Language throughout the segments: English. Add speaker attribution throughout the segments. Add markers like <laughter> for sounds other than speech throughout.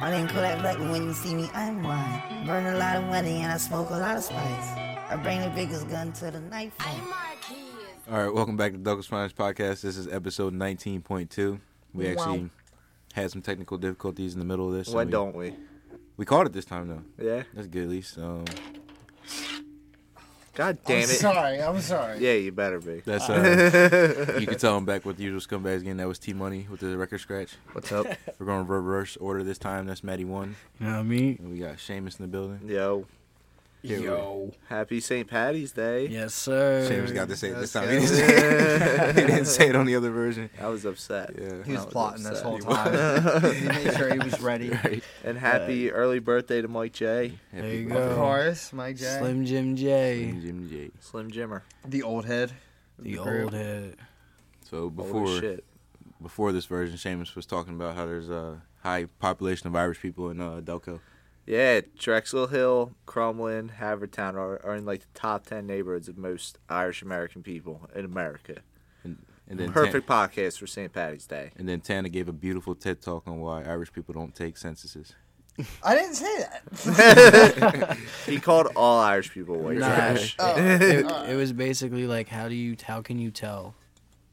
Speaker 1: My name Kodak Black, but when you see me, I'm blind. Burn a lot of money and I smoke a lot of spice. I bring the biggest gun to the knife. fight.
Speaker 2: All right, welcome back to Douglas Finance Podcast. This is episode 19.2. We actually had some technical difficulties in the middle of this. and
Speaker 3: Why
Speaker 2: we,
Speaker 3: don't we?
Speaker 2: We called it this time, though.
Speaker 3: Yeah.
Speaker 2: That's good, at least. Um,
Speaker 3: God
Speaker 4: I'm
Speaker 3: damn it.
Speaker 4: sorry. I'm sorry.
Speaker 3: Yeah, you better be. <laughs>
Speaker 2: that's uh, You can tell I'm back with the usual scumbags again. That was T Money with the record scratch.
Speaker 3: What's up?
Speaker 2: We're going to reverse order this time. That's Maddie 1.
Speaker 5: You know what I mean?
Speaker 2: And we got Seamus in the building.
Speaker 3: <laughs> Yo,
Speaker 2: Here we go.
Speaker 3: happy St. Patty's Day.
Speaker 5: Yes, sir.
Speaker 2: Seamus got to say it this
Speaker 4: Let's
Speaker 2: time. <laughs>
Speaker 4: go.
Speaker 2: He didn't, say it. he didn't say it on the other version.
Speaker 3: I was upset.
Speaker 2: Yeah.
Speaker 4: He was
Speaker 3: I
Speaker 4: plotting this
Speaker 3: upset.
Speaker 4: whole time. <laughs> he made sure he was ready.
Speaker 2: Right.
Speaker 3: And happy early birthday to Mike J,
Speaker 5: There you
Speaker 4: Of
Speaker 5: go.
Speaker 4: course, Mike J,
Speaker 5: Slim Jim J,
Speaker 2: Jim J.
Speaker 3: Slim Jimmer.
Speaker 4: the old head. of
Speaker 5: the
Speaker 4: group.
Speaker 5: old head.
Speaker 4: <laughs>
Speaker 2: So before.
Speaker 3: Holy shit.
Speaker 2: before this version, Seamus was talking about how there's a high population of Irish people in uh, Delco.
Speaker 3: Yeah, Drexel Hill, Crumlin, Havertown are, are in like the top 10 neighborhoods of most Irish American people in America.
Speaker 2: And then
Speaker 3: Perfect
Speaker 2: Tan-
Speaker 3: podcast for St. Patty's Day.
Speaker 2: and then Tana gave a beautiful TED talk on why Irish people don't take censuses.
Speaker 4: I didn't say that.
Speaker 3: He called all Irish people white
Speaker 5: Nah.
Speaker 3: trash.
Speaker 4: Oh,
Speaker 5: It, it was basically like, how do you, how can you tell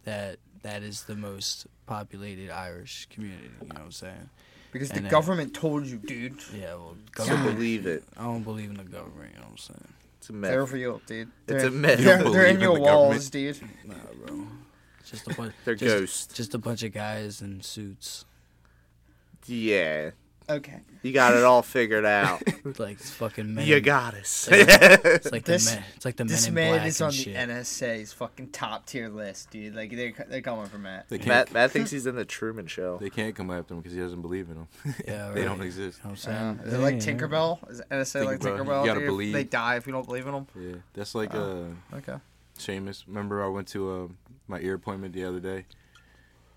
Speaker 5: that that is the most populated Irish community? You know what I'm saying?
Speaker 4: Because the
Speaker 5: And, uh,
Speaker 4: government told you, dude.
Speaker 5: Yeah. Well,
Speaker 3: So
Speaker 5: government.
Speaker 3: believe it.
Speaker 5: I don't believe in the government. You know what I'm saying?
Speaker 3: It's a
Speaker 4: They're
Speaker 3: myth.
Speaker 4: real, dude.
Speaker 3: It's
Speaker 4: They're-
Speaker 3: a myth. You
Speaker 4: They're,
Speaker 2: don't
Speaker 4: they're in
Speaker 2: believe in
Speaker 4: your
Speaker 2: the
Speaker 4: walls, dude.
Speaker 5: Nah, bro. It's Just a bunch.
Speaker 3: They're
Speaker 5: just,
Speaker 3: ghosts.
Speaker 5: Just a bunch of guys in suits.
Speaker 3: Yeah.
Speaker 4: Okay.
Speaker 3: You got it all
Speaker 2: <laughs>
Speaker 3: figured out.
Speaker 5: Like it's fucking men.
Speaker 3: you got us. <laughs>
Speaker 5: It's like
Speaker 4: This-
Speaker 5: the men. It's like the men
Speaker 4: This
Speaker 5: in
Speaker 4: man
Speaker 5: black
Speaker 4: is on
Speaker 5: and
Speaker 4: the
Speaker 5: shit.
Speaker 4: NSA's fucking top tier list, dude. Like they're they're coming for Matt.
Speaker 2: They can't.
Speaker 3: Matt, Matt thinks he's in the Truman Show.
Speaker 2: They can't come after him because he doesn't believe <laughs> in them.
Speaker 5: Yeah,
Speaker 2: they don't
Speaker 5: right.
Speaker 2: exist.
Speaker 5: You know what
Speaker 4: Uh,
Speaker 5: I'm saying?
Speaker 4: is it like
Speaker 5: Yeah.
Speaker 4: Tinkerbell? Is NSA like
Speaker 2: Tinkerbell. You
Speaker 4: Tinkerbell?
Speaker 2: gotta
Speaker 4: dude?
Speaker 2: believe.
Speaker 4: They die if we don't believe in them.
Speaker 2: Yeah, that's like uh,
Speaker 4: Okay.
Speaker 2: Seamus. Remember, I went to uh, my ear appointment the other day,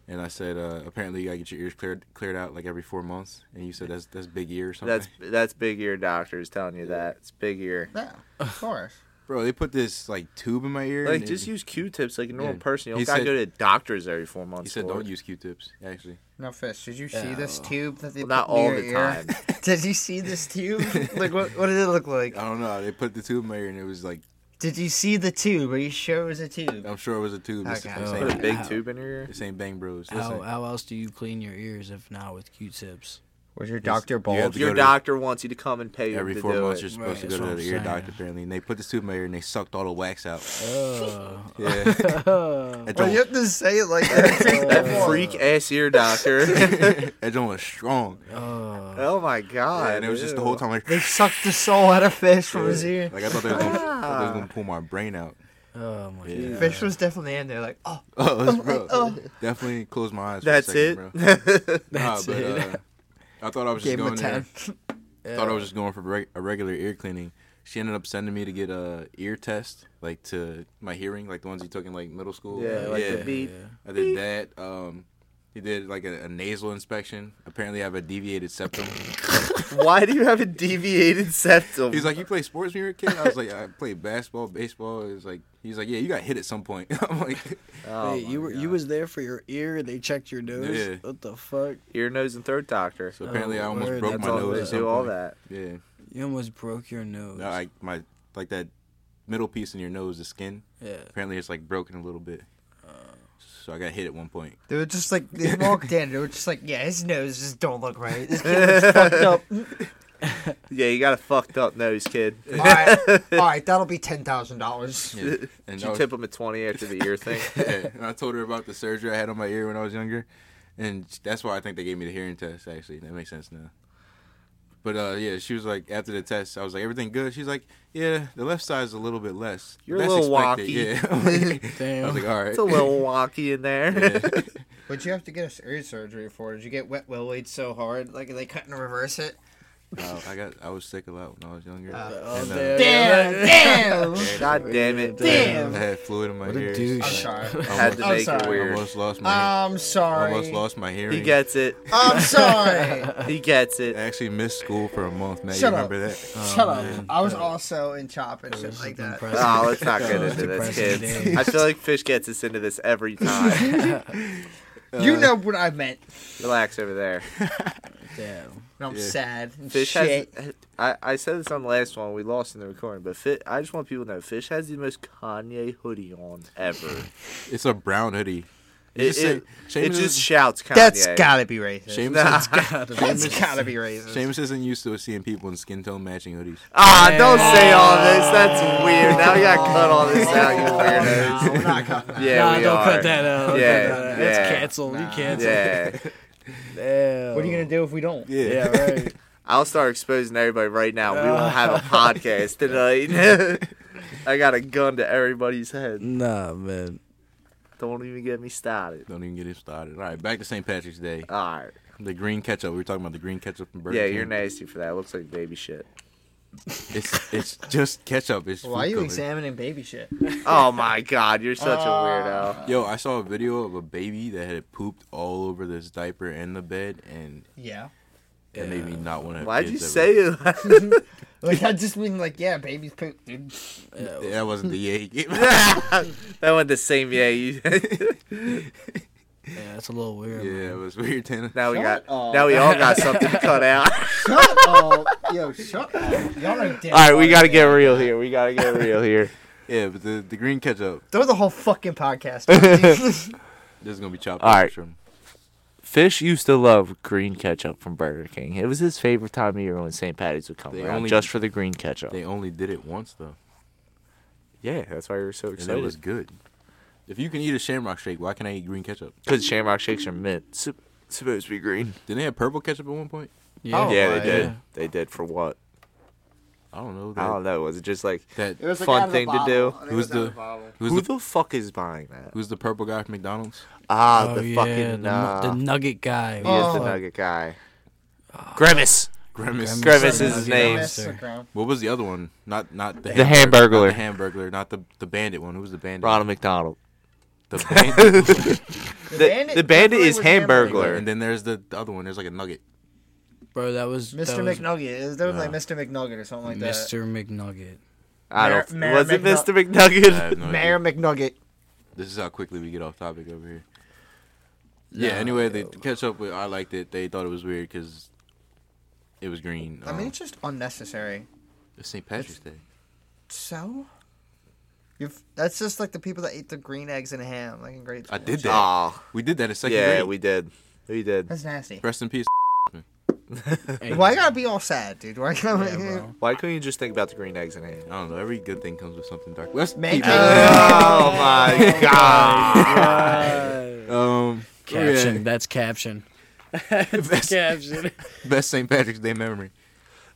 Speaker 2: and I said uh, apparently you gotta get your ears cleared cleared out like every four months, and you said that's that's big ear or something.
Speaker 3: That's that's big ear doctors telling you that. It's big ear.
Speaker 4: Yeah. Of course.
Speaker 2: Bro, they put this like tube in my ear.
Speaker 3: Like
Speaker 2: and
Speaker 3: just
Speaker 2: it,
Speaker 3: use Q-tips like a normal
Speaker 2: Yeah.
Speaker 3: person. You don't
Speaker 2: He
Speaker 3: gotta
Speaker 2: said-
Speaker 3: go to doctors every four months.
Speaker 2: He said
Speaker 3: for
Speaker 2: don't
Speaker 3: it.
Speaker 2: use Q-tips. Actually,
Speaker 4: Now, Fish, did you see
Speaker 5: Yeah.
Speaker 4: this tube that they
Speaker 3: Well, not
Speaker 4: put near
Speaker 3: all
Speaker 4: your
Speaker 3: the
Speaker 4: ear?
Speaker 3: time.
Speaker 2: <laughs>
Speaker 4: <laughs> Did you see this tube? like, what, what did it look like? <laughs>
Speaker 2: I don't know. They put the tube in my ear, and it was like
Speaker 4: Did you see the tube? Are you sure it was a tube?
Speaker 2: I'm sure it was a tube. It's,
Speaker 4: Okay.
Speaker 2: it's
Speaker 5: Oh.
Speaker 3: Put a
Speaker 2: ain't,
Speaker 3: big
Speaker 5: Ow.
Speaker 3: tube in your ear.
Speaker 2: it's ain't Bang Bros.
Speaker 5: How,
Speaker 2: Listen,
Speaker 5: how else do you clean your ears if not with <laughs> Q-tips?
Speaker 4: Was your doctor
Speaker 2: you have
Speaker 4: bald?
Speaker 2: to
Speaker 3: Your
Speaker 2: go to-
Speaker 3: doctor wants you to come and pay
Speaker 2: every
Speaker 3: him to
Speaker 2: four
Speaker 3: do
Speaker 2: months
Speaker 3: it.
Speaker 2: you're supposed
Speaker 5: Right,
Speaker 2: to go
Speaker 5: that's what
Speaker 2: to
Speaker 5: I'm
Speaker 2: the ear
Speaker 5: saying.
Speaker 2: doctor apparently, and they put the tube in my ear and they sucked all the wax out.
Speaker 5: Uh,
Speaker 2: <laughs> Yeah, that
Speaker 4: Well, you
Speaker 2: joint,
Speaker 4: have to say it like that. <laughs>
Speaker 3: That freak ass
Speaker 2: <laughs>
Speaker 3: ear doctor.
Speaker 2: that joint was strong.
Speaker 5: uh,
Speaker 3: <laughs> oh my god.
Speaker 2: Yeah, and it was just the whole
Speaker 3: ew.
Speaker 2: time like,
Speaker 4: <laughs> they sucked the soul out of Fish from his ear.
Speaker 2: like I thought they was, gonna, I thought they was gonna pull my brain out. <laughs>
Speaker 5: oh my
Speaker 2: Yeah.
Speaker 5: god.
Speaker 4: Fish was definitely in there, like, oh,
Speaker 2: Oh, it's- bro, definitely closed my eyes. For
Speaker 3: That's
Speaker 2: a second,
Speaker 3: <laughs> it.
Speaker 2: Bro.
Speaker 5: That's
Speaker 2: nah, but,
Speaker 5: it.
Speaker 2: Uh, I thought I was just
Speaker 4: gave him
Speaker 2: going
Speaker 4: a
Speaker 2: there.
Speaker 5: <laughs>
Speaker 4: 10.
Speaker 2: Thought I was just going for reg- a regular ear cleaning. She ended up sending me to get a ear test, like to my hearing, like the ones you took in like middle school.
Speaker 3: Yeah, like the beep.
Speaker 2: I did that. Um, he did like a, a nasal inspection. Apparently, I have a deviated septum.
Speaker 3: Why do you have a deviated <laughs> septum?
Speaker 2: He's like, "You play sports when you were a kid?" I was like, "I played basketball, baseball." He's like, "He's like, yeah, you got hit at some point." <laughs> I'm like,
Speaker 3: oh,
Speaker 5: Wait, you were you was there for your ear and they checked your nose?
Speaker 2: Yeah.
Speaker 5: What the fuck?
Speaker 3: ear, nose, and throat doctor.
Speaker 2: "So apparently, I
Speaker 5: Oh,
Speaker 2: almost
Speaker 5: word,
Speaker 2: broke
Speaker 5: that's
Speaker 2: my
Speaker 3: all
Speaker 2: nose."
Speaker 3: they
Speaker 2: at some
Speaker 3: do all
Speaker 2: point.
Speaker 3: that.
Speaker 2: Yeah,
Speaker 5: You almost broke your nose.
Speaker 2: no, I my like that middle piece in your nose, the skin.
Speaker 5: yeah.
Speaker 2: Apparently, it's like broken a little bit.
Speaker 3: Uh.
Speaker 2: So I got hit at one point.
Speaker 4: They were just like, they walked in, they were just like, yeah, his nose just don't look right. This kid looks fucked <laughs> up.
Speaker 3: Yeah, you got a fucked up nose, kid.
Speaker 2: <laughs>
Speaker 4: All right, all right, that'll be $10,000.
Speaker 2: Yeah. And
Speaker 3: Did
Speaker 2: I
Speaker 3: you
Speaker 2: was-
Speaker 3: tip him at 20 after the ear thing?
Speaker 2: <laughs> yeah, and I told her about the surgery I had on my ear when I was younger, and that's why I think they gave me the hearing test. Actually, that makes sense now. But uh, yeah, she was like, after the test, I was like, everything good. She's like, yeah, the left side's a little bit less.
Speaker 3: You're a
Speaker 2: That's
Speaker 3: little
Speaker 2: expected."
Speaker 3: wonky.
Speaker 2: Yeah. <laughs> I was
Speaker 5: Damn.
Speaker 2: like, all right.
Speaker 3: It's a little wonky in there.
Speaker 2: <laughs> Yeah. <laughs>
Speaker 4: What'd you have to get a ear surgery for? Did you get wet willied so hard? Like, they couldn't reverse it?
Speaker 2: Uh, I got, I was sick a lot when I was younger.
Speaker 5: Oh,
Speaker 2: and, uh,
Speaker 5: damn.
Speaker 4: Damn! <laughs> damn.
Speaker 3: <laughs> God damn it.
Speaker 4: Damn.
Speaker 2: I had fluid in my
Speaker 5: What a
Speaker 2: ears.
Speaker 5: douche.
Speaker 4: I'm
Speaker 2: I
Speaker 4: sorry.
Speaker 3: Had to
Speaker 2: almost-
Speaker 3: make it
Speaker 4: sorry.
Speaker 2: <laughs> I
Speaker 3: weird.
Speaker 2: almost lost my.
Speaker 4: I'm sorry.
Speaker 2: almost lost my hearing.
Speaker 3: He gets it.
Speaker 4: I'm sorry.
Speaker 3: <laughs> He gets
Speaker 2: I
Speaker 3: it.
Speaker 2: actually missed school for a month. Now you
Speaker 4: Shut
Speaker 2: remember
Speaker 4: up.
Speaker 2: that?
Speaker 4: Shut up. I was also in chop and shit like that.
Speaker 5: Impressive.
Speaker 3: Oh, let's not
Speaker 2: <laughs>
Speaker 3: get
Speaker 5: Oh,
Speaker 3: into this,
Speaker 5: depressing
Speaker 3: kids.
Speaker 5: day.
Speaker 3: I feel like Fish gets us into this every time. Uh,
Speaker 4: you know what I meant.
Speaker 3: Relax over there.
Speaker 5: Damn.
Speaker 4: And I'm
Speaker 2: Yeah.
Speaker 4: sad. and
Speaker 3: Fish
Speaker 4: shit.
Speaker 3: has. I, I said this on the last one. We lost in the recording, but Fi I just want people to know Fish has the most Kanye hoodie on ever.
Speaker 2: It's a brown hoodie.
Speaker 3: it,
Speaker 2: just say-
Speaker 3: it, it
Speaker 2: Seamus
Speaker 3: just
Speaker 2: is-
Speaker 3: shouts Kanye. <laughs>
Speaker 4: That's gotta be racist.
Speaker 2: Seamus,
Speaker 3: Nah.
Speaker 4: That's gotta be racist.
Speaker 2: Seamus isn't used to seeing people in skin tone matching hoodies.
Speaker 3: Ah, don't say all this. That's weird. Now you gotta cut all this out, you weirdos.
Speaker 4: <laughs> No, we're not cutting that.
Speaker 3: Yeah,
Speaker 5: nah,
Speaker 3: we
Speaker 5: don't
Speaker 3: are.
Speaker 5: cut that out. Don't
Speaker 3: Yeah,
Speaker 5: cut that out.
Speaker 3: yeah.
Speaker 5: That's canceled. You
Speaker 4: Nah.
Speaker 5: canceled.
Speaker 3: Yeah,
Speaker 5: Damn.
Speaker 4: What are you gonna do if we don't?
Speaker 2: Yeah. <laughs>
Speaker 5: Yeah, right.
Speaker 3: I'll start exposing everybody right now. We won't have
Speaker 4: <laughs>
Speaker 3: a podcast tonight. <laughs> I got a gun to everybody's head.
Speaker 5: nah, man.
Speaker 3: Don't even get me started.
Speaker 2: Don't even get it started. All right, back to St. Patrick's Day.
Speaker 3: All right.
Speaker 2: The green ketchup. We were talking about the green ketchup from Burger
Speaker 3: Yeah,
Speaker 2: King.
Speaker 3: you're nasty for that. looks like baby shit.
Speaker 2: It's it's just ketchup. It's
Speaker 4: Why are
Speaker 2: food
Speaker 4: you
Speaker 2: coloring.
Speaker 4: examining baby shit?
Speaker 3: Oh my god, you're such a
Speaker 4: Ah.
Speaker 3: weirdo.
Speaker 2: Yo, I saw a video of a baby that had pooped all over this diaper and the bed, and
Speaker 4: Yeah.
Speaker 2: it made me not want to.
Speaker 3: Why'd you say <laughs> it?
Speaker 4: Like I just mean like yeah, baby's poop, dude.
Speaker 2: Yeah, that wasn't the egg?
Speaker 3: <laughs> that went the same yeah. You <laughs>
Speaker 5: Yeah, that's a little
Speaker 2: <laughs>
Speaker 5: weird.
Speaker 2: yeah, it was weird, Tanner.
Speaker 3: now we
Speaker 4: Shut
Speaker 3: got
Speaker 4: up.
Speaker 3: now we all got something to cut out.
Speaker 4: Shut up, yo, shut up. Y'all are dead.
Speaker 3: All right, we gotta get real here. We gotta get real here.
Speaker 2: Yeah, but the, the green ketchup.
Speaker 4: throw the whole
Speaker 3: <laughs>
Speaker 4: fucking podcast. out.
Speaker 2: This is gonna be chopped.
Speaker 3: All
Speaker 2: up
Speaker 3: right.
Speaker 2: from-
Speaker 3: Fish used to love green ketchup from Burger King. It was his favorite time of year when St. Patty's would come
Speaker 2: They
Speaker 3: around,
Speaker 2: only-
Speaker 3: just for the green ketchup.
Speaker 2: They only did it once though,
Speaker 3: yeah, that's why we were so
Speaker 2: and that was good. If you can eat a shamrock shake, why can't I eat green ketchup?
Speaker 3: Because shamrock shakes are mint, sup- supposed to be green.
Speaker 2: Didn't they have purple ketchup at one point?
Speaker 5: Yeah.
Speaker 4: <laughs> Oh,
Speaker 3: yeah,
Speaker 4: right.
Speaker 3: they did.
Speaker 5: Yeah.
Speaker 3: They did for what?
Speaker 2: I don't know. That,
Speaker 3: I don't know. Was Oh, it just like
Speaker 2: that
Speaker 4: was
Speaker 3: Fun
Speaker 4: out of the
Speaker 3: thing to
Speaker 4: bottle.
Speaker 3: do.
Speaker 4: I think it
Speaker 2: Who's
Speaker 4: was out of
Speaker 2: the-
Speaker 4: bottle.
Speaker 2: who's
Speaker 3: who
Speaker 2: the,
Speaker 3: the, fuck is buying that?
Speaker 2: who's the purple guy from McDonald's?
Speaker 3: Ah,
Speaker 5: Oh,
Speaker 3: the
Speaker 5: yeah, the,
Speaker 3: fucking
Speaker 5: nu-
Speaker 3: nah.
Speaker 5: the nugget guy.
Speaker 3: he is the
Speaker 4: Oh.
Speaker 3: nugget guy. Grimace.
Speaker 2: Grimace.
Speaker 5: Grimace.
Speaker 3: Grimace is
Speaker 5: Grimace.
Speaker 3: his name.
Speaker 5: Grimace.
Speaker 4: Mess around.
Speaker 2: What was the other one? Not not the
Speaker 3: The
Speaker 2: hamburger- Not
Speaker 3: Hamburglar.
Speaker 2: the hamburglar, not the the bandit one. Who was the bandit?
Speaker 3: Ronald McDonald. <laughs>
Speaker 2: The bandit.
Speaker 3: The, <laughs> the bandit
Speaker 4: definitely
Speaker 3: is
Speaker 4: was
Speaker 3: Hamburglar.
Speaker 2: and then there's the, the other one. There's like a
Speaker 3: <laughs>
Speaker 2: nugget.
Speaker 5: Bro, that was
Speaker 4: Mr.
Speaker 5: that was
Speaker 4: McNugget. It was definitely like Mr. McNugget or something like that.
Speaker 5: Mr. McNugget.
Speaker 4: <laughs>
Speaker 3: I don't.
Speaker 4: Mayor- Mayor
Speaker 3: was it
Speaker 4: McNug-
Speaker 3: Mr. McNugget?
Speaker 2: I
Speaker 3: <laughs>
Speaker 2: have no idea.
Speaker 4: Mayor McNugget.
Speaker 2: This is how quickly we get off topic over here. yeah. Anyway,
Speaker 3: uh,
Speaker 2: the the ketchup. I liked it. They thought it was weird because it was green.
Speaker 4: I
Speaker 5: Oh.
Speaker 2: Um,
Speaker 4: mean, it's just unnecessary.
Speaker 2: it's St. Patrick's Day.
Speaker 4: So, you've that's just like the people that ate the green eggs and ham, like in grade.
Speaker 2: I
Speaker 4: school.
Speaker 2: did that.
Speaker 3: Ah,
Speaker 2: we did that in second
Speaker 3: yeah,
Speaker 2: grade.
Speaker 3: we did. We did.
Speaker 4: That's nasty.
Speaker 2: Rest in peace.
Speaker 5: Hey,
Speaker 4: Why you gotta be all sad, dude? Why gotta
Speaker 5: yeah,
Speaker 4: <laughs>
Speaker 5: bro.
Speaker 3: Why couldn't you just think about the green eggs and ham?
Speaker 2: I don't know. Every good thing comes with something dark. Let's
Speaker 4: Man-
Speaker 2: keep
Speaker 3: Oh my god! Uh,
Speaker 2: it. Um.
Speaker 5: Caption.
Speaker 2: yeah.
Speaker 5: That's caption.
Speaker 2: <laughs> Best,
Speaker 5: Caption.
Speaker 2: best St. Patrick's Day memory.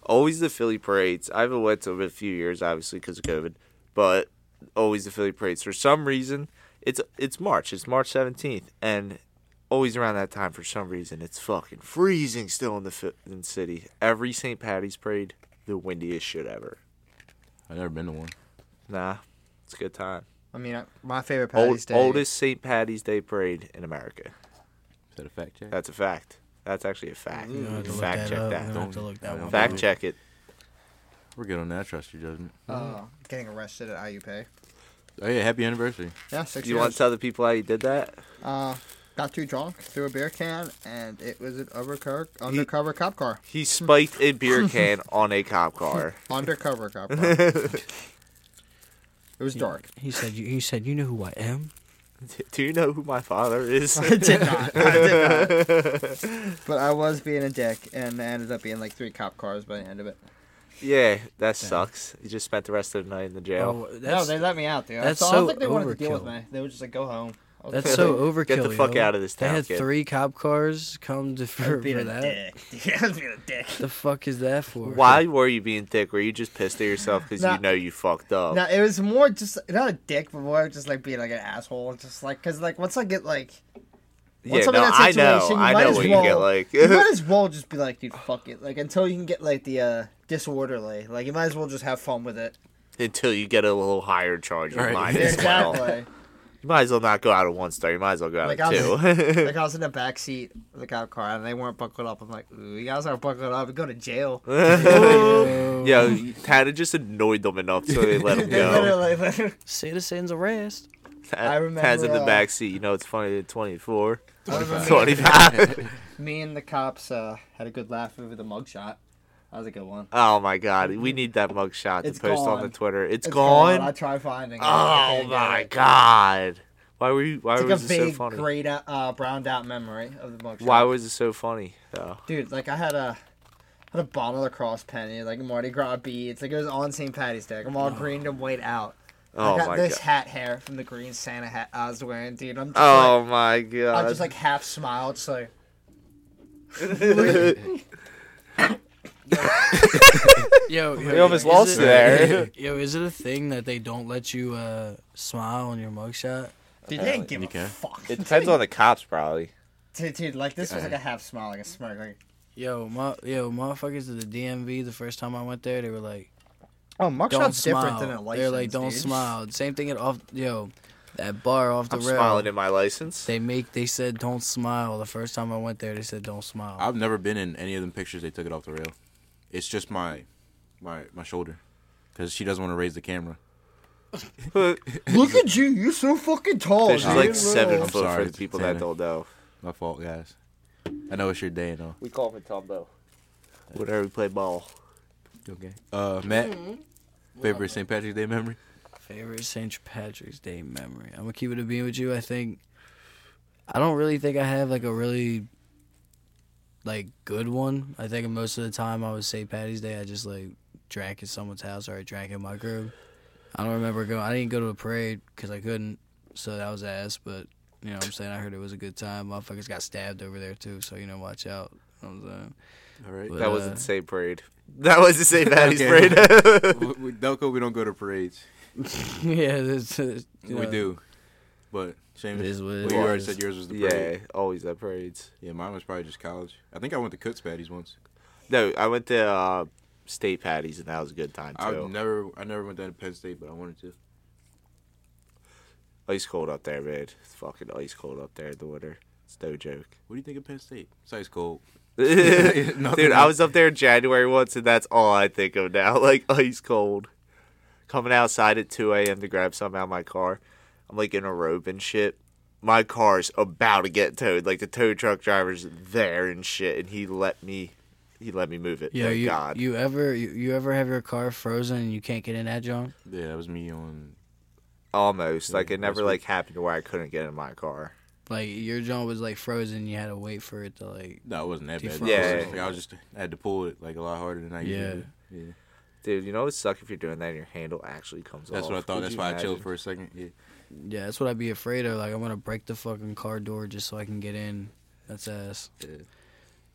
Speaker 3: always the Philly parades. I haven't went to them in a few years, obviously because of COVID, but always the Philly parades. For some reason, it's it's March. It's March seventeenth, and always around that time, for some reason, it's fucking freezing still in the fi- in the city. Every St. Patty's parade, the windiest shit ever.
Speaker 2: I've never been to one.
Speaker 3: Nah, it's a good time.
Speaker 4: I mean, I- my favorite
Speaker 3: Old,
Speaker 4: Patty's Day.
Speaker 3: oldest St. Patty's Day parade in America.
Speaker 2: Is that a fact check?
Speaker 3: That's a fact. That's actually a fact.
Speaker 5: I'm gonna have to look
Speaker 3: fact
Speaker 5: that
Speaker 3: check
Speaker 5: up. I'm
Speaker 3: that.
Speaker 5: gonna have to Mm. look that one
Speaker 3: Fact
Speaker 5: up.
Speaker 3: check it.
Speaker 2: We're good on that. I trust your judgment.
Speaker 5: Uh,
Speaker 4: Oh, getting arrested at IUP.
Speaker 2: Oh yeah, happy anniversary.
Speaker 4: Yeah, six
Speaker 3: Do you
Speaker 4: years.
Speaker 3: want to tell the people how you did that?
Speaker 4: uh, got too drunk, threw a beer can, and it was an overcover, undercover cop car.
Speaker 3: <laughs> He spiked a <laughs> beer can on a cop car.
Speaker 4: Undercover cop car. it was dark.
Speaker 5: He said. You, he said. You know who I am.
Speaker 3: <laughs> Do you know who my father
Speaker 4: <laughs>
Speaker 3: is?
Speaker 4: I did not. I did not. But I was being a dick, and I ended up being like three cop cars by the end of it.
Speaker 3: <laughs> yeah, that sucks. You just spent the rest of the night in the
Speaker 4: Oh,
Speaker 3: jail.
Speaker 5: Oh, that's
Speaker 4: no, they let me out, dude.
Speaker 5: that's
Speaker 4: so, I
Speaker 5: so
Speaker 4: don't think they wanted to deal with
Speaker 5: overkill.
Speaker 4: me. They were just like, go home. I was
Speaker 5: that's
Speaker 4: like, <laughs>
Speaker 5: so overkill.
Speaker 3: Get the fuck
Speaker 5: yo.
Speaker 3: out of this
Speaker 5: They
Speaker 3: town,
Speaker 5: had
Speaker 3: kid.
Speaker 5: three cop cars come to
Speaker 4: I was
Speaker 5: for,
Speaker 4: being
Speaker 5: for
Speaker 4: a
Speaker 5: that.
Speaker 4: dick. <laughs> Yeah, I was being a dick.
Speaker 5: The fuck is that for?
Speaker 3: Why were you being thick? Were you just pissed at yourself because
Speaker 4: Nah.
Speaker 3: you know you fucked
Speaker 5: Oh.
Speaker 3: up?
Speaker 4: No, it was more just not a dick, but more just like being like an asshole. Just like, cause like once I get like,
Speaker 3: yeah,
Speaker 4: once I'm
Speaker 3: no,
Speaker 4: in that
Speaker 3: I know.
Speaker 4: situation, you
Speaker 3: I
Speaker 4: might
Speaker 3: know
Speaker 4: as
Speaker 3: what
Speaker 4: well-
Speaker 3: you get like. <laughs>
Speaker 4: you might as well just be like, dude, fuck it. Like until you can get like the uh disorderly, like you might as well just have fun with it.
Speaker 3: Until you get a little higher charge, you
Speaker 2: Right.
Speaker 3: might as well.
Speaker 4: <laughs> Exactly.
Speaker 3: You might as well not go out at one star. You might as well go out
Speaker 4: Like,
Speaker 3: at
Speaker 4: I'm-
Speaker 3: two. <laughs>
Speaker 4: like I was in the back seat of the cop car and they weren't buckled up. I'm like, ooh, you guys aren't buckled up. You go to jail.
Speaker 3: Yo, Tana just annoyed them enough so they let him
Speaker 4: <laughs> They
Speaker 3: go.
Speaker 4: <laughs> literally-
Speaker 5: Citizens arrest.
Speaker 3: I
Speaker 4: remember,
Speaker 3: Tana's in the
Speaker 4: uh,
Speaker 3: back seat. You know it's funny. Twenty four.
Speaker 4: <laughs> I remember-
Speaker 3: 25.
Speaker 4: me and the cops uh, had a good laugh over the mugshot. That was a good one.
Speaker 3: <laughs> Oh my god, we need that mugshot to
Speaker 4: It's
Speaker 3: post on
Speaker 4: gone.
Speaker 3: the Twitter. It's
Speaker 4: It's
Speaker 3: gone.
Speaker 4: I try finding it. I
Speaker 3: Oh
Speaker 4: can't get
Speaker 3: my
Speaker 4: it.
Speaker 3: god. Why were you why
Speaker 4: It's like a
Speaker 3: was it so
Speaker 4: vague,
Speaker 3: funny?
Speaker 4: grayed out, uh, browned out memory of the mugshot.
Speaker 3: Why was it so funny though?
Speaker 4: Dude, like I had a had a bottle of cross penny, like Mardi Gras beads. Like it was on St. Patty's Day.
Speaker 3: <sighs>
Speaker 4: Like, I'm all greened and white out.
Speaker 3: Oh
Speaker 4: I got
Speaker 3: my
Speaker 4: this
Speaker 3: god.
Speaker 4: hat hair from the green Santa hat I was wearing, dude. I'm just
Speaker 3: Oh
Speaker 4: like,
Speaker 3: my
Speaker 4: I
Speaker 3: god.
Speaker 4: just like half smiled, just like
Speaker 5: Yo, yo,
Speaker 3: We almost
Speaker 5: yo, is
Speaker 3: lost
Speaker 5: it-
Speaker 3: there. <laughs>
Speaker 5: Yo, is it a thing that they don't let you uh, smile on your mugshot?
Speaker 4: dude, they didn't give
Speaker 2: you
Speaker 4: a
Speaker 2: can.
Speaker 4: fuck.
Speaker 3: <laughs> it depends on the cops probably.
Speaker 4: <laughs> dude, dude, like this was like a half smile, like a smirk. Like,
Speaker 5: Yo, my, yo, motherfuckers at the DMV. The first time I went there, they were like,
Speaker 4: oh,
Speaker 5: "Don't
Speaker 4: mugshot's
Speaker 5: smile."
Speaker 4: different than a license.
Speaker 5: They're like, "Don't
Speaker 4: dude.
Speaker 5: smile." Same thing at off. Yo, that bar off the
Speaker 3: I'm
Speaker 5: rail.
Speaker 3: smiling in
Speaker 5: <laughs>
Speaker 3: my license.
Speaker 5: They make. They said, "Don't smile." The first time I went there, they said, "Don't smile."
Speaker 2: I've never been in any of them pictures. They took it off the rail. It's just my, my, my shoulder, because she doesn't want to raise the camera.
Speaker 4: <laughs> Look at you, you're so fucking tall.
Speaker 2: Oh,
Speaker 3: She's
Speaker 4: dude.
Speaker 3: like seven
Speaker 2: I'm
Speaker 3: foot
Speaker 2: sorry,
Speaker 3: for the people
Speaker 2: Tanner.
Speaker 3: that don't know.
Speaker 2: My fault, guys. I know it's your day and all.
Speaker 3: We call him Tombo. Whenever we play ball.
Speaker 2: Okay. Uh, Matt, favorite St. Patrick's Day memory?
Speaker 5: Favorite St. Patrick's Day memory. I'm gonna keep it a being with you. I think I don't really think I have like a really like good one. I think most of the time I was St. Patty's Day, I just like drank at someone's house or I drank in my room. I don't remember going. I didn't go to a parade because I couldn't, so that was ass. But you know, what I'm saying I heard it was a good time. Motherfuckers got stabbed over there too, so you know, watch out. You know what I'm saying.
Speaker 2: All right.
Speaker 5: But,
Speaker 3: That was
Speaker 5: uh,
Speaker 3: the same parade. That was the same <laughs> Patty's
Speaker 2: Okay.
Speaker 3: parade.
Speaker 2: W- with Delco, <laughs> we don't go to parades.
Speaker 5: <laughs> yeah, uh, that's, that's, you
Speaker 2: We
Speaker 5: know,
Speaker 2: do, but
Speaker 5: It
Speaker 2: Seamus,
Speaker 5: is what
Speaker 2: well,
Speaker 5: it
Speaker 2: you already
Speaker 5: is.
Speaker 2: said yours was the
Speaker 3: yeah,
Speaker 2: parade.
Speaker 3: <laughs> always at parades.
Speaker 2: Yeah. mine was probably just college. I think I went to Coots Patties once.
Speaker 3: No, I went to uh, State Patties and that was a good time
Speaker 2: I
Speaker 3: too.
Speaker 2: would never, I never went down to Penn State, but I wanted to.
Speaker 3: Ice cold up there, man. It's fucking ice cold up there in the winter. It's no joke.
Speaker 2: What do you think of Penn State? It's ice cold.
Speaker 3: <laughs> Dude, I was up there in January once, and that's all I think of now. <laughs> Like ice cold. Coming outside at 2 a.m. to grab something out of my car. I'm like in a robe and shit. My car's about to get towed. Like the tow truck driver's there and shit, and he let me. He let me move it.
Speaker 5: Yeah,
Speaker 3: Thank
Speaker 5: you,
Speaker 3: God.
Speaker 5: you ever you, you ever have your car frozen and you can't get in that John?
Speaker 2: Yeah, that was me on.
Speaker 3: Almost. like
Speaker 2: Yeah,
Speaker 3: it never
Speaker 2: that's
Speaker 3: like happened to where I couldn't get in my car.
Speaker 5: Like your John was like frozen, you had to wait for it to like.
Speaker 2: No, it wasn't that bad.
Speaker 5: Defrost.
Speaker 3: Yeah. Oh,
Speaker 2: Like, I was just I had to pull it like a lot harder than I usually
Speaker 5: Yeah.
Speaker 2: do. Yeah,
Speaker 3: Dude, you know what suck if you're doing that and your handle actually comes
Speaker 2: that's
Speaker 3: off.
Speaker 2: what I thought.
Speaker 3: Could
Speaker 2: That's
Speaker 3: you
Speaker 2: why I
Speaker 3: imagine?
Speaker 2: chilled for a second.
Speaker 3: <laughs>
Speaker 2: Yeah.
Speaker 5: Yeah, that's what I'd be afraid of. Like I'm gonna break the fucking car door just so I can get in. That's ass.
Speaker 2: Yeah.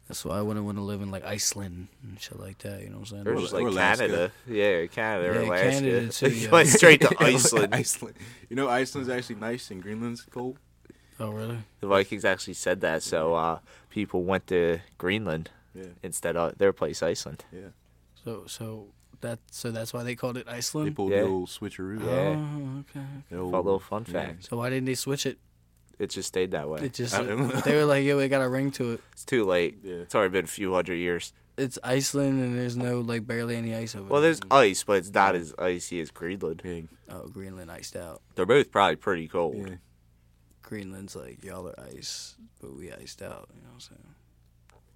Speaker 5: That's why I wouldn't want to live in like Iceland and shit like that. You know what I'm
Speaker 3: Or
Speaker 5: saying?
Speaker 3: just
Speaker 2: Or
Speaker 3: like
Speaker 2: Alaska.
Speaker 3: Canada. Yeah, Canada or
Speaker 5: Yeah,
Speaker 3: Alaska.
Speaker 5: Canada
Speaker 3: <laughs>
Speaker 5: too, yeah.
Speaker 3: Going
Speaker 2: <laughs>
Speaker 5: <laughs>
Speaker 3: straight to
Speaker 2: Like
Speaker 3: Iceland.
Speaker 2: Iceland. You know, Iceland's actually nice and Greenland's cold.
Speaker 5: Oh really?
Speaker 3: The Vikings actually said that, so uh, people went to Greenland
Speaker 2: Yeah,
Speaker 3: instead of their place, Iceland.
Speaker 2: yeah.
Speaker 5: So so that so that's why they called it
Speaker 2: They
Speaker 5: Iceland.
Speaker 2: pulled
Speaker 3: Yeah.
Speaker 2: the old switcheroo.
Speaker 3: Yeah.
Speaker 5: Oh okay.
Speaker 2: The old-
Speaker 3: Fun little fun
Speaker 2: yeah.
Speaker 3: fact.
Speaker 5: So why didn't they switch it?
Speaker 3: It just stayed that way.
Speaker 5: It just
Speaker 2: I don't know.
Speaker 5: they were like, yo, it got a ring to it.
Speaker 3: It's too late.
Speaker 2: Yeah.
Speaker 3: It's already been a few hundred years.
Speaker 5: It's Iceland and there's no like barely any ice over
Speaker 3: Well,
Speaker 5: there.
Speaker 3: there's ice, but it's not as icy as Greenland.
Speaker 2: Yeah.
Speaker 5: Oh, Greenland iced out.
Speaker 3: They're both probably pretty cold.
Speaker 2: Yeah.
Speaker 5: Greenland's like y'all are ice, but we iced out. You know what I'm saying?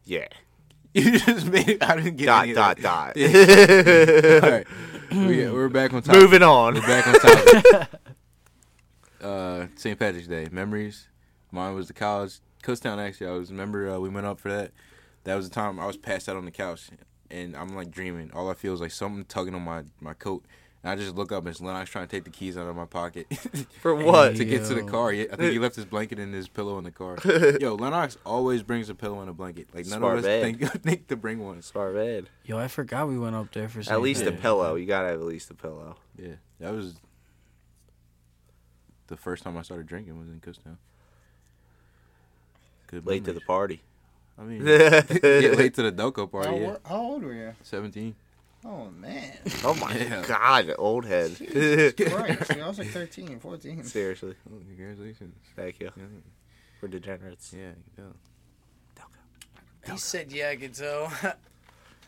Speaker 3: Yeah.
Speaker 2: <laughs> You just made it. I didn't get
Speaker 3: Dot,
Speaker 2: any of
Speaker 3: dot,
Speaker 2: that. <laughs>
Speaker 3: dot.
Speaker 2: All right. we, we're back on topic.
Speaker 3: <laughs> Moving on. <laughs>
Speaker 2: We're back on topic. <laughs> uh, St. Patrick's Day memories. Mine was the college Coasttown. Actually, I was remember uh, we went up for that. That was the time I was passed out on the couch, and I'm like dreaming. All I feel is like something tugging on my my coat. And I just look up and it's Lennox trying to take the keys out of my pocket <laughs>
Speaker 3: For what?
Speaker 2: to get to the
Speaker 5: Yo.
Speaker 2: car. Yeah, I think he left his blanket and his pillow in the
Speaker 3: <laughs>
Speaker 2: car. Yo, Lennox always brings a pillow and a blanket. Like none
Speaker 3: Smart
Speaker 2: of us
Speaker 3: man.
Speaker 2: think, <laughs> think to bring one.
Speaker 3: Smart man.
Speaker 5: Yo, I forgot we went up there for
Speaker 3: At least
Speaker 5: the
Speaker 3: a pillow. You gotta have at least a pillow.
Speaker 2: Yeah, that was the first time I started drinking was in Kutztown. Good
Speaker 3: Late to the
Speaker 2: memories.
Speaker 3: party.
Speaker 2: I <laughs> mean, yeah, late to the Delco
Speaker 4: how,
Speaker 2: party. Yeah.
Speaker 4: wor- how old were you?
Speaker 2: Seventeen.
Speaker 4: Oh
Speaker 3: <laughs>
Speaker 4: man,
Speaker 3: Oh my
Speaker 2: Yeah.
Speaker 3: god, old <laughs> head.
Speaker 4: Christ, dude, I was like 13, 14.
Speaker 3: Seriously,
Speaker 2: Oh, congratulations.
Speaker 3: thank you.
Speaker 2: Yeah,
Speaker 3: We're degenerates.
Speaker 2: yeah, you know.
Speaker 5: He said, "Yeah, I can tell."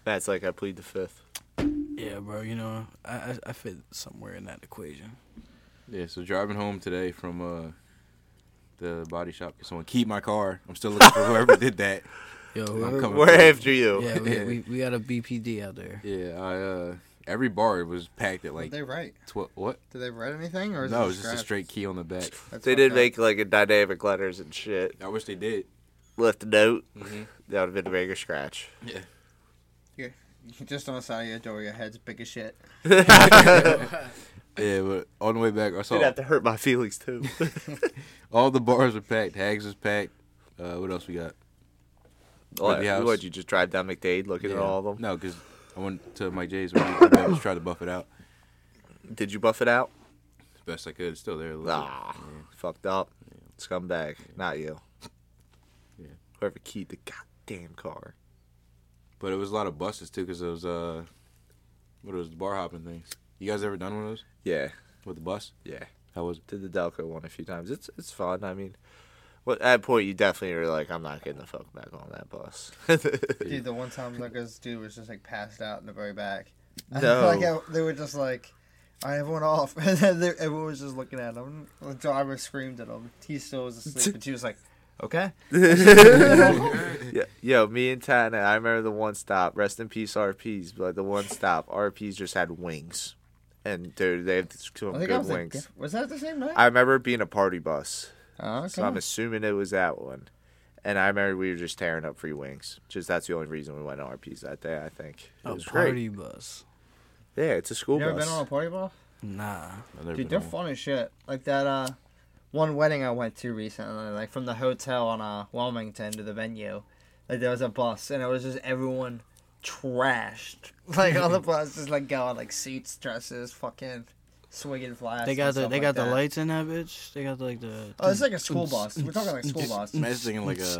Speaker 3: That's like I plead the fifth.
Speaker 5: yeah, bro. You know, I, I I fit somewhere in that equation.
Speaker 2: yeah. So driving home today from uh, the body shop. Can someone keep my car? I'm still looking for whoever did that. <laughs>
Speaker 5: Yo,
Speaker 2: I'm
Speaker 5: whoever,
Speaker 2: coming.
Speaker 3: We're after you.
Speaker 5: yeah, we,
Speaker 2: Yeah.
Speaker 5: we, we got a BPD out there.
Speaker 2: Yeah, I uh every bar was packed at
Speaker 4: Did
Speaker 2: like
Speaker 4: they write?
Speaker 2: tw- what?
Speaker 4: Did they write anything or is
Speaker 2: No,
Speaker 4: it
Speaker 2: it was just a straight key on the back.
Speaker 3: They did make like a dynamic letters and shit.
Speaker 2: I wish they did.
Speaker 3: Left a note.
Speaker 2: Mhm.
Speaker 3: That would have been a bigger scratch.
Speaker 4: <laughs> just on the side of your door. Your head's big as shit.
Speaker 2: Yeah, but on the way back, I saw
Speaker 3: It'd have to hurt my feelings too.
Speaker 2: all the bars were packed. Hags was packed. Uh, what else we got?
Speaker 3: <laughs> what,
Speaker 2: the house.
Speaker 3: would you just drive down McDade looking
Speaker 2: Yeah.
Speaker 3: at all of them?
Speaker 2: No, because I went to my J's when I just tried to buff it out
Speaker 3: Did you buff it out?
Speaker 2: as best I could. It's still there. a little bit.
Speaker 3: Ah, fucked up. Scumbag. Not you.
Speaker 2: Yeah.
Speaker 3: Whoever keyed the goddamn car.
Speaker 2: But it was a lot of buses too, because it was uh, what it was bar hopping things. You guys ever done one of those
Speaker 3: Yeah,
Speaker 2: with the bus?
Speaker 3: yeah.
Speaker 2: How was it?
Speaker 3: Did the Delco one a few times. It's it's fun. I mean, what at that point you definitely are like, I'm not getting the fuck back on that bus.
Speaker 4: Dude, the one time like this dude was just like passed out in the very back. <laughs>
Speaker 3: No.
Speaker 4: like I, they were just like, "All right, everyone off," <laughs> and then they, everyone was just looking at him. The driver screamed at him. He still
Speaker 3: <laughs>
Speaker 4: was asleep, and she was like, "Okay."
Speaker 3: Yeah, yo, me and Tana, I remember the one stop. Rest in peace, RPs. But the one stop, RPs just had wings, and dude, they have some
Speaker 4: I think I
Speaker 3: good
Speaker 4: was like,
Speaker 3: wings.
Speaker 4: diff- "Was that the same night?"
Speaker 3: I remember it being a party bus,
Speaker 4: oh, okay.
Speaker 3: so I'm assuming it was that one. And I remember we were just tearing up free wings. Just that's the only reason we went to RPs that day. I think it
Speaker 6: Oh,
Speaker 5: A
Speaker 3: was
Speaker 5: party bus.
Speaker 3: great. Yeah, it's a school
Speaker 4: you ever
Speaker 3: bus.
Speaker 4: been on a party ball?
Speaker 5: Nah.
Speaker 2: I've never
Speaker 4: Dude,
Speaker 2: been
Speaker 4: they're
Speaker 2: on one.
Speaker 4: fun as shit. Like that uh, one wedding I went to recently, like from the hotel on uh, Wilmington to the venue, like there was a bus and it was just everyone trashed. <laughs>
Speaker 5: <laughs>
Speaker 4: Like all the bus just like going like suits, dresses, fucking swigging flasks.
Speaker 5: They got
Speaker 4: and
Speaker 5: the
Speaker 4: stuff
Speaker 5: they
Speaker 4: like
Speaker 5: got the
Speaker 4: that.
Speaker 5: lights in that bitch. They got like the.
Speaker 4: Oh,
Speaker 5: <laughs>
Speaker 4: it's like a school bus. We're talking like school bus.
Speaker 2: Man, it's thinking like a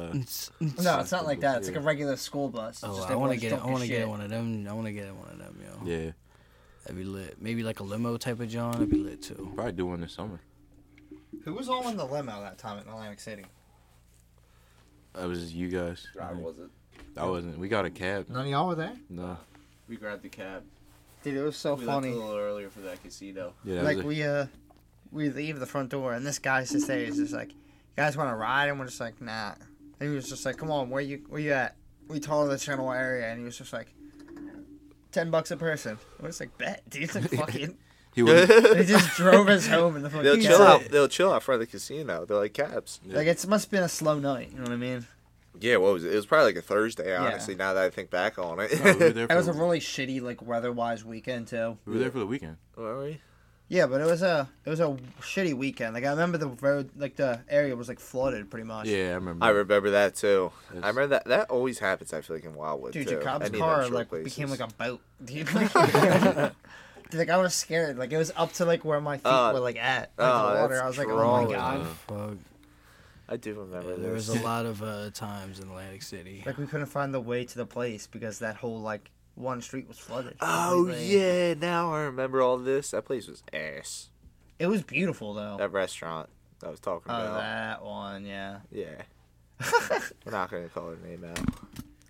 Speaker 4: No, it's not like that. It's like a regular school bus. It's
Speaker 5: Oh,
Speaker 4: just
Speaker 5: I want to
Speaker 4: everyone's
Speaker 5: get it. I
Speaker 4: drunk as
Speaker 5: want to get
Speaker 4: shit.
Speaker 5: one of them. I want to get one of them, yo.
Speaker 2: uh, yeah.
Speaker 5: That'd be lit. Maybe like a limo type of John. That'd be lit too.
Speaker 2: Probably do one this summer.
Speaker 4: Who was all in the limo that time in Atlantic City?
Speaker 2: I was you guys.
Speaker 6: I wasn't.
Speaker 2: I wasn't. We got a cab.
Speaker 4: None of y'all were there.
Speaker 2: No.
Speaker 6: We grabbed the cab.
Speaker 4: Dude, it was so
Speaker 6: we
Speaker 4: funny.
Speaker 6: left a little earlier for that casino.
Speaker 2: Yeah. that
Speaker 4: like
Speaker 2: was a-
Speaker 4: we uh we leave the front door and this guy's just there he's just like you guys want to ride and we're just like nah and he was just like come on where you where you at we told him the channel area and he was just like 10 bucks a person we're just like bet
Speaker 2: <laughs>
Speaker 4: dude it's like fucking
Speaker 2: he wouldn't- <laughs>
Speaker 4: they just drove us home in the fucking
Speaker 3: They'll
Speaker 4: cab.
Speaker 3: chill out. They'll chill out front of the casino. They're like cabs.
Speaker 4: like it's must have been a slow night you know what i mean
Speaker 3: Yeah, what was it? It was probably like a Thursday. Honestly, now that I think back on it.
Speaker 2: no, we were there
Speaker 4: that
Speaker 2: for
Speaker 4: was a
Speaker 2: the-
Speaker 4: really shitty like weather wise weekend too
Speaker 2: we were there for the weekend.
Speaker 3: <laughs> Were we?
Speaker 4: yeah but it was a it was a shitty weekend like i remember the road like the area was like flooded pretty much
Speaker 2: Yeah, I remember.
Speaker 3: I remember that too.
Speaker 2: Yes.
Speaker 3: I remember that. That always happens. I feel like in Wildwood
Speaker 4: Dude,
Speaker 3: too.
Speaker 4: your
Speaker 3: Any
Speaker 4: cop's
Speaker 3: of them
Speaker 4: car
Speaker 3: short
Speaker 4: like
Speaker 3: places.
Speaker 4: became like a boat, <laughs>
Speaker 3: <laughs>
Speaker 4: dude. Dude, like I was scared. Like it was up to like where my feet
Speaker 3: Uh,
Speaker 4: were like at like,
Speaker 3: oh,
Speaker 4: the water.
Speaker 3: that's
Speaker 4: I was like, oh
Speaker 3: drawing.
Speaker 4: my god.
Speaker 5: Fuck.
Speaker 3: I do remember
Speaker 5: Yeah,
Speaker 3: this.
Speaker 5: there was
Speaker 3: <laughs>
Speaker 5: a lot of uh, times in Atlantic City.
Speaker 4: Like we couldn't find the way to the place because that whole like one street was flooded.
Speaker 3: Oh
Speaker 4: completely.
Speaker 3: yeah, now I remember all this. That place was ass.
Speaker 4: It was beautiful though.
Speaker 3: That restaurant I was talking
Speaker 4: oh,
Speaker 3: about.
Speaker 4: that one, yeah.
Speaker 3: Yeah.
Speaker 4: <laughs>
Speaker 3: We're not gonna call her name out.
Speaker 2: <laughs>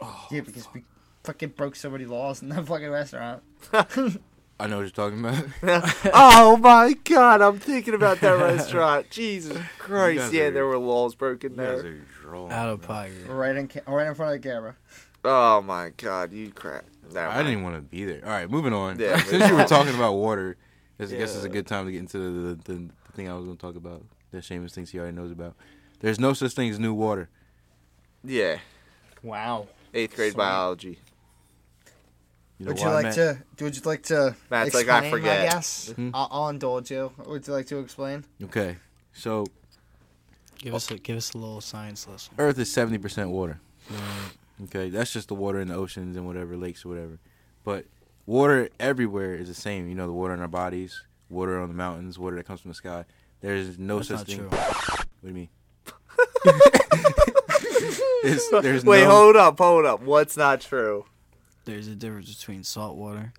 Speaker 3: Oh,
Speaker 4: yeah, because we fucking broke so many laws in that <laughs> fucking restaurant.
Speaker 2: I know what you're talking about.
Speaker 3: <laughs>
Speaker 2: <laughs>
Speaker 3: oh my god, I'm thinking about that restaurant. Jesus Christ!
Speaker 2: guys
Speaker 3: Yeah,
Speaker 2: are-
Speaker 3: there were laws broken
Speaker 2: you guys
Speaker 3: there.
Speaker 2: are drunk.
Speaker 5: Out of pocket.
Speaker 4: Right in, ca- right in front of the camera.
Speaker 3: Oh my god, you crap. Never
Speaker 2: I
Speaker 3: mind.
Speaker 2: didn't even want to be there. All right, moving on. <laughs>
Speaker 3: Yeah,
Speaker 2: Since
Speaker 3: moving
Speaker 2: you were
Speaker 3: on.
Speaker 2: talking about water, this, I guess it's a
Speaker 3: Yeah.
Speaker 2: good time to get into the, the, the, the thing I was going to talk about that Seamus thinks he already knows about. There's no such thing as new water.
Speaker 3: Yeah,
Speaker 4: Wow.
Speaker 3: eighth grade
Speaker 4: Sweet.
Speaker 3: biology.
Speaker 2: You know
Speaker 4: Would
Speaker 2: why,
Speaker 4: you like
Speaker 2: Matt?
Speaker 4: to? Would you like to?
Speaker 3: Matt's like,
Speaker 4: explain,
Speaker 3: I forget.
Speaker 4: guess I'll, I'll indulge you. Would you like to explain?
Speaker 2: Okay, so
Speaker 5: Give us a give us a little science lesson.
Speaker 2: Earth is 70% water. Okay, that's just the water in the oceans and whatever, lakes or whatever. But water everywhere is the same. You know, the water in our bodies, water on the mountains, water that comes from the sky. There's no
Speaker 5: That's
Speaker 2: such
Speaker 5: not
Speaker 2: thing.
Speaker 5: true.
Speaker 2: What do
Speaker 4: <laughs>
Speaker 2: you mean? <laughs> It's- there's
Speaker 3: Wait,
Speaker 2: no-
Speaker 3: hold up, hold up. What's not true?
Speaker 5: There's a difference between salt water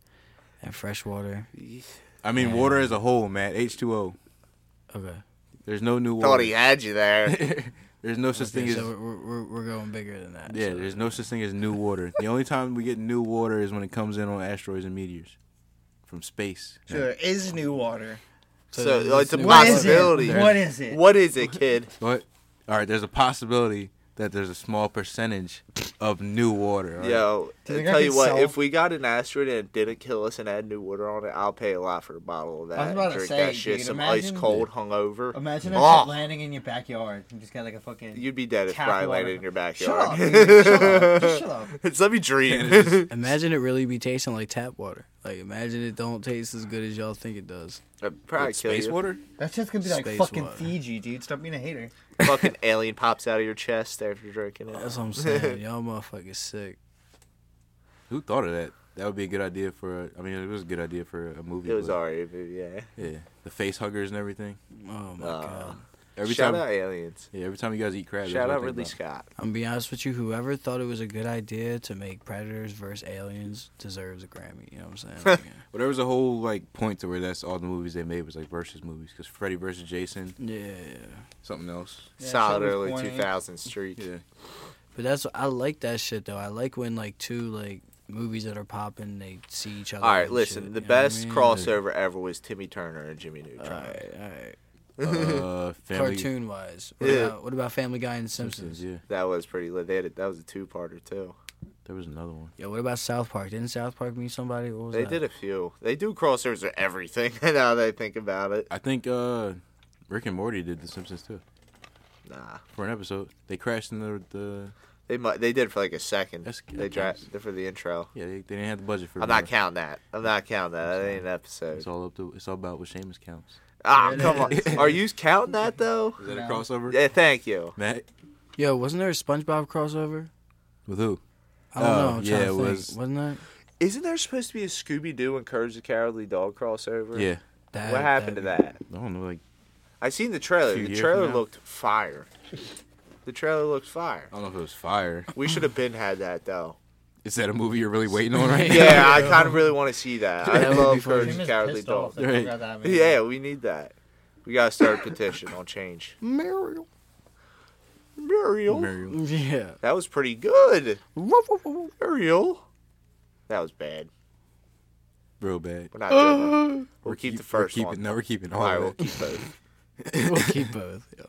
Speaker 5: and fresh water.
Speaker 2: I mean, water as a whole, Matt. H2O.
Speaker 5: Okay.
Speaker 2: There's no new
Speaker 3: Thought
Speaker 2: water.
Speaker 3: he had
Speaker 2: <laughs>
Speaker 3: you there.
Speaker 2: there's no such
Speaker 5: Okay,
Speaker 2: thing as
Speaker 5: so we're, we're, we're going bigger than that.
Speaker 2: yeah.
Speaker 5: so-
Speaker 2: There's no such thing as new water. the only time we get new water is when it comes in on asteroids and meteors from space.
Speaker 4: So there is new water.
Speaker 3: So, it's a
Speaker 5: new
Speaker 4: What is
Speaker 3: possibility.
Speaker 4: it? What is it? <laughs>
Speaker 3: What is it, kid?
Speaker 2: What? all right, there's a possibility that there's a small percentage of new water. all right?
Speaker 3: Yo,
Speaker 4: Do
Speaker 3: I
Speaker 4: you think I
Speaker 3: tell
Speaker 4: could
Speaker 3: you what,
Speaker 4: sell-
Speaker 3: if we got an asteroid and it didn't kill us and had new water on it, I'll pay a lot for a bottle of that.
Speaker 4: was about to
Speaker 3: drink
Speaker 4: say,
Speaker 3: that shit,
Speaker 4: dude,
Speaker 3: some
Speaker 4: imagine-
Speaker 3: ice cold, hungover.
Speaker 4: Imagine a
Speaker 3: Oh,
Speaker 4: shit landing in your backyard. You just got like a fucking.
Speaker 3: You'd be dead if
Speaker 4: Tap
Speaker 3: Brian
Speaker 4: water.
Speaker 3: landed in your
Speaker 4: shut up,
Speaker 3: backyard.
Speaker 4: dude. shut up. Just shut up.
Speaker 3: <laughs> Just let me
Speaker 4: <laughs>
Speaker 3: dream.
Speaker 5: Imagine it really be tasting like tap water. Like imagine it don't taste as good as y'all think it does.
Speaker 3: I'd
Speaker 2: What,
Speaker 3: probably kill
Speaker 2: space
Speaker 3: you.
Speaker 2: water?
Speaker 4: That shit's gonna be like
Speaker 5: Space
Speaker 4: fucking
Speaker 5: water.
Speaker 4: Fiji, dude. Stop being a hater.
Speaker 3: Fucking <laughs> alien pops out of your chest after drinking it. <laughs>
Speaker 5: That's what I'm saying. y'all motherfuckers sick.
Speaker 2: Who thought of that? That would be a good idea for. A, I mean, it was a good idea for a movie.
Speaker 3: It was
Speaker 2: but-
Speaker 3: already, but yeah.
Speaker 2: Yeah, the face huggers and everything.
Speaker 5: Oh my
Speaker 3: Uh,
Speaker 5: god.
Speaker 2: Every
Speaker 3: Shout
Speaker 2: time,
Speaker 3: out aliens.
Speaker 2: yeah, every time you guys eat crab. that's
Speaker 3: Shout
Speaker 2: what I
Speaker 3: out
Speaker 2: think
Speaker 3: Ridley
Speaker 2: about.
Speaker 3: Scott.
Speaker 5: I'm gonna be honest with you. Whoever thought it was a good idea to make predators versus aliens deserves a Grammy. You know what I'm
Speaker 3: <laughs>
Speaker 5: saying?
Speaker 2: But there was a whole like point to where that's all the movies they made was like versus movies because Freddy versus Jason,
Speaker 5: yeah, yeah.
Speaker 2: something else.
Speaker 4: Yeah,
Speaker 3: Solid
Speaker 4: shit was
Speaker 3: early
Speaker 4: corny.
Speaker 3: 2000s streak.
Speaker 2: Yeah,
Speaker 5: But that's I like that shit though. I like when like two like movies that are popping they see each other.
Speaker 3: All right,
Speaker 5: and
Speaker 3: listen.
Speaker 5: shit,
Speaker 3: the
Speaker 5: you know what I
Speaker 3: best
Speaker 5: mean?
Speaker 3: crossover ever was Timmy Turner and Jimmy Neutron.
Speaker 5: All right, all right.
Speaker 2: uh, <laughs> family
Speaker 5: Cartoon wise, what,
Speaker 3: Yeah.
Speaker 5: about, what about Family Guy and Simpsons?
Speaker 2: Simpsons. Yeah,
Speaker 3: That was pretty lit. They had a, that was a two-parter too.
Speaker 2: there was another one.
Speaker 5: Yo, what about South Park? Didn't South Park meet somebody? What was
Speaker 3: They
Speaker 5: that?
Speaker 3: did a few. They do crossovers with everything. <laughs> now that I think about it,
Speaker 2: I think uh, Rick and Morty did The Simpsons too
Speaker 3: nah.
Speaker 2: for an episode. They crashed in the, the
Speaker 3: They might. They did for like a second.
Speaker 2: That's good.
Speaker 3: they dra- for the intro.
Speaker 2: yeah. They, they didn't have the budget for.
Speaker 3: I'm
Speaker 2: more.
Speaker 3: not counting that. I'm not counting that. That ain't an episode.
Speaker 2: It's all up to. It's all about what Seamus counts.
Speaker 3: Ah,
Speaker 4: It
Speaker 3: come on.
Speaker 4: is.
Speaker 3: Are you counting that though?
Speaker 2: Is that
Speaker 4: No.
Speaker 2: a crossover?
Speaker 3: Yeah, thank you.
Speaker 2: Matt
Speaker 5: Yo, wasn't there a SpongeBob crossover?
Speaker 2: with who?
Speaker 5: I don't
Speaker 2: Oh,
Speaker 5: know. I'm
Speaker 2: yeah,
Speaker 5: trying to
Speaker 2: it
Speaker 5: think.
Speaker 2: was-
Speaker 5: Wasn't that?
Speaker 3: Isn't there supposed to be a Scooby Doo and Courage the Cowardly Dog crossover?
Speaker 2: Yeah,
Speaker 5: that
Speaker 3: What happened to that?
Speaker 2: I don't know. Like
Speaker 3: I seen the trailer.
Speaker 2: Few
Speaker 3: The
Speaker 2: years
Speaker 3: trailer
Speaker 2: from now.
Speaker 3: looked fire. The trailer looked fire.
Speaker 2: I don't know if it was fire.
Speaker 3: We should have been had that though.
Speaker 2: <laughs> Is that a movie you're really waiting on right now?
Speaker 3: <laughs> Yeah, I kind of really want to see that. I
Speaker 5: That would be
Speaker 3: love
Speaker 5: fun.
Speaker 3: Courage the
Speaker 4: Seamus
Speaker 3: Cowardly
Speaker 4: pissed
Speaker 3: Dog.
Speaker 4: off that we
Speaker 2: Right.
Speaker 4: got that many.
Speaker 3: Yeah, we need that. We gotta start a petition on change.
Speaker 5: Meryl.
Speaker 3: Muriel,
Speaker 2: Mario.
Speaker 5: <laughs> Yeah.
Speaker 3: that was pretty good. Muriel, that was bad.
Speaker 2: <laughs> Real bad.
Speaker 3: We're not doing that. We'll keep the first
Speaker 2: we're keeping,
Speaker 3: one.
Speaker 2: No, we're keeping all
Speaker 3: All right,
Speaker 2: of
Speaker 3: we'll
Speaker 2: it.
Speaker 3: keep both.
Speaker 5: we'll keep both. Yeah.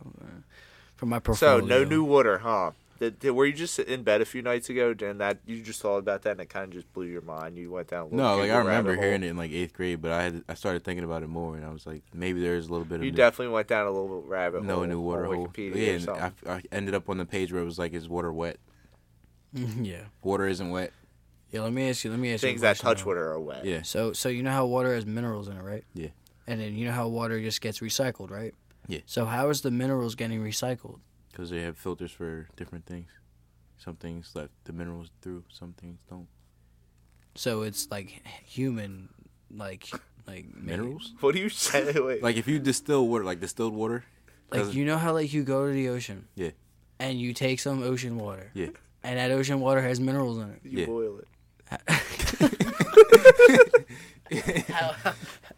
Speaker 5: For my
Speaker 3: So
Speaker 2: Oh,
Speaker 5: portfolio.
Speaker 3: no new water, huh? Did, did- were you just in bed a few nights ago, and that you just thought about that, and it kind of just blew your mind? You went down. A little
Speaker 2: No, like I
Speaker 3: Google
Speaker 2: remember
Speaker 3: rabbit hole.
Speaker 2: hearing it in like eighth grade, but I had I started thinking about it more, and I was like, maybe there's a little bit of
Speaker 3: You
Speaker 2: new-
Speaker 3: definitely went down a little rabbit hole.
Speaker 2: no new water
Speaker 3: on
Speaker 2: hole.
Speaker 3: Wikipedia
Speaker 2: yeah,
Speaker 3: or
Speaker 2: and
Speaker 3: something.
Speaker 2: I, I ended up on the page where it was like, is water wet?
Speaker 5: <laughs> yeah.
Speaker 2: Water isn't wet.
Speaker 5: Yeah. Let me ask you. Let me ask you. a
Speaker 3: Things that
Speaker 5: question,
Speaker 3: touch
Speaker 5: though.
Speaker 3: water are wet.
Speaker 2: Yeah.
Speaker 5: So so you know how water has minerals in it, right?
Speaker 2: Yeah.
Speaker 5: And then you know how water just gets recycled, right?
Speaker 2: Yeah.
Speaker 5: So how is the minerals getting recycled?
Speaker 2: because they have filters for different things. Some things let the minerals through, some things don't.
Speaker 5: So it's like human, like like made.
Speaker 2: Minerals?
Speaker 3: <laughs> What do you say? <laughs> Wait.
Speaker 2: Like if you distill water, like distilled water.
Speaker 5: Like
Speaker 2: doesn't-
Speaker 5: you know how like you go to the ocean.
Speaker 2: Yeah.
Speaker 5: And you take some ocean water.
Speaker 2: Yeah.
Speaker 5: And that ocean water has minerals in it.
Speaker 3: you
Speaker 2: yeah.
Speaker 3: boil it.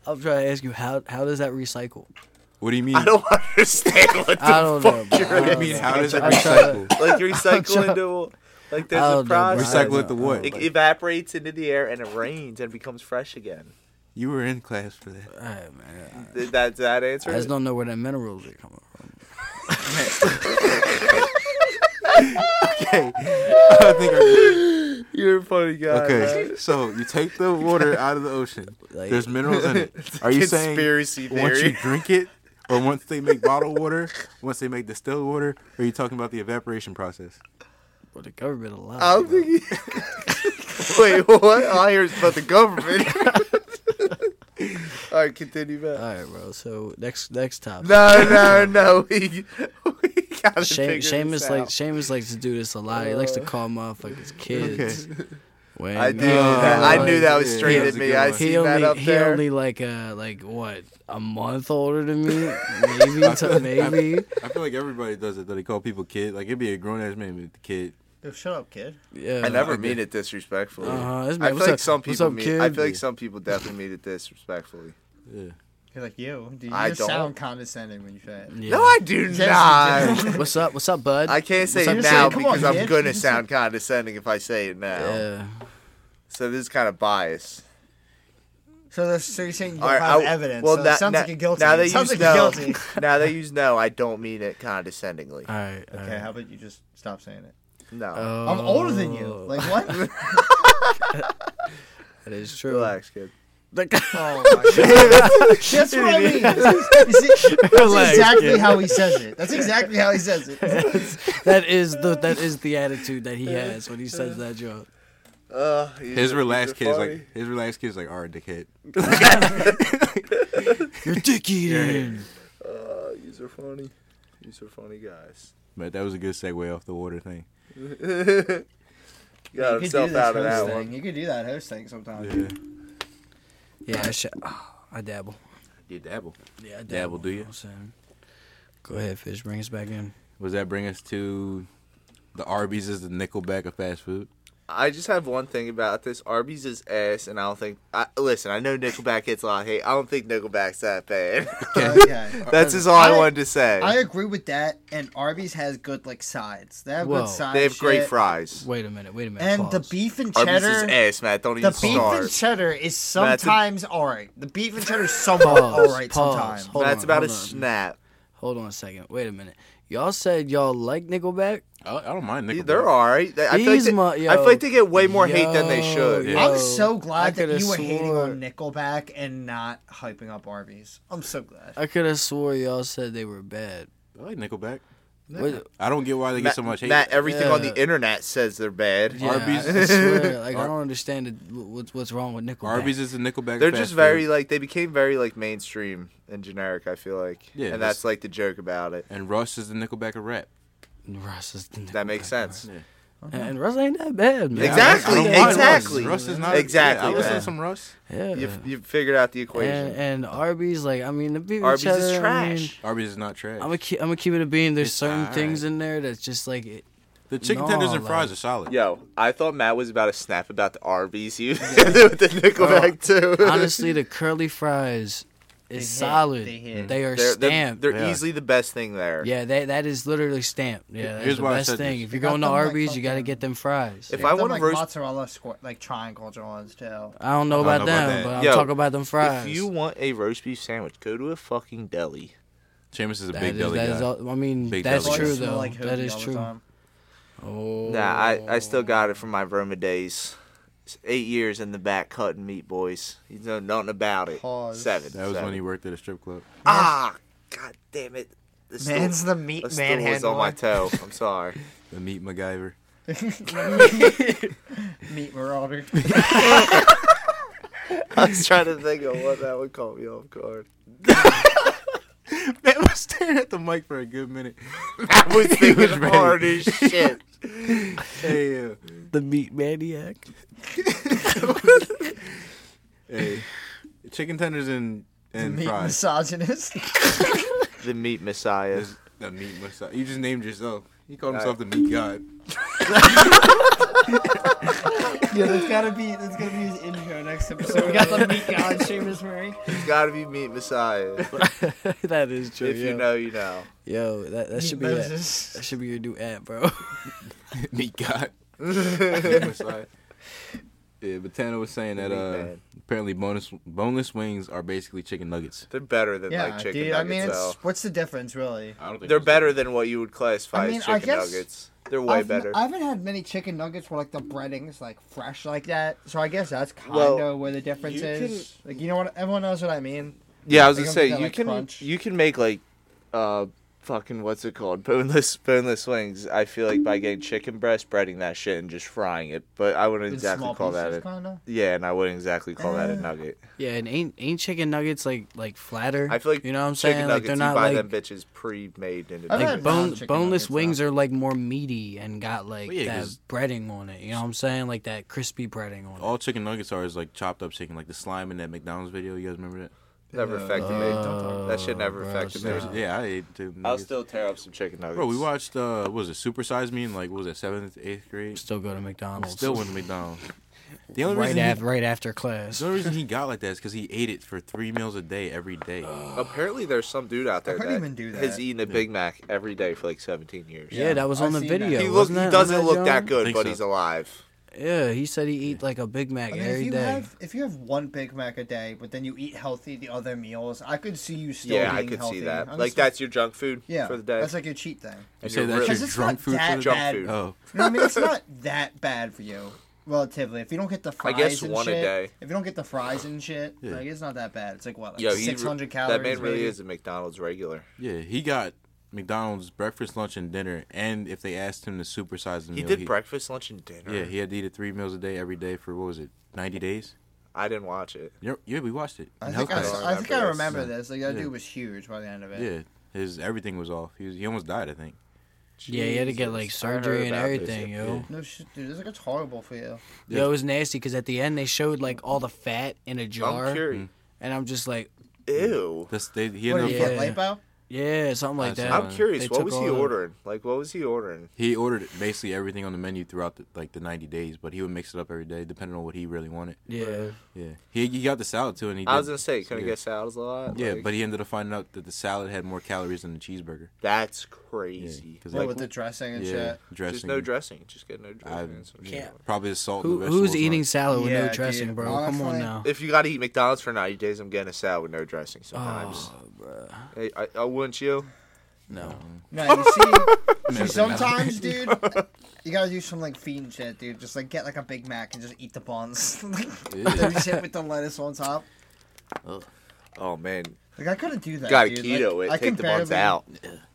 Speaker 5: I'm trying to ask you how how does that
Speaker 3: <laughs>
Speaker 5: recycle?
Speaker 2: What do you mean?
Speaker 3: I don't <laughs> understand what the
Speaker 5: I don't know.
Speaker 3: fuck <laughs>
Speaker 5: bro.
Speaker 3: you're
Speaker 5: I don't
Speaker 2: I mean,
Speaker 5: know.
Speaker 2: how does it
Speaker 5: I'm trying
Speaker 2: recycle? <laughs>
Speaker 3: like recycle into like
Speaker 5: I
Speaker 3: there's a
Speaker 5: don't know, bro.
Speaker 3: process.
Speaker 5: I don't
Speaker 2: Recycle it to
Speaker 5: know.
Speaker 2: what?
Speaker 3: It
Speaker 2: Like-
Speaker 3: evaporates into the air and it rains and becomes fresh again.
Speaker 2: You were in class for
Speaker 3: <laughs>
Speaker 2: that.
Speaker 5: All right, man.
Speaker 3: Did that did that answer?
Speaker 5: I
Speaker 3: it?
Speaker 5: just don't know where that minerals are coming from.
Speaker 2: Okay. <laughs> I think I
Speaker 3: You're a funny guy.
Speaker 2: Okay.
Speaker 3: man.
Speaker 2: So you take the water
Speaker 3: <laughs>
Speaker 2: out of the ocean.
Speaker 5: Like-
Speaker 2: There's minerals in it. Are you saying
Speaker 3: Conspiracy
Speaker 2: once you
Speaker 3: theory.
Speaker 2: drink it, or once they
Speaker 3: <laughs>
Speaker 2: make bottled water, once they make distilled water, or are you talking about the evaporation process?
Speaker 5: Well, the government allowed.
Speaker 3: I'm
Speaker 5: it, bro.
Speaker 3: thinking. <laughs> Wait, what? I hear it's about the government. <laughs> All right, continue back.
Speaker 5: All right, bro. So next next topic.
Speaker 3: No, no, no. We, we gotta
Speaker 5: Shame,
Speaker 3: figure this
Speaker 5: Seamus
Speaker 3: out.
Speaker 5: like Seamus likes to do this a lot. he likes to call motherfuckers
Speaker 3: <laughs>
Speaker 5: kids. When uh,
Speaker 3: I knew
Speaker 5: you know,
Speaker 3: that. I
Speaker 5: like,
Speaker 3: knew that was
Speaker 2: Yeah,
Speaker 3: straight
Speaker 2: that
Speaker 3: at
Speaker 2: was a
Speaker 3: me.
Speaker 2: good
Speaker 3: I
Speaker 2: one.
Speaker 3: seen
Speaker 5: Oh, He only
Speaker 3: that up
Speaker 5: he
Speaker 3: there.
Speaker 5: only like uh like what a month older than me, maybe to, maybe.
Speaker 2: I feel like everybody does it though. They call people kid. Like it'd be a grown ass man with the kid.
Speaker 4: Yo, shut up, kid.
Speaker 5: Yeah.
Speaker 3: I never mean it disrespectfully.
Speaker 5: uh, Uh-huh, this
Speaker 3: I
Speaker 5: man-
Speaker 3: feel
Speaker 5: what's
Speaker 3: like
Speaker 5: up-
Speaker 3: some
Speaker 5: what's
Speaker 3: people
Speaker 5: up,
Speaker 3: mean, I
Speaker 5: kid?
Speaker 3: feel like some people definitely mean it disrespectfully.
Speaker 2: Yeah.
Speaker 4: You're like you. Dude, you
Speaker 3: I
Speaker 4: just
Speaker 3: don't.
Speaker 4: sound condescending when you say it.
Speaker 5: Yeah.
Speaker 3: No, I do
Speaker 4: Yes,
Speaker 3: not.
Speaker 5: What's up? What's up, bud?
Speaker 3: I can't say
Speaker 4: What's up,
Speaker 3: it
Speaker 4: you
Speaker 3: now
Speaker 4: said? Come on,
Speaker 3: because I'm
Speaker 4: kid.
Speaker 3: gonna
Speaker 4: You said-
Speaker 3: sound condescending if I say it now.
Speaker 5: Yeah.
Speaker 3: So this is kind of biased.
Speaker 4: So, this, so you're saying you don't
Speaker 3: All right,
Speaker 4: have
Speaker 3: I-
Speaker 4: evidence.
Speaker 3: well,
Speaker 4: so
Speaker 3: now-
Speaker 4: it sounds
Speaker 3: now-
Speaker 4: like you're guilty.
Speaker 3: Now that
Speaker 4: it sounds
Speaker 3: you
Speaker 4: like you're
Speaker 3: know, <laughs>
Speaker 4: guilty.
Speaker 3: now that you know, I don't mean it condescendingly.
Speaker 2: Uh,
Speaker 5: All right. all
Speaker 4: Okay,
Speaker 5: right.
Speaker 4: how about you just stop saying it?
Speaker 3: No,
Speaker 4: I'm older than you.
Speaker 5: Oh,
Speaker 4: Like
Speaker 3: <laughs>
Speaker 4: what?
Speaker 5: that is true. <laughs>
Speaker 3: relax, kid.
Speaker 4: oh my god. That's what I mean. <laughs> You see, <laughs> that's
Speaker 5: Relax,
Speaker 4: exactly
Speaker 5: kid.
Speaker 4: how he says it. That's exactly how he
Speaker 3: <laughs>
Speaker 4: says
Speaker 5: <laughs>
Speaker 4: it.
Speaker 5: that is the that is the attitude that he has when he says that joke.
Speaker 3: Uh,
Speaker 2: His relaxed kid is like his relaxed kid is like all right, dickhead.
Speaker 5: You're dick eating.
Speaker 3: Uh, these are funny. These are funny guys.
Speaker 2: But that was a good segue off the water thing.
Speaker 4: You
Speaker 3: Got
Speaker 4: could
Speaker 3: himself
Speaker 4: do this
Speaker 3: out of
Speaker 4: host
Speaker 3: that
Speaker 4: thing.
Speaker 3: one.
Speaker 4: You could do that host thing sometimes.
Speaker 2: Yeah,
Speaker 5: Yeah, I, sh- I dabble.
Speaker 2: you dabble.
Speaker 5: Yeah, I dabble.
Speaker 2: Dabble, do you?
Speaker 5: know what I'm saying? Go ahead, fish. Bring us back in.
Speaker 2: Was that bring us to the Arby's is the Nickelback of fast food?
Speaker 3: I just have one thing about this. Arby's is ass, and I don't think. I, listen, I know Nickelback gets a lot of hate. I don't think Nickelback's
Speaker 2: <laughs>
Speaker 3: that bad. <laughs>
Speaker 4: Okay.
Speaker 3: That's just all I,
Speaker 4: I-
Speaker 3: wanted to say.
Speaker 4: Uh, I agree with that. And Arby's has good like sides. They have
Speaker 5: Whoa.
Speaker 4: good sides.
Speaker 3: they have great
Speaker 4: shit.
Speaker 3: fries.
Speaker 5: Wait a minute. Wait a minute.
Speaker 4: And the
Speaker 5: pause.
Speaker 4: beef and
Speaker 3: Arby's
Speaker 4: cheddar.
Speaker 3: is ass, Matt. Don't
Speaker 4: the
Speaker 3: even
Speaker 4: beef
Speaker 3: start.
Speaker 4: and cheddar is
Speaker 3: Matt's a-
Speaker 4: sometimes alright. The beef and cheddar is somewhat
Speaker 5: Pause,
Speaker 4: alright
Speaker 5: pause.
Speaker 4: sometimes.
Speaker 5: Hold
Speaker 3: Matt's
Speaker 5: on,
Speaker 3: about a
Speaker 5: hold on.
Speaker 3: snap.
Speaker 5: Hold on a second. Wait a minute. Y'all said y'all like Nickelback.
Speaker 2: I, I don't mind Nickelback.
Speaker 3: They're all right. They- I feel, like
Speaker 5: These
Speaker 3: they,
Speaker 5: mu-
Speaker 3: I feel
Speaker 5: yo.
Speaker 3: like they get way more hate than they
Speaker 5: Yo,
Speaker 3: should.
Speaker 5: yo.
Speaker 4: I'm so glad that
Speaker 5: coulda
Speaker 4: you were hating
Speaker 5: swore-
Speaker 4: on Nickelback and not hyping up Arby's. I'm so glad.
Speaker 5: I could have swore y'all said they were bad.
Speaker 2: I like Nickelback.
Speaker 5: What-
Speaker 2: I don't get why they
Speaker 3: Matt,
Speaker 2: get so much hate.
Speaker 3: Matt, everything on
Speaker 5: Yeah.
Speaker 3: the internet says they're bad.
Speaker 5: yeah,
Speaker 2: Arby's-
Speaker 5: I, I
Speaker 3: <laughs>
Speaker 5: swear, like I
Speaker 2: Ar-
Speaker 5: don't understand it, what's what's wrong with Nickelback.
Speaker 2: Arby's is the Nickelback. of
Speaker 3: They're
Speaker 2: fast
Speaker 3: just
Speaker 2: food.
Speaker 3: very like they became very like mainstream and generic. I feel like,
Speaker 2: Yeah,
Speaker 3: and
Speaker 2: that's-
Speaker 3: that's like the joke about it.
Speaker 2: And Russ is the Nickelback of rap.
Speaker 5: Russ is the
Speaker 3: That makes
Speaker 5: Nickelback.
Speaker 3: sense.
Speaker 5: And, and Russ ain't that bad, man.
Speaker 3: Exactly,
Speaker 2: I don't mind Russ.
Speaker 3: exactly.
Speaker 2: Russ is not
Speaker 3: Exactly,
Speaker 2: Yeah, I listen
Speaker 3: man.
Speaker 2: to some Russ.
Speaker 5: Yeah.
Speaker 3: You you figured out the equation.
Speaker 5: and, and Arby's, like I mean, the beef and
Speaker 3: Arby's is
Speaker 5: cheddar, I mean,
Speaker 3: trash.
Speaker 2: Arby's is not trash.
Speaker 5: I'm gonna keep, I'm gonna keep it a bean. There's
Speaker 2: It's
Speaker 5: certain
Speaker 2: alright.
Speaker 5: things in there that's just like it,
Speaker 2: the chicken
Speaker 5: No,
Speaker 2: tenders and
Speaker 5: like-
Speaker 2: fries are solid.
Speaker 3: Yo, I thought Matt was about to snap about the Arby's you <laughs> with the Nickelback too.
Speaker 5: honestly the curly fries is
Speaker 4: hit.
Speaker 5: solid.
Speaker 4: They
Speaker 5: They,
Speaker 4: hit.
Speaker 5: are
Speaker 3: they're, they're,
Speaker 5: stamped.
Speaker 3: they're
Speaker 2: Yeah.
Speaker 3: easily the best thing there.
Speaker 5: yeah, they, that is literally stamped. Yeah, that's
Speaker 2: Here's
Speaker 5: the
Speaker 2: why I
Speaker 5: best
Speaker 2: said
Speaker 5: thing.
Speaker 2: this.
Speaker 5: If you're
Speaker 4: They got
Speaker 5: going to
Speaker 4: them, like,
Speaker 5: Arby's, you got to
Speaker 4: fucking-
Speaker 5: get them fries.
Speaker 3: If
Speaker 4: They've
Speaker 3: I
Speaker 4: done,
Speaker 3: want
Speaker 4: like
Speaker 3: to roast,
Speaker 4: mozzarella squ- like triangle ones too.
Speaker 5: I don't know
Speaker 2: I
Speaker 5: about
Speaker 2: don't know about
Speaker 5: them,
Speaker 2: that.
Speaker 5: but I'm
Speaker 3: Yo,
Speaker 5: talking about them fries.
Speaker 3: if you want a roast beef sandwich, go to a fucking deli.
Speaker 2: Seamus is a
Speaker 5: That
Speaker 2: big
Speaker 5: is-
Speaker 2: deli
Speaker 5: that
Speaker 2: guy.
Speaker 5: is all- I mean,
Speaker 2: Big
Speaker 5: that's
Speaker 4: Well, I
Speaker 2: deli
Speaker 5: true
Speaker 4: smell
Speaker 5: though.
Speaker 4: like
Speaker 5: that
Speaker 4: hoagie
Speaker 5: is
Speaker 4: all the
Speaker 5: true.
Speaker 4: time.
Speaker 5: Oh.
Speaker 3: Nah, I, <laughs> I still got it from my Roma days. It's Eight years in the back cutting meat, boys. You know nothing about it.
Speaker 4: Pause.
Speaker 3: Seven.
Speaker 2: that was
Speaker 3: seven.
Speaker 2: when he worked at a strip club.
Speaker 3: Ah, god damn it. The stool-
Speaker 4: Man's
Speaker 3: the
Speaker 4: the meat
Speaker 3: stool
Speaker 4: man
Speaker 3: was on my
Speaker 4: <laughs> handler.
Speaker 3: toe. I'm sorry.
Speaker 2: The meat <laughs> MacGyver.
Speaker 3: <laughs>
Speaker 4: Meat marauder.
Speaker 3: <laughs> I was trying to think of what that would call me off guard.
Speaker 2: Man was staring at the mic for a good minute.
Speaker 3: <laughs>
Speaker 2: <laughs>
Speaker 3: I <laughs> was thinking
Speaker 2: ready.
Speaker 3: hard <laughs> as shit.
Speaker 2: Hey, uh,
Speaker 5: the meat maniac.
Speaker 2: hey, chicken tenders and and
Speaker 4: meat
Speaker 2: fries.
Speaker 4: misogynist.
Speaker 3: <laughs> The meat messiah.
Speaker 2: Is the meat massage. You just named yourself. He called
Speaker 3: All
Speaker 2: himself the meat god.
Speaker 4: yeah, that's gotta be that's gotta be his intro next episode. We got the meat god Seamus Murray.
Speaker 3: It's gotta be meat <laughs> messiah.
Speaker 2: <laughs>
Speaker 5: that is true.
Speaker 3: if
Speaker 5: yo.
Speaker 3: you know, you know.
Speaker 5: Yo, that, that
Speaker 4: Meat
Speaker 5: should be that.
Speaker 4: Moses.
Speaker 5: that should be your new ad, bro. <laughs>
Speaker 2: <laughs> meat god. meat massage.
Speaker 3: <laughs>
Speaker 2: Yeah, but Tana was saying that
Speaker 3: Meat
Speaker 2: uh,
Speaker 3: man.
Speaker 2: apparently bonus boneless wings are basically chicken nuggets.
Speaker 3: They're better than
Speaker 4: Yeah,
Speaker 3: like chicken
Speaker 4: dude. I
Speaker 3: nuggets.
Speaker 4: mean,
Speaker 3: though.
Speaker 4: it's, what's the difference really?
Speaker 2: I don't think
Speaker 3: They're better than what you would classify
Speaker 4: I mean,
Speaker 3: as
Speaker 4: I
Speaker 3: chicken
Speaker 4: guess-
Speaker 3: nuggets. They're way
Speaker 4: I've,
Speaker 3: better.
Speaker 4: I haven't had many chicken nuggets where like the breading's like fresh like that, so I guess that's kind of
Speaker 3: Well,
Speaker 4: where the difference
Speaker 3: you
Speaker 4: is. Like you know what? Everyone knows what I mean.
Speaker 3: Yeah, I was
Speaker 4: They
Speaker 3: gonna
Speaker 4: don't
Speaker 3: say
Speaker 4: get that,
Speaker 3: you
Speaker 4: like,
Speaker 3: can
Speaker 4: crunch.
Speaker 3: you can make like uh fucking what's it called <laughs> boneless boneless wings. I feel like by getting chicken breast, breading that shit, and just frying it. But I wouldn't exactly call that it.
Speaker 4: Kinda.
Speaker 3: Yeah, and I wouldn't exactly call that a
Speaker 4: Uh,
Speaker 3: nugget.
Speaker 5: yeah, and ain't ain't chicken nuggets like like flatter?
Speaker 3: I feel like
Speaker 5: you know what I'm
Speaker 3: chicken
Speaker 5: saying. Like
Speaker 3: nuggets
Speaker 5: they're
Speaker 3: you
Speaker 5: not
Speaker 3: buy
Speaker 5: like
Speaker 3: them bitches pre-made into
Speaker 5: like
Speaker 4: I've had
Speaker 3: nuggets.
Speaker 5: bone,
Speaker 4: non-chicken nuggets,
Speaker 5: boneless
Speaker 4: though.
Speaker 5: wings are like more meaty and got like
Speaker 2: Well, yeah,
Speaker 5: that
Speaker 2: 'cause- Oh.
Speaker 5: breading on it. You know what I'm saying? Like that crispy breading on it.
Speaker 2: All chicken nuggets are is like chopped up chicken, like the slime in that McDonald's video. You guys remember that?
Speaker 3: never
Speaker 4: Uh,
Speaker 3: affected
Speaker 4: don't
Speaker 3: me.
Speaker 4: talk.
Speaker 3: That shit never
Speaker 5: Oh, bro,
Speaker 3: affected
Speaker 5: stop.
Speaker 3: me.
Speaker 2: There's- yeah, I ate two.
Speaker 3: I'll
Speaker 2: nuggets.
Speaker 3: Uh-huh. still tear up some chicken nuggets.
Speaker 2: Bro, we watched uh, what was it Super Size Me in like what was it seventh, eighth grade?
Speaker 5: Still go to McDonald's.
Speaker 2: Still went to McDonald's. The only
Speaker 5: right
Speaker 2: reason
Speaker 5: after
Speaker 2: he,
Speaker 5: right after class.
Speaker 2: the only reason he got like that is because he ate it for three meals a day every day.
Speaker 3: Uh, Apparently, there's some dude out there
Speaker 4: heard
Speaker 3: that,
Speaker 4: him do that.
Speaker 3: has eaten a Big Mac every day for like 17 years.
Speaker 5: Yeah,
Speaker 4: Yeah,
Speaker 5: that was
Speaker 4: I've
Speaker 5: on the
Speaker 4: seen that.
Speaker 5: video.
Speaker 3: He, look,
Speaker 5: wasn't
Speaker 3: he
Speaker 5: that on
Speaker 3: doesn't
Speaker 5: that
Speaker 3: look
Speaker 5: joint?
Speaker 3: that good,
Speaker 2: Think
Speaker 3: but
Speaker 2: so.
Speaker 3: he's alive.
Speaker 5: Yeah, he said he eat like a Big Mac
Speaker 4: I mean,
Speaker 5: every
Speaker 4: if you
Speaker 5: day.
Speaker 4: have if you have one Big Mac a day, but then you eat healthy the other meals, I could see you still.
Speaker 3: yeah, I
Speaker 4: being
Speaker 3: could
Speaker 4: healthy.
Speaker 3: see that.
Speaker 4: I'm
Speaker 3: like
Speaker 4: just-
Speaker 3: that's your junk food
Speaker 4: yeah,
Speaker 3: for the day.
Speaker 4: That's like your cheat thing.
Speaker 2: You
Speaker 3: And
Speaker 2: say
Speaker 3: you're
Speaker 2: that's
Speaker 3: really-
Speaker 2: your
Speaker 4: Because it's
Speaker 2: drunk
Speaker 4: not
Speaker 2: food for
Speaker 4: that
Speaker 2: the
Speaker 3: Junk
Speaker 4: bad.
Speaker 3: food.
Speaker 2: Oh,
Speaker 4: You know what I mean?
Speaker 3: <laughs>
Speaker 4: It's not that bad for you, relatively. If you don't get the
Speaker 3: I
Speaker 4: fries,
Speaker 3: guess
Speaker 4: and
Speaker 3: one a
Speaker 4: shit,
Speaker 3: day.
Speaker 4: If you don't get the fries and shit,
Speaker 2: Yeah.
Speaker 4: like it's not that bad. It's like what, like
Speaker 3: Yo, he re-
Speaker 4: six hundred calories.
Speaker 3: That man really
Speaker 4: maybe?
Speaker 3: is a McDonald's regular.
Speaker 2: yeah. He got McDonald's breakfast, lunch, and dinner. And if they asked him to supersize the
Speaker 3: He
Speaker 2: meal,
Speaker 3: did uh-huh. breakfast, lunch, and dinner.
Speaker 2: Yeah, he had to eat it three meals a day every day for what was it, ninety days?
Speaker 3: I didn't watch it.
Speaker 2: Yep, yeah, we watched it.
Speaker 4: I
Speaker 2: in health
Speaker 4: think I,
Speaker 2: class.
Speaker 3: don't
Speaker 4: I think I
Speaker 3: remember
Speaker 4: remember
Speaker 2: this.
Speaker 4: this. Like that
Speaker 2: Yeah.
Speaker 4: dude was huge by the end of it.
Speaker 2: Yeah, his everything was off. He was, he almost died, I think.
Speaker 5: yeah, he had to get
Speaker 3: Jesus.
Speaker 5: like
Speaker 3: I heard
Speaker 5: surgery and
Speaker 3: about this.
Speaker 5: everything, yo.
Speaker 2: Yeah.
Speaker 4: No shit, dude. This like it's horrible for you.
Speaker 5: Yo, it was nasty because at the end they showed like all the fat in a jar,
Speaker 3: I'm curious.
Speaker 5: and I'm just like,
Speaker 3: Mm-hmm. Ew.
Speaker 2: That's they. He
Speaker 4: What
Speaker 2: ended
Speaker 4: did
Speaker 2: up.
Speaker 4: you
Speaker 5: yeah.
Speaker 4: get, lipo?
Speaker 5: yeah, something like
Speaker 2: That's
Speaker 5: that.
Speaker 2: not-
Speaker 3: I'm curious.
Speaker 5: They
Speaker 3: What
Speaker 5: took
Speaker 3: was
Speaker 5: all
Speaker 3: he
Speaker 5: the-
Speaker 3: ordering? Like, what was he ordering?
Speaker 2: He ordered basically everything on the menu throughout the, like the ninety days, but he would mix it up every day depending on what he really wanted.
Speaker 5: Yeah,
Speaker 2: Yeah, he he got the salad too, and he.
Speaker 3: I
Speaker 2: did-
Speaker 3: was gonna say, can I
Speaker 2: yeah.
Speaker 3: get salads a lot?
Speaker 2: Yeah,
Speaker 3: Like,
Speaker 2: but he ended up finding out that the salad had more calories than the cheeseburger.
Speaker 3: that's
Speaker 2: Yeah,
Speaker 3: crazy.
Speaker 2: 'cause,
Speaker 4: What
Speaker 2: like,
Speaker 4: with the dressing and
Speaker 2: yeah,
Speaker 4: shit?
Speaker 2: dressing.
Speaker 3: Just no dressing. Just get no
Speaker 2: I
Speaker 3: dressing. and some shit.
Speaker 5: Yeah.
Speaker 2: probably the salt. and
Speaker 5: Who,
Speaker 2: the
Speaker 5: who's
Speaker 2: vegetables on
Speaker 5: eating
Speaker 2: it.
Speaker 5: salad with
Speaker 4: Yeah,
Speaker 5: no dressing,
Speaker 4: dude,
Speaker 5: bro? Come on
Speaker 3: <laughs>
Speaker 4: honestly-
Speaker 5: now.
Speaker 3: If you gotta eat McDonald's for 90 days, I'm getting a salad with no dressing sometimes.
Speaker 5: Oh, bro,
Speaker 3: Hey, I, I wouldn't you?
Speaker 5: no.
Speaker 4: No, you see, see
Speaker 2: Never
Speaker 4: sometimes,
Speaker 3: <laughs>
Speaker 4: dude, you gotta do some like feed and shit, dude. Just like get like a Big Mac and just eat the buns, <laughs> like
Speaker 2: Yeah.
Speaker 4: do shit with the lettuce on top.
Speaker 3: Oh man,
Speaker 4: Like I couldn't do that.
Speaker 3: you gotta
Speaker 4: dude.
Speaker 3: keto
Speaker 4: like,
Speaker 3: it.
Speaker 4: I can
Speaker 3: Take the buns
Speaker 4: barely-
Speaker 3: out.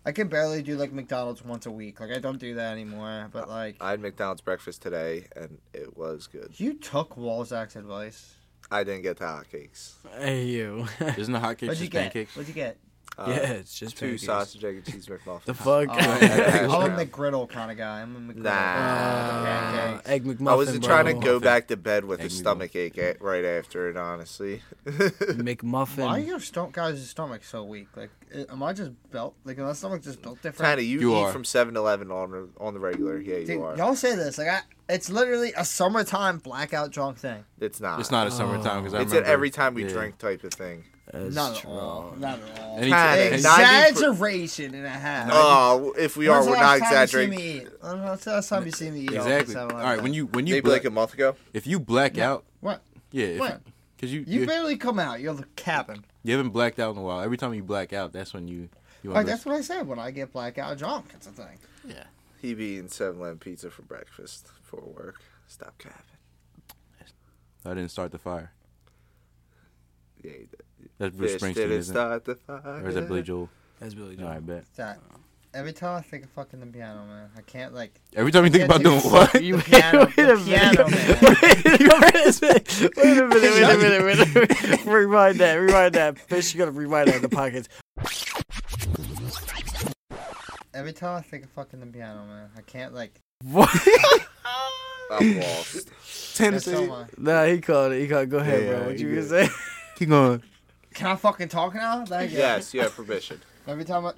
Speaker 4: I can barely do like McDonald's once a week. Like I don't do that anymore. But like,
Speaker 3: I had McDonald's breakfast today, and it was good.
Speaker 4: you took Walzak's advice.
Speaker 3: I didn't get the hotcakes.
Speaker 5: Hey <laughs> you.
Speaker 2: Isn't the hotcakes
Speaker 4: What'd you
Speaker 2: just uh,
Speaker 4: get?
Speaker 2: pancakes?
Speaker 4: What'd you get?
Speaker 3: Uh,
Speaker 5: yeah, it's just
Speaker 3: two
Speaker 5: pancakes.
Speaker 3: sausage egg and cheese McMuffins. <laughs>
Speaker 5: The fuck?
Speaker 4: Oh,
Speaker 5: <laughs>
Speaker 3: Yeah.
Speaker 4: I'm a McGriddle kind of guy. I'm a McGriddle. Oh,
Speaker 3: Nah.
Speaker 5: Uh,
Speaker 4: Pancakes.
Speaker 5: egg McMuffin.
Speaker 3: I was trying to
Speaker 5: bro.
Speaker 3: go back to bed with a
Speaker 2: Egg McMuffin.
Speaker 3: stomach ache at- right after it. Honestly, <laughs>
Speaker 5: McMuffin.
Speaker 4: Why are your stomach guys' stomach so weak? Like, i- am I just built? Like, am my stomach just built different?
Speaker 3: Tanner, you,
Speaker 2: You
Speaker 3: eat
Speaker 2: are.
Speaker 3: from 7-Eleven on on the regular. Yeah, you
Speaker 4: Dude,
Speaker 3: are.
Speaker 4: y'all say this like I, it's literally a summertime blackout drunk thing.
Speaker 3: It's not.
Speaker 2: It's not a summertime because I
Speaker 3: uh, It's an
Speaker 2: remember-
Speaker 3: every time we
Speaker 2: yeah.
Speaker 3: drink type of thing.
Speaker 5: That's
Speaker 4: Not at
Speaker 5: true.
Speaker 4: all. Not at all.
Speaker 2: Any-
Speaker 3: Tanner,
Speaker 2: Ex-
Speaker 3: 90 per-
Speaker 4: Exaggeration and a half.
Speaker 3: Oh, if we are,
Speaker 4: When's the
Speaker 3: we're
Speaker 4: last
Speaker 3: not
Speaker 4: time you see
Speaker 3: exaggerating.
Speaker 4: me eat? When's the last time you see me eat? off
Speaker 2: Exactly.
Speaker 4: the
Speaker 2: All
Speaker 4: 7-Eleven?
Speaker 2: right, when you when you
Speaker 3: Maybe
Speaker 2: black,
Speaker 3: like a month ago.
Speaker 2: if you black out,
Speaker 4: what?
Speaker 2: yeah, if,
Speaker 4: What?
Speaker 2: because you
Speaker 4: You
Speaker 2: you,
Speaker 4: barely come out. You're the cabin.
Speaker 2: you haven't blacked out in a while. Every time you black out, that's when you you
Speaker 4: Like
Speaker 2: want
Speaker 4: that's what I said. When I get blackout drunk, it's a thing.
Speaker 3: He be eating 7-Eleven pizza for breakfast for work. Stop capping.
Speaker 2: I didn't start the fire.
Speaker 3: Yeah, he did.
Speaker 2: That's Bruce
Speaker 3: Fish
Speaker 2: Springsteen,
Speaker 3: didn't
Speaker 2: isn't it?
Speaker 3: start the fire.
Speaker 2: Or is that Billy Joel?
Speaker 5: That's Billy
Speaker 2: No,
Speaker 5: Joel.
Speaker 2: I bet.
Speaker 4: That every time I think of fucking the piano man, I can't like
Speaker 2: Every time you think
Speaker 4: <laughs> Yeah,
Speaker 2: about
Speaker 4: dude,
Speaker 2: doing
Speaker 4: fuck
Speaker 2: what, <laughs>
Speaker 4: the piano, the piano man.
Speaker 5: <laughs> wait a minute, wait a minute, wait a minute. <laughs> rewind that, rewind that. Fish, you gotta rewind that in the pockets.
Speaker 4: Every time I think of fucking the piano man, I can't like.
Speaker 5: What?
Speaker 3: I'm <laughs> lost.
Speaker 4: That's so much.
Speaker 5: Nah, he called it. He called. Go ahead,
Speaker 2: Yeah,
Speaker 5: bro. What
Speaker 2: he
Speaker 5: you gonna
Speaker 2: did.
Speaker 5: say?
Speaker 2: Keep going.
Speaker 4: Can I fucking talk now? Like, yeah.
Speaker 3: Yes, you have <laughs> permission.
Speaker 4: Every time I.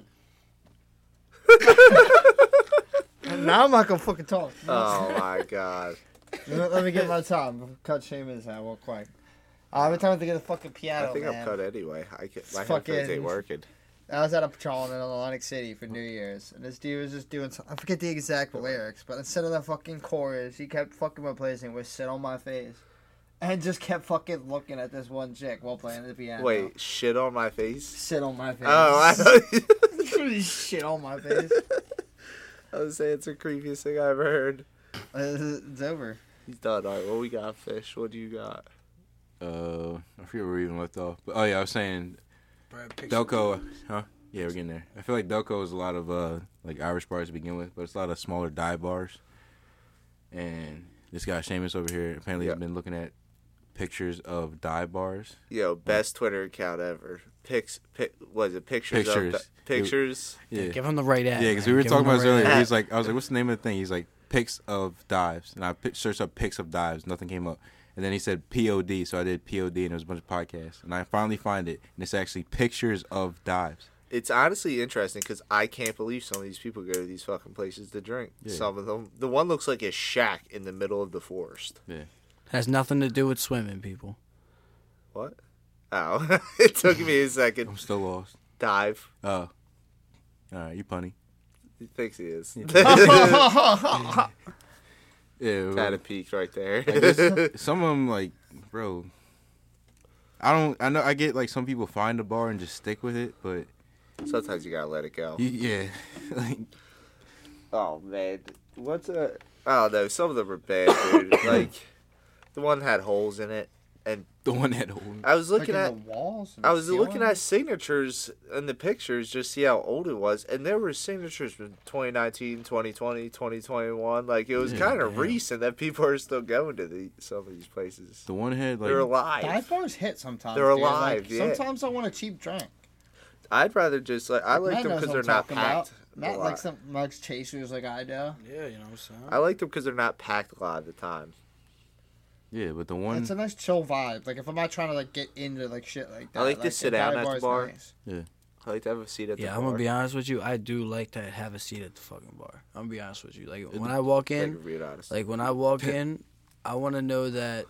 Speaker 4: now I'm not gonna fucking talk.
Speaker 3: Oh my god.
Speaker 4: Let let me get my time. Cut Seamus out real quick. Uh, every time I think of the fucking piano
Speaker 3: I think
Speaker 4: man.
Speaker 3: I'm cut anyway. I can, my
Speaker 4: fucking-
Speaker 3: headphones ain't working.
Speaker 4: I was at a patrol in Atlantic City for New Year's, and this dude was just doing. Some, I forget the exact lyrics, but instead of the fucking chorus, he kept fucking replacing with "shit on my face," and just kept fucking looking at this one chick while playing the piano.
Speaker 3: Wait, shit on my face?
Speaker 4: "Sit on my face." <laughs>
Speaker 3: Oh, <laughs> I,
Speaker 4: shit on
Speaker 3: <laughs>
Speaker 4: my face.
Speaker 3: I was saying it's the creepiest thing I ever heard.
Speaker 4: it's over.
Speaker 3: He's done. All right, what we got, fish? What do you got?
Speaker 2: Uh, I forget where we even left off. But oh yeah, I was saying Delco, uh, huh? Yeah, we're getting there. I feel like Delco is a lot of uh like Irish bars to begin with, but it's a lot of smaller dive bars. And this guy Seamus over here apparently
Speaker 3: Yeah.
Speaker 2: has been looking at pictures of dive bars.
Speaker 3: Yo, best Twitter account ever. Pics, pic, was it pictures? Of
Speaker 2: Pictures.
Speaker 3: the, pictures.
Speaker 2: <laughs> Yeah,
Speaker 5: Give him the right ad.
Speaker 2: yeah, because we
Speaker 5: man.
Speaker 2: were
Speaker 5: Give
Speaker 2: talking
Speaker 5: him the
Speaker 2: about this
Speaker 5: right
Speaker 2: earlier.
Speaker 5: ad.
Speaker 2: He's like, I was like, what's the name of the thing? He's like, pics of dives, and I pi- searched up pics of dives. Nothing came up, and then he said POD, so I did POD, and there was a bunch of podcasts, and I finally find it, and it's actually pictures of dives.
Speaker 3: It's honestly interesting because I can't believe some of these people go to these fucking places to drink.
Speaker 2: Yeah.
Speaker 3: Some of them. The one looks like a shack in the middle of the forest.
Speaker 2: Yeah,
Speaker 5: Has nothing to do with swimming, people.
Speaker 3: What? Oh, <laughs> it took me a second.
Speaker 2: I'm still lost.
Speaker 3: Dive.
Speaker 2: Oh. All right, you punny.
Speaker 3: He thinks he is.
Speaker 2: Yeah,
Speaker 3: Had a
Speaker 2: well,
Speaker 3: peak right <laughs> there.
Speaker 2: I <laughs> guess some of them like, bro. I don't. I know. I get like some people find a bar and just stick with it, but
Speaker 3: Sometimes you gotta let it go.
Speaker 2: you, yeah, <laughs> like
Speaker 3: Oh man, what's a? I don't know. Some of them are bad, dude. like the one had holes in it.
Speaker 2: the one that old.
Speaker 3: I was looking
Speaker 4: like
Speaker 3: at.
Speaker 4: in the walls. and
Speaker 3: I
Speaker 4: the
Speaker 3: was looking
Speaker 4: ceiling.
Speaker 3: at signatures in the pictures just see how old it was, and there were signatures from 2019, 2020, 2021. Like it was
Speaker 2: Yeah,
Speaker 3: kind of
Speaker 2: damn.
Speaker 3: recent that people are still going to the, some of these places.
Speaker 2: The one had like
Speaker 3: They're
Speaker 4: dive
Speaker 3: alive.
Speaker 4: bars hit sometimes.
Speaker 3: They're
Speaker 4: dude.
Speaker 3: alive,
Speaker 4: Like,
Speaker 3: yeah.
Speaker 4: Sometimes I want a cheap drink.
Speaker 3: I'd rather just like I like
Speaker 4: Matt
Speaker 3: them
Speaker 4: knows
Speaker 3: because
Speaker 4: what
Speaker 3: they're
Speaker 4: I'm
Speaker 3: not
Speaker 4: talking about.
Speaker 3: packed. a
Speaker 4: Not
Speaker 3: lot.
Speaker 4: like some mugs chasers like I do.
Speaker 5: Yeah, you know what I'm saying.
Speaker 3: I like them because they're not packed a lot of the time.
Speaker 2: yeah, but the one
Speaker 4: It's a nice chill vibe. Like if I'm not trying to like get into like shit like that.
Speaker 3: I like to sit
Speaker 4: a
Speaker 3: down
Speaker 4: dive
Speaker 3: at the
Speaker 4: is
Speaker 3: bar.
Speaker 4: nice.
Speaker 3: I like to have a seat at the
Speaker 5: yeah,
Speaker 3: bar.
Speaker 5: I'm gonna be honest with you. I do like to have a seat at the fucking bar. I'm gonna be honest with you. Like when I walk
Speaker 3: Like,
Speaker 5: in,
Speaker 3: if we're honest.
Speaker 5: Like when
Speaker 2: <laughs>
Speaker 5: I walk in, I want to know that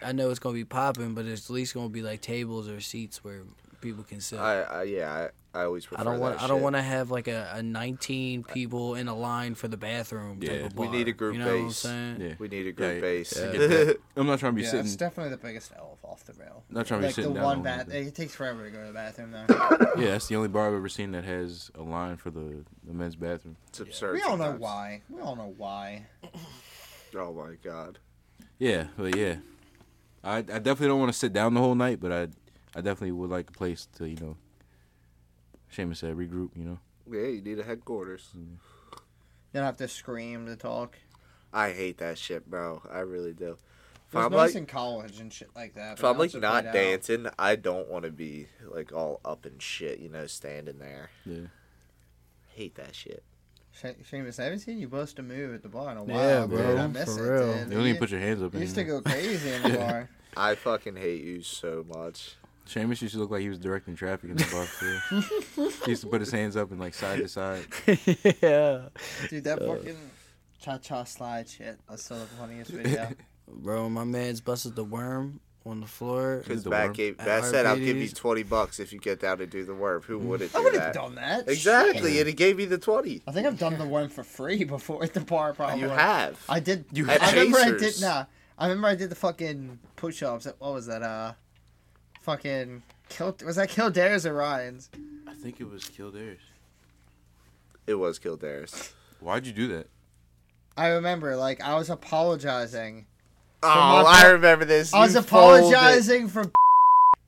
Speaker 5: I know it's gonna be popping, but it's at least gonna be like tables or seats where people can sit. I,
Speaker 3: I, I yeah, I, I always prefer
Speaker 5: don't want.
Speaker 3: that
Speaker 5: I don't
Speaker 3: shit.
Speaker 5: want to have like a, a 19 people in a line for the bathroom. type
Speaker 2: Yeah.
Speaker 5: of
Speaker 3: We need
Speaker 5: bar.
Speaker 3: a group
Speaker 5: You know
Speaker 3: base.
Speaker 5: what I'm
Speaker 2: <laughs>
Speaker 5: saying?
Speaker 2: yeah.
Speaker 3: We need a
Speaker 2: Yeah,
Speaker 3: group
Speaker 2: yeah,
Speaker 3: base. <laughs>
Speaker 2: I <laughs> get that. I'm not trying to be
Speaker 4: Yeah,
Speaker 2: sitting.
Speaker 4: that's definitely the biggest L off the rail.
Speaker 2: Not trying to be
Speaker 4: like the
Speaker 2: sitting down
Speaker 4: one
Speaker 2: all
Speaker 4: bath.
Speaker 2: day.
Speaker 4: It takes forever to go to the
Speaker 3: <laughs>
Speaker 4: bathroom though.
Speaker 2: yeah, that's the only bar I've ever seen that has a line for the, the men's bathroom.
Speaker 3: It's absurd.
Speaker 4: we all know
Speaker 3: sometimes.
Speaker 4: why. We all know why.
Speaker 3: Oh my god.
Speaker 2: Yeah, but yeah, I I definitely don't want to sit down the whole night, but I I definitely would like a place to you know. Seamus said regroup. You know,
Speaker 3: Yeah, you need a headquarters.
Speaker 5: Mm.
Speaker 4: You don't have to scream to talk.
Speaker 3: I hate that shit, bro. I really do. If
Speaker 4: There's
Speaker 3: I'm
Speaker 4: nice
Speaker 3: like,
Speaker 4: in college and shit like that.
Speaker 3: if
Speaker 4: but
Speaker 3: I'm
Speaker 4: now
Speaker 3: like
Speaker 4: it's
Speaker 3: not
Speaker 4: laid out.
Speaker 3: dancing, I don't want to be like all up and shit. You know, standing there.
Speaker 2: Yeah.
Speaker 3: Hate that shit.
Speaker 4: She- Seamus, I haven't seen you bust a move at the bar in a while.
Speaker 5: Yeah,
Speaker 4: dude.
Speaker 5: bro,
Speaker 4: I miss
Speaker 5: for
Speaker 4: it,
Speaker 5: real.
Speaker 4: dude.
Speaker 2: you don't even put your hands up.
Speaker 4: You used to
Speaker 2: anymore.
Speaker 4: go crazy in the bar.
Speaker 3: I fucking hate you so much.
Speaker 2: Seamus used to look like he was directing traffic in the bar. too.
Speaker 5: <laughs>
Speaker 2: he used to put his hands up and like side to side.
Speaker 5: yeah,
Speaker 4: Dude, that fucking cha cha slide shit. That's still the funniest video.
Speaker 5: bro. My man's busted the worm on the floor.
Speaker 3: Because
Speaker 2: the
Speaker 3: Matt
Speaker 2: worm?
Speaker 3: gave,
Speaker 5: At
Speaker 3: Matt said, "I'll give you
Speaker 5: RPGs?
Speaker 3: twenty bucks if you get down to do the worm." Who wouldn't
Speaker 4: I
Speaker 3: do
Speaker 4: would have
Speaker 3: that?
Speaker 4: done that.
Speaker 3: Exactly,
Speaker 4: Shit.
Speaker 3: and he gave me the twenty.
Speaker 4: I think I've done the one for free before at the bar, probably.
Speaker 3: You have.
Speaker 4: Oh, I did.
Speaker 3: You
Speaker 4: I
Speaker 3: have.
Speaker 4: remember I did.
Speaker 3: Chasers.
Speaker 4: Nah, I remember I did the fucking push ups. What was that? Uh, fucking. Kill, was that Kildare's or Ryan's?
Speaker 2: I think it was Kildare's.
Speaker 3: It was Kildare's.
Speaker 2: Why'd you do that?
Speaker 4: I remember, like, I was apologizing.
Speaker 3: Oh,
Speaker 4: my
Speaker 3: I
Speaker 4: part-
Speaker 3: remember this.
Speaker 4: I was
Speaker 3: You folded.
Speaker 4: apologizing for <laughs>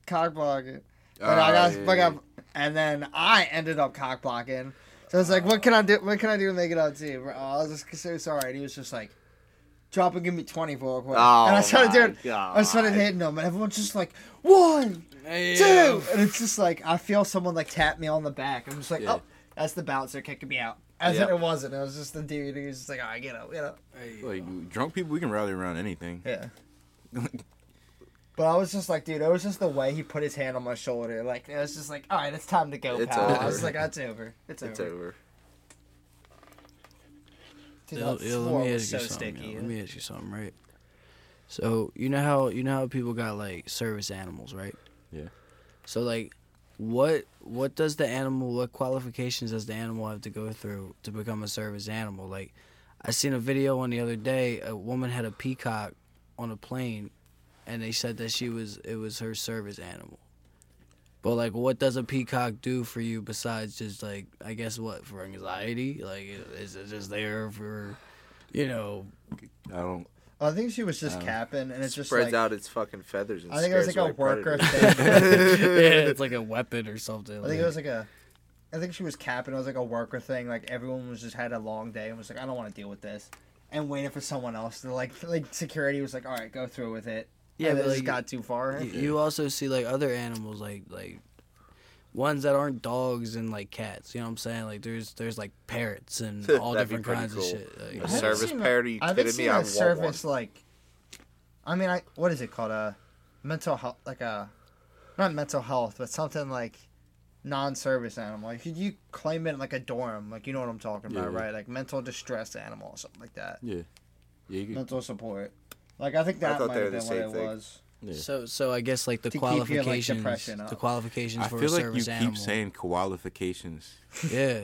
Speaker 4: cockblocking. But I
Speaker 2: Ah,
Speaker 4: got,
Speaker 2: yeah,
Speaker 4: but I got-
Speaker 2: yeah.
Speaker 4: and then I ended up cockblocking. So I was like, "What can I do? What can I do to make it up to you?" bro? I was just so sorry. And he was just like, "Drop and give me twenty for a quick."
Speaker 3: Oh,
Speaker 4: and I started
Speaker 3: my
Speaker 4: doing, I started
Speaker 3: God.
Speaker 4: hitting him, and everyone's just like, "One, two, and it's just like I feel someone like tap me on the back. I'm just like,
Speaker 2: Yeah.
Speaker 4: "Oh, that's the bouncer kicking me out." As
Speaker 3: Yep.
Speaker 4: if it wasn't. It was just the dude who was just like, "All right, get up, get up."
Speaker 2: Like drunk people, we can rally around anything.
Speaker 4: Yeah. <laughs> but I was just like, dude, it was just the way he put his hand on my shoulder. Like, it was just like, all right, it's time to go,
Speaker 3: It's
Speaker 4: pal. I
Speaker 3: over.
Speaker 4: was like, that's over. It's,
Speaker 3: It's
Speaker 4: over.
Speaker 3: over.
Speaker 4: Dude,
Speaker 5: Yo,
Speaker 4: that
Speaker 5: yo,
Speaker 4: floor
Speaker 5: let me
Speaker 4: was
Speaker 5: ask you something. yo. let me ask you something, right? So you know how you know how people got like service animals, right?
Speaker 2: Yeah.
Speaker 5: So like, what what does the animal? What qualifications does the animal have to go through to become a service animal? Like, I seen a video on the other day. A woman had a peacock on a plane, and they said that she was it was her service animal. But like, what does a peacock do for you besides just like I guess what for anxiety? Like, i- is it just there for, you know? <laughs>
Speaker 2: I don't.
Speaker 4: I think she was just capping, and it's just
Speaker 3: Um, Spreads
Speaker 4: like,
Speaker 3: out its fucking feathers and
Speaker 4: I think it was
Speaker 3: scares
Speaker 4: like a
Speaker 3: away
Speaker 4: worker
Speaker 3: predators.
Speaker 4: thing.
Speaker 3: <laughs>
Speaker 5: yeah, it's like a weapon or something.
Speaker 4: I think it was like a. I think she was capping. It was like a worker thing. Like everyone was just had a long day and was like, I don't want to deal with this, and waited for someone else to like. Like security was like, all right, go through with it.
Speaker 5: Yeah,
Speaker 4: Yeah, and
Speaker 5: but,
Speaker 4: it just
Speaker 5: like,
Speaker 4: got too far.
Speaker 5: You, you also see like other animals, like like ones that aren't dogs and like cats. You know what I'm saying? Like there's there's like parrots and all
Speaker 3: That'd be
Speaker 5: different
Speaker 3: pretty
Speaker 5: kinds
Speaker 3: cool.
Speaker 5: of shit. Like,
Speaker 3: A
Speaker 4: I haven't
Speaker 3: service
Speaker 4: seen a-
Speaker 3: parody, you
Speaker 4: I haven't
Speaker 3: kidding me?
Speaker 4: seen
Speaker 3: I
Speaker 4: a
Speaker 3: want
Speaker 4: service like. I mean, I what is it called? A mental health, like a not mental health, but something like non-service animal. Like, could you claim it like a dorm? Like you know what I'm talking about,
Speaker 2: Yeah, yeah.
Speaker 4: right? Like mental distress animal or something like that.
Speaker 2: Yeah. Yeah. You could,
Speaker 4: Mental support. Like I think
Speaker 3: I
Speaker 4: that
Speaker 3: thought
Speaker 4: might
Speaker 3: they were
Speaker 4: have been
Speaker 3: the same
Speaker 4: what it
Speaker 3: thing. <laughs>
Speaker 4: was.
Speaker 2: yeah.
Speaker 5: So so I guess like the
Speaker 4: To keep your, like,
Speaker 5: qualifications,
Speaker 4: depression up.
Speaker 5: the qualifications
Speaker 2: I
Speaker 5: for
Speaker 2: feel
Speaker 5: a
Speaker 2: like you
Speaker 5: service
Speaker 2: keep
Speaker 5: animal.
Speaker 2: saying qualifications.
Speaker 5: yeah.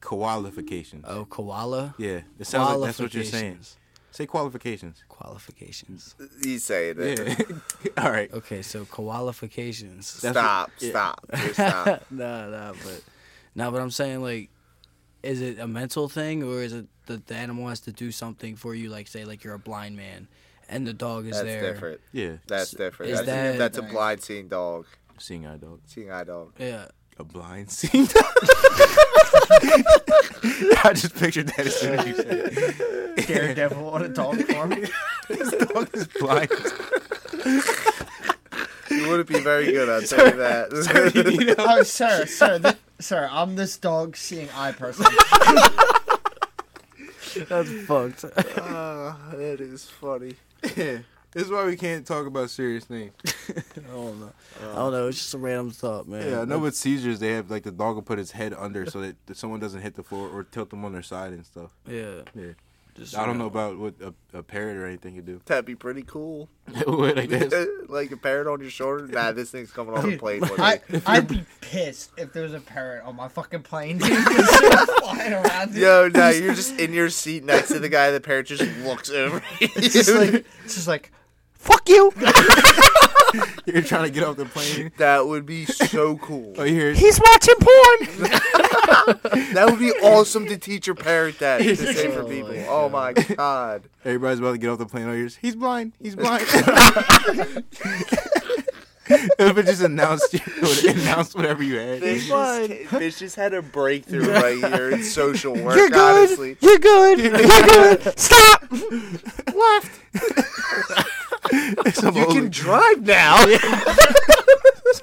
Speaker 2: Qualifications.
Speaker 5: Oh, koala.
Speaker 2: Yeah. It sounds like that's what you're saying.
Speaker 5: Qualifications.
Speaker 2: Say qualifications.
Speaker 5: Qualifications.
Speaker 3: <laughs> He's saying it.
Speaker 2: Yeah. <laughs> All right.
Speaker 5: Okay, so <laughs> qualifications.
Speaker 2: That's
Speaker 3: Stop,
Speaker 2: what- yeah.
Speaker 3: stop, just
Speaker 4: <laughs>
Speaker 5: nah,
Speaker 3: stop.
Speaker 5: nah, but nah, but I'm saying like, is it a mental thing or is it that the animal has to do something for you? Like say like you're a blind man, and the dog is
Speaker 3: That's
Speaker 5: there.
Speaker 3: different.
Speaker 2: Yeah.
Speaker 3: That's different.
Speaker 5: is
Speaker 3: that's,
Speaker 5: that-
Speaker 3: that's a blind seeing dog.
Speaker 2: Seeing eye dog.
Speaker 3: Seeing eye dog.
Speaker 5: Yeah.
Speaker 2: A blind seeing dog. <laughs> I just pictured that as soon as you said it.
Speaker 4: Daredevil on a dog
Speaker 3: <laughs>
Speaker 4: farm.
Speaker 2: This dog is blind.
Speaker 3: You wouldn't be very
Speaker 2: <laughs>
Speaker 3: good, I'll tell you <laughs> that.
Speaker 4: oh, sir, sir, th- sir, I'm this dog seeing
Speaker 3: <laughs>
Speaker 4: eye person.
Speaker 5: <laughs> That's fucked. <laughs>
Speaker 3: oh, that is funny.
Speaker 2: <laughs> Yeah. This is why we can't talk about serious things.
Speaker 5: I don't know. I don't know. It's just a random thought, man.
Speaker 2: Yeah, I know with seizures they have like the dog will put his head under so that that someone doesn't hit the floor or tilt them on their side and stuff.
Speaker 5: Yeah.
Speaker 2: Yeah.
Speaker 5: Just
Speaker 2: I don't know about what a, a parrot or anything <laughs> could do.
Speaker 3: That'd be pretty cool.
Speaker 2: like this.
Speaker 3: <laughs> like a parrot on your shoulder. Nah, this thing's coming on the
Speaker 4: Dude,
Speaker 3: plane one day.
Speaker 4: I, I'd be pissed if there was a parrot on my fucking plane. <laughs> dude, just flying around. dude.
Speaker 3: Yo, no, you're just in your seat next to the guy. The parrot just looks over.
Speaker 4: It's just like, it's just like,
Speaker 3: fuck you.
Speaker 2: <laughs> You're trying to get off the plane. <laughs>
Speaker 3: That would be so <laughs> cool.
Speaker 2: Oh, you hear?
Speaker 5: He's watching porn.
Speaker 3: That would be awesome to teach your parrot that <laughs> to say for
Speaker 4: Oh
Speaker 3: people.
Speaker 4: my
Speaker 3: Oh my <laughs> god.
Speaker 2: Everybody's about to get off the plane. All yours. He's blind. He's
Speaker 3: <laughs>
Speaker 2: blind. if it just announced you, it would announce whatever you had.
Speaker 3: Bitch
Speaker 5: fine.
Speaker 3: just, bitch just had a <laughs> breakthrough right here in social work,
Speaker 5: You're good.
Speaker 3: honestly.
Speaker 5: You're
Speaker 3: <laughs>
Speaker 5: good. You're good. Stop. Left.
Speaker 2: Some
Speaker 3: You
Speaker 2: old,
Speaker 3: can
Speaker 5: <laughs>
Speaker 3: drive now. <laughs>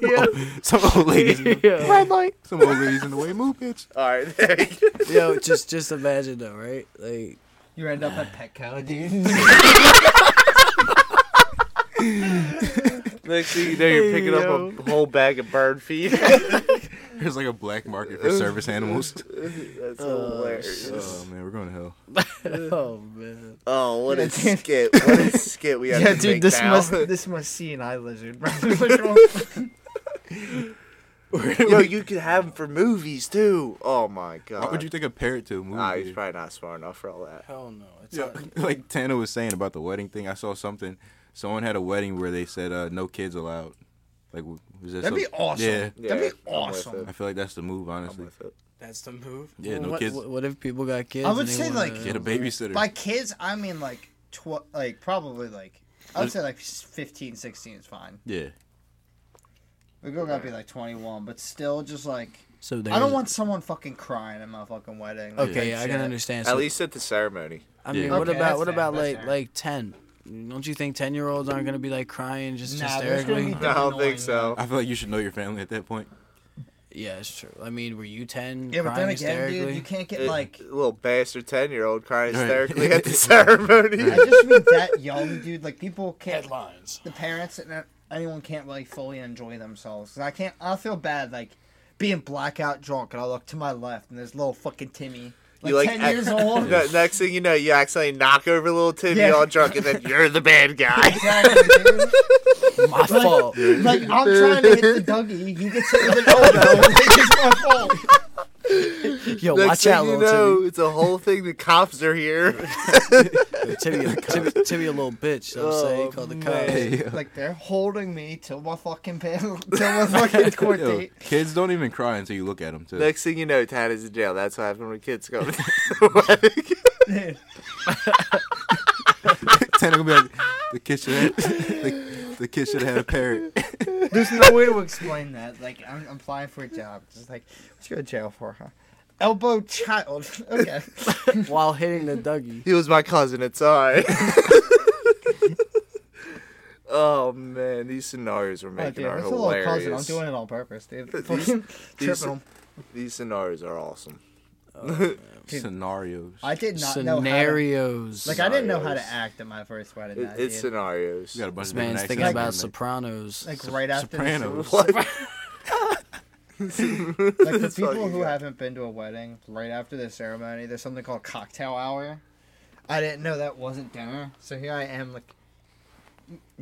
Speaker 5: Yeah.
Speaker 2: some old ladies. In the,
Speaker 5: yeah.
Speaker 3: light.
Speaker 2: some old ladies in the way. Move, bitch.
Speaker 3: All right, there you go.
Speaker 5: Yo, just just imagine though, right?
Speaker 4: <laughs>
Speaker 5: Like
Speaker 4: you end up at Petco, dude.
Speaker 3: <laughs> Next thing you know, you're picking
Speaker 5: Yo.
Speaker 3: up a whole bag of bird <laughs> feed.
Speaker 2: There's like a black market for service
Speaker 3: <laughs>
Speaker 2: animals.
Speaker 3: That's hilarious.
Speaker 2: Oh man, we're going to hell.
Speaker 5: Oh man.
Speaker 3: Oh, what <laughs>
Speaker 4: Yeah,
Speaker 3: a
Speaker 4: dude.
Speaker 3: skit! What a skit we have
Speaker 4: Yeah,
Speaker 3: to make
Speaker 4: dude, this
Speaker 3: now. <laughs>
Speaker 4: <laughs> must this must see an eye lizard. bro. <laughs> Look at
Speaker 2: <laughs>
Speaker 4: all-
Speaker 3: Yo, you could have them for movies too. Oh my god!
Speaker 2: Why would you take a parrot to a movie?
Speaker 3: Nah, he's
Speaker 2: theater?
Speaker 3: probably not smart enough for all that.
Speaker 5: Hell no. It's
Speaker 2: Yeah, <laughs> like Tana was saying about the wedding thing. I saw something. Someone had a wedding where they said uh, no kids allowed. Like w- was that
Speaker 4: That'd be
Speaker 2: some-
Speaker 4: awesome.
Speaker 2: Yeah,
Speaker 4: That'd be
Speaker 3: I'm with
Speaker 4: awesome.
Speaker 3: it.
Speaker 2: I feel like that's the move.
Speaker 3: I'm
Speaker 2: Honestly,
Speaker 3: with it.
Speaker 5: That's the move.
Speaker 2: Yeah, no
Speaker 5: what,
Speaker 2: kids.
Speaker 5: What, what if people got kids?
Speaker 4: I would
Speaker 5: and they
Speaker 4: say,
Speaker 5: wanna-
Speaker 4: like-
Speaker 2: get a babysitter.
Speaker 4: By kids, I mean like tw- like probably like I would say like 15, 16 is fine.
Speaker 2: yeah,
Speaker 4: The girl gotta be like twenty one, but still just like
Speaker 5: So
Speaker 4: I don't want someone fucking crying at my fucking wedding. like,
Speaker 5: Okay,
Speaker 4: that
Speaker 5: I
Speaker 4: shit.
Speaker 5: can understand.
Speaker 3: At
Speaker 5: So,
Speaker 3: least at the ceremony.
Speaker 5: I mean,
Speaker 2: Yeah.
Speaker 5: what
Speaker 4: Okay,
Speaker 5: about
Speaker 4: that's
Speaker 5: what
Speaker 4: fair,
Speaker 5: about
Speaker 4: that's
Speaker 5: like
Speaker 4: fair.
Speaker 5: like ten? Don't you think ten year olds aren't gonna be like crying just
Speaker 4: Nah, there's gonna
Speaker 5: hysterically?
Speaker 4: be-
Speaker 3: I don't think
Speaker 4: Annoying,
Speaker 3: so.
Speaker 2: I feel like you should know your family at that point.
Speaker 5: Yeah, it's true. I mean, were you ten
Speaker 4: Yeah, but
Speaker 5: crying
Speaker 4: then again,
Speaker 5: hysterically?
Speaker 4: dude, you can't get
Speaker 3: It- <laughs>
Speaker 4: like.
Speaker 3: little bastard ten year old crying
Speaker 2: Right. <laughs>
Speaker 3: hysterically at the ceremony.
Speaker 4: I just mean that young, dude. Like people can't.
Speaker 5: Headlines.
Speaker 4: The parents and that- anyone can't really fully enjoy themselves. 'Cause I can't. I feel bad like being blackout drunk, and I look to my left, and there's little fucking Timmy,
Speaker 3: <laughs>
Speaker 4: like,
Speaker 3: You, like,
Speaker 4: ten
Speaker 3: act- <laughs>
Speaker 4: years old.
Speaker 3: No, next thing you know, you accidentally knock over little Timmy
Speaker 4: Yeah.
Speaker 3: all drunk, and
Speaker 4: <laughs>
Speaker 3: then you're the bad guy.
Speaker 4: Exactly,
Speaker 3: <laughs>
Speaker 5: <laughs>
Speaker 4: dude.
Speaker 5: My
Speaker 4: <laughs>
Speaker 5: fault.
Speaker 4: Like I'm trying to hit the Dougie, he gets
Speaker 3: <laughs>
Speaker 4: hit with an elbow. <laughs> it's my fault.
Speaker 5: Yo,
Speaker 3: <laughs> next
Speaker 5: watch
Speaker 3: thing
Speaker 5: out,
Speaker 3: you
Speaker 5: little
Speaker 3: know, it's a whole thing. The cops are here.
Speaker 2: <laughs>
Speaker 5: Timmy. Timmy,
Speaker 4: <laughs>
Speaker 5: Timmy, Timmy, a little bitch. I'm saying he
Speaker 3: Oh,
Speaker 5: called the
Speaker 3: man.
Speaker 5: cops.
Speaker 4: Like they're holding me till my fucking panel, <laughs> till my
Speaker 3: <laughs>
Speaker 4: fucking court
Speaker 2: Yo,
Speaker 4: date.
Speaker 2: kids don't even cry until you look at them. Too. <laughs>
Speaker 3: Next thing you know, Tad is in jail. That's what happened when kids go. to <laughs>
Speaker 2: <laughs>
Speaker 3: the wedding.
Speaker 2: Tana gonna be like, the kid should have, <laughs> the, the kid should have had a parrot.
Speaker 4: There's no way to explain that. Like I'm, I'm applying for a job. Just like what you go to jail for, huh? Elbow child. <laughs> Okay. <laughs>
Speaker 5: While hitting the Dougie.
Speaker 3: He was my cousin. It's alright. <laughs> oh man, these scenarios we're
Speaker 4: Oh,
Speaker 3: making
Speaker 4: dude,
Speaker 3: are
Speaker 4: that's a little
Speaker 3: hilarious.
Speaker 4: cousin. I'm doing it on purpose, dude. Fucking
Speaker 3: these-
Speaker 4: tripping 'em.
Speaker 3: These scenarios are awesome.
Speaker 4: Dude.
Speaker 2: Scenarios.
Speaker 4: I did not know how to,
Speaker 5: Scenarios.
Speaker 4: like I didn't know how to
Speaker 3: scenarios.
Speaker 4: act at my first wedding.
Speaker 3: It,
Speaker 4: night,
Speaker 3: it's
Speaker 4: dude.
Speaker 3: scenarios.
Speaker 2: You got a bunch
Speaker 5: This
Speaker 2: of different
Speaker 5: man's thinking
Speaker 2: accents
Speaker 5: about
Speaker 2: you can
Speaker 5: Sopranos.
Speaker 4: like right after the-
Speaker 2: Sopranos.
Speaker 4: <laughs>
Speaker 3: What?
Speaker 4: Like the
Speaker 3: That's all
Speaker 4: people
Speaker 3: you
Speaker 4: who
Speaker 3: got.
Speaker 4: haven't been to a wedding, right after the ceremony, there's something called cocktail hour. I didn't know that wasn't dinner, so here I am like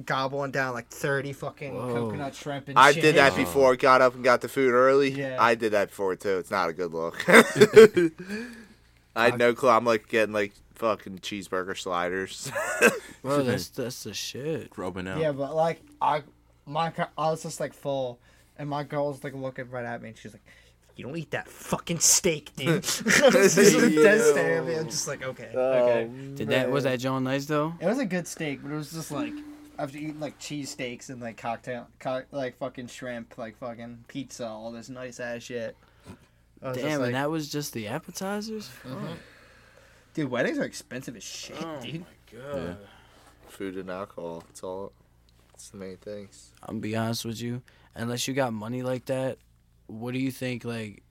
Speaker 4: gobbling down like thirty fucking
Speaker 5: Whoa.
Speaker 4: coconut shrimp and
Speaker 3: I
Speaker 4: shit.
Speaker 3: did that before. Got up and got the food early.
Speaker 4: Yeah.
Speaker 3: I
Speaker 4: <laughs>
Speaker 3: did that before too. It's not a good look. I had no clue. I'm like getting like fucking cheeseburger sliders. <laughs>
Speaker 5: Bro, that's that's the shit.
Speaker 2: Rubbing out.
Speaker 4: Yeah, but like I, my co- I was just like full, and my girl was like looking right at me, and she's like, "You don't eat that fucking steak,
Speaker 5: <laughs>
Speaker 4: dude." <laughs> this is a dead stare at me. I'm just like, okay,
Speaker 3: Oh.
Speaker 4: okay.
Speaker 3: Um,
Speaker 5: Did that was that John Nice though?
Speaker 4: It was a good steak, but it was just like after eating like cheese steaks and like cocktail, co- like fucking shrimp, like fucking pizza, all this nice ass shit. I was just
Speaker 5: Damn,
Speaker 4: like,
Speaker 5: and that was just the appetizers.
Speaker 4: dude, weddings are expensive as shit,
Speaker 5: Oh,
Speaker 4: dude.
Speaker 5: God.
Speaker 2: Yeah.
Speaker 3: Food and alcohol. It's all. It's the main things.
Speaker 5: I'm gonna be honest with you. Unless you got money like that, what do you think? Like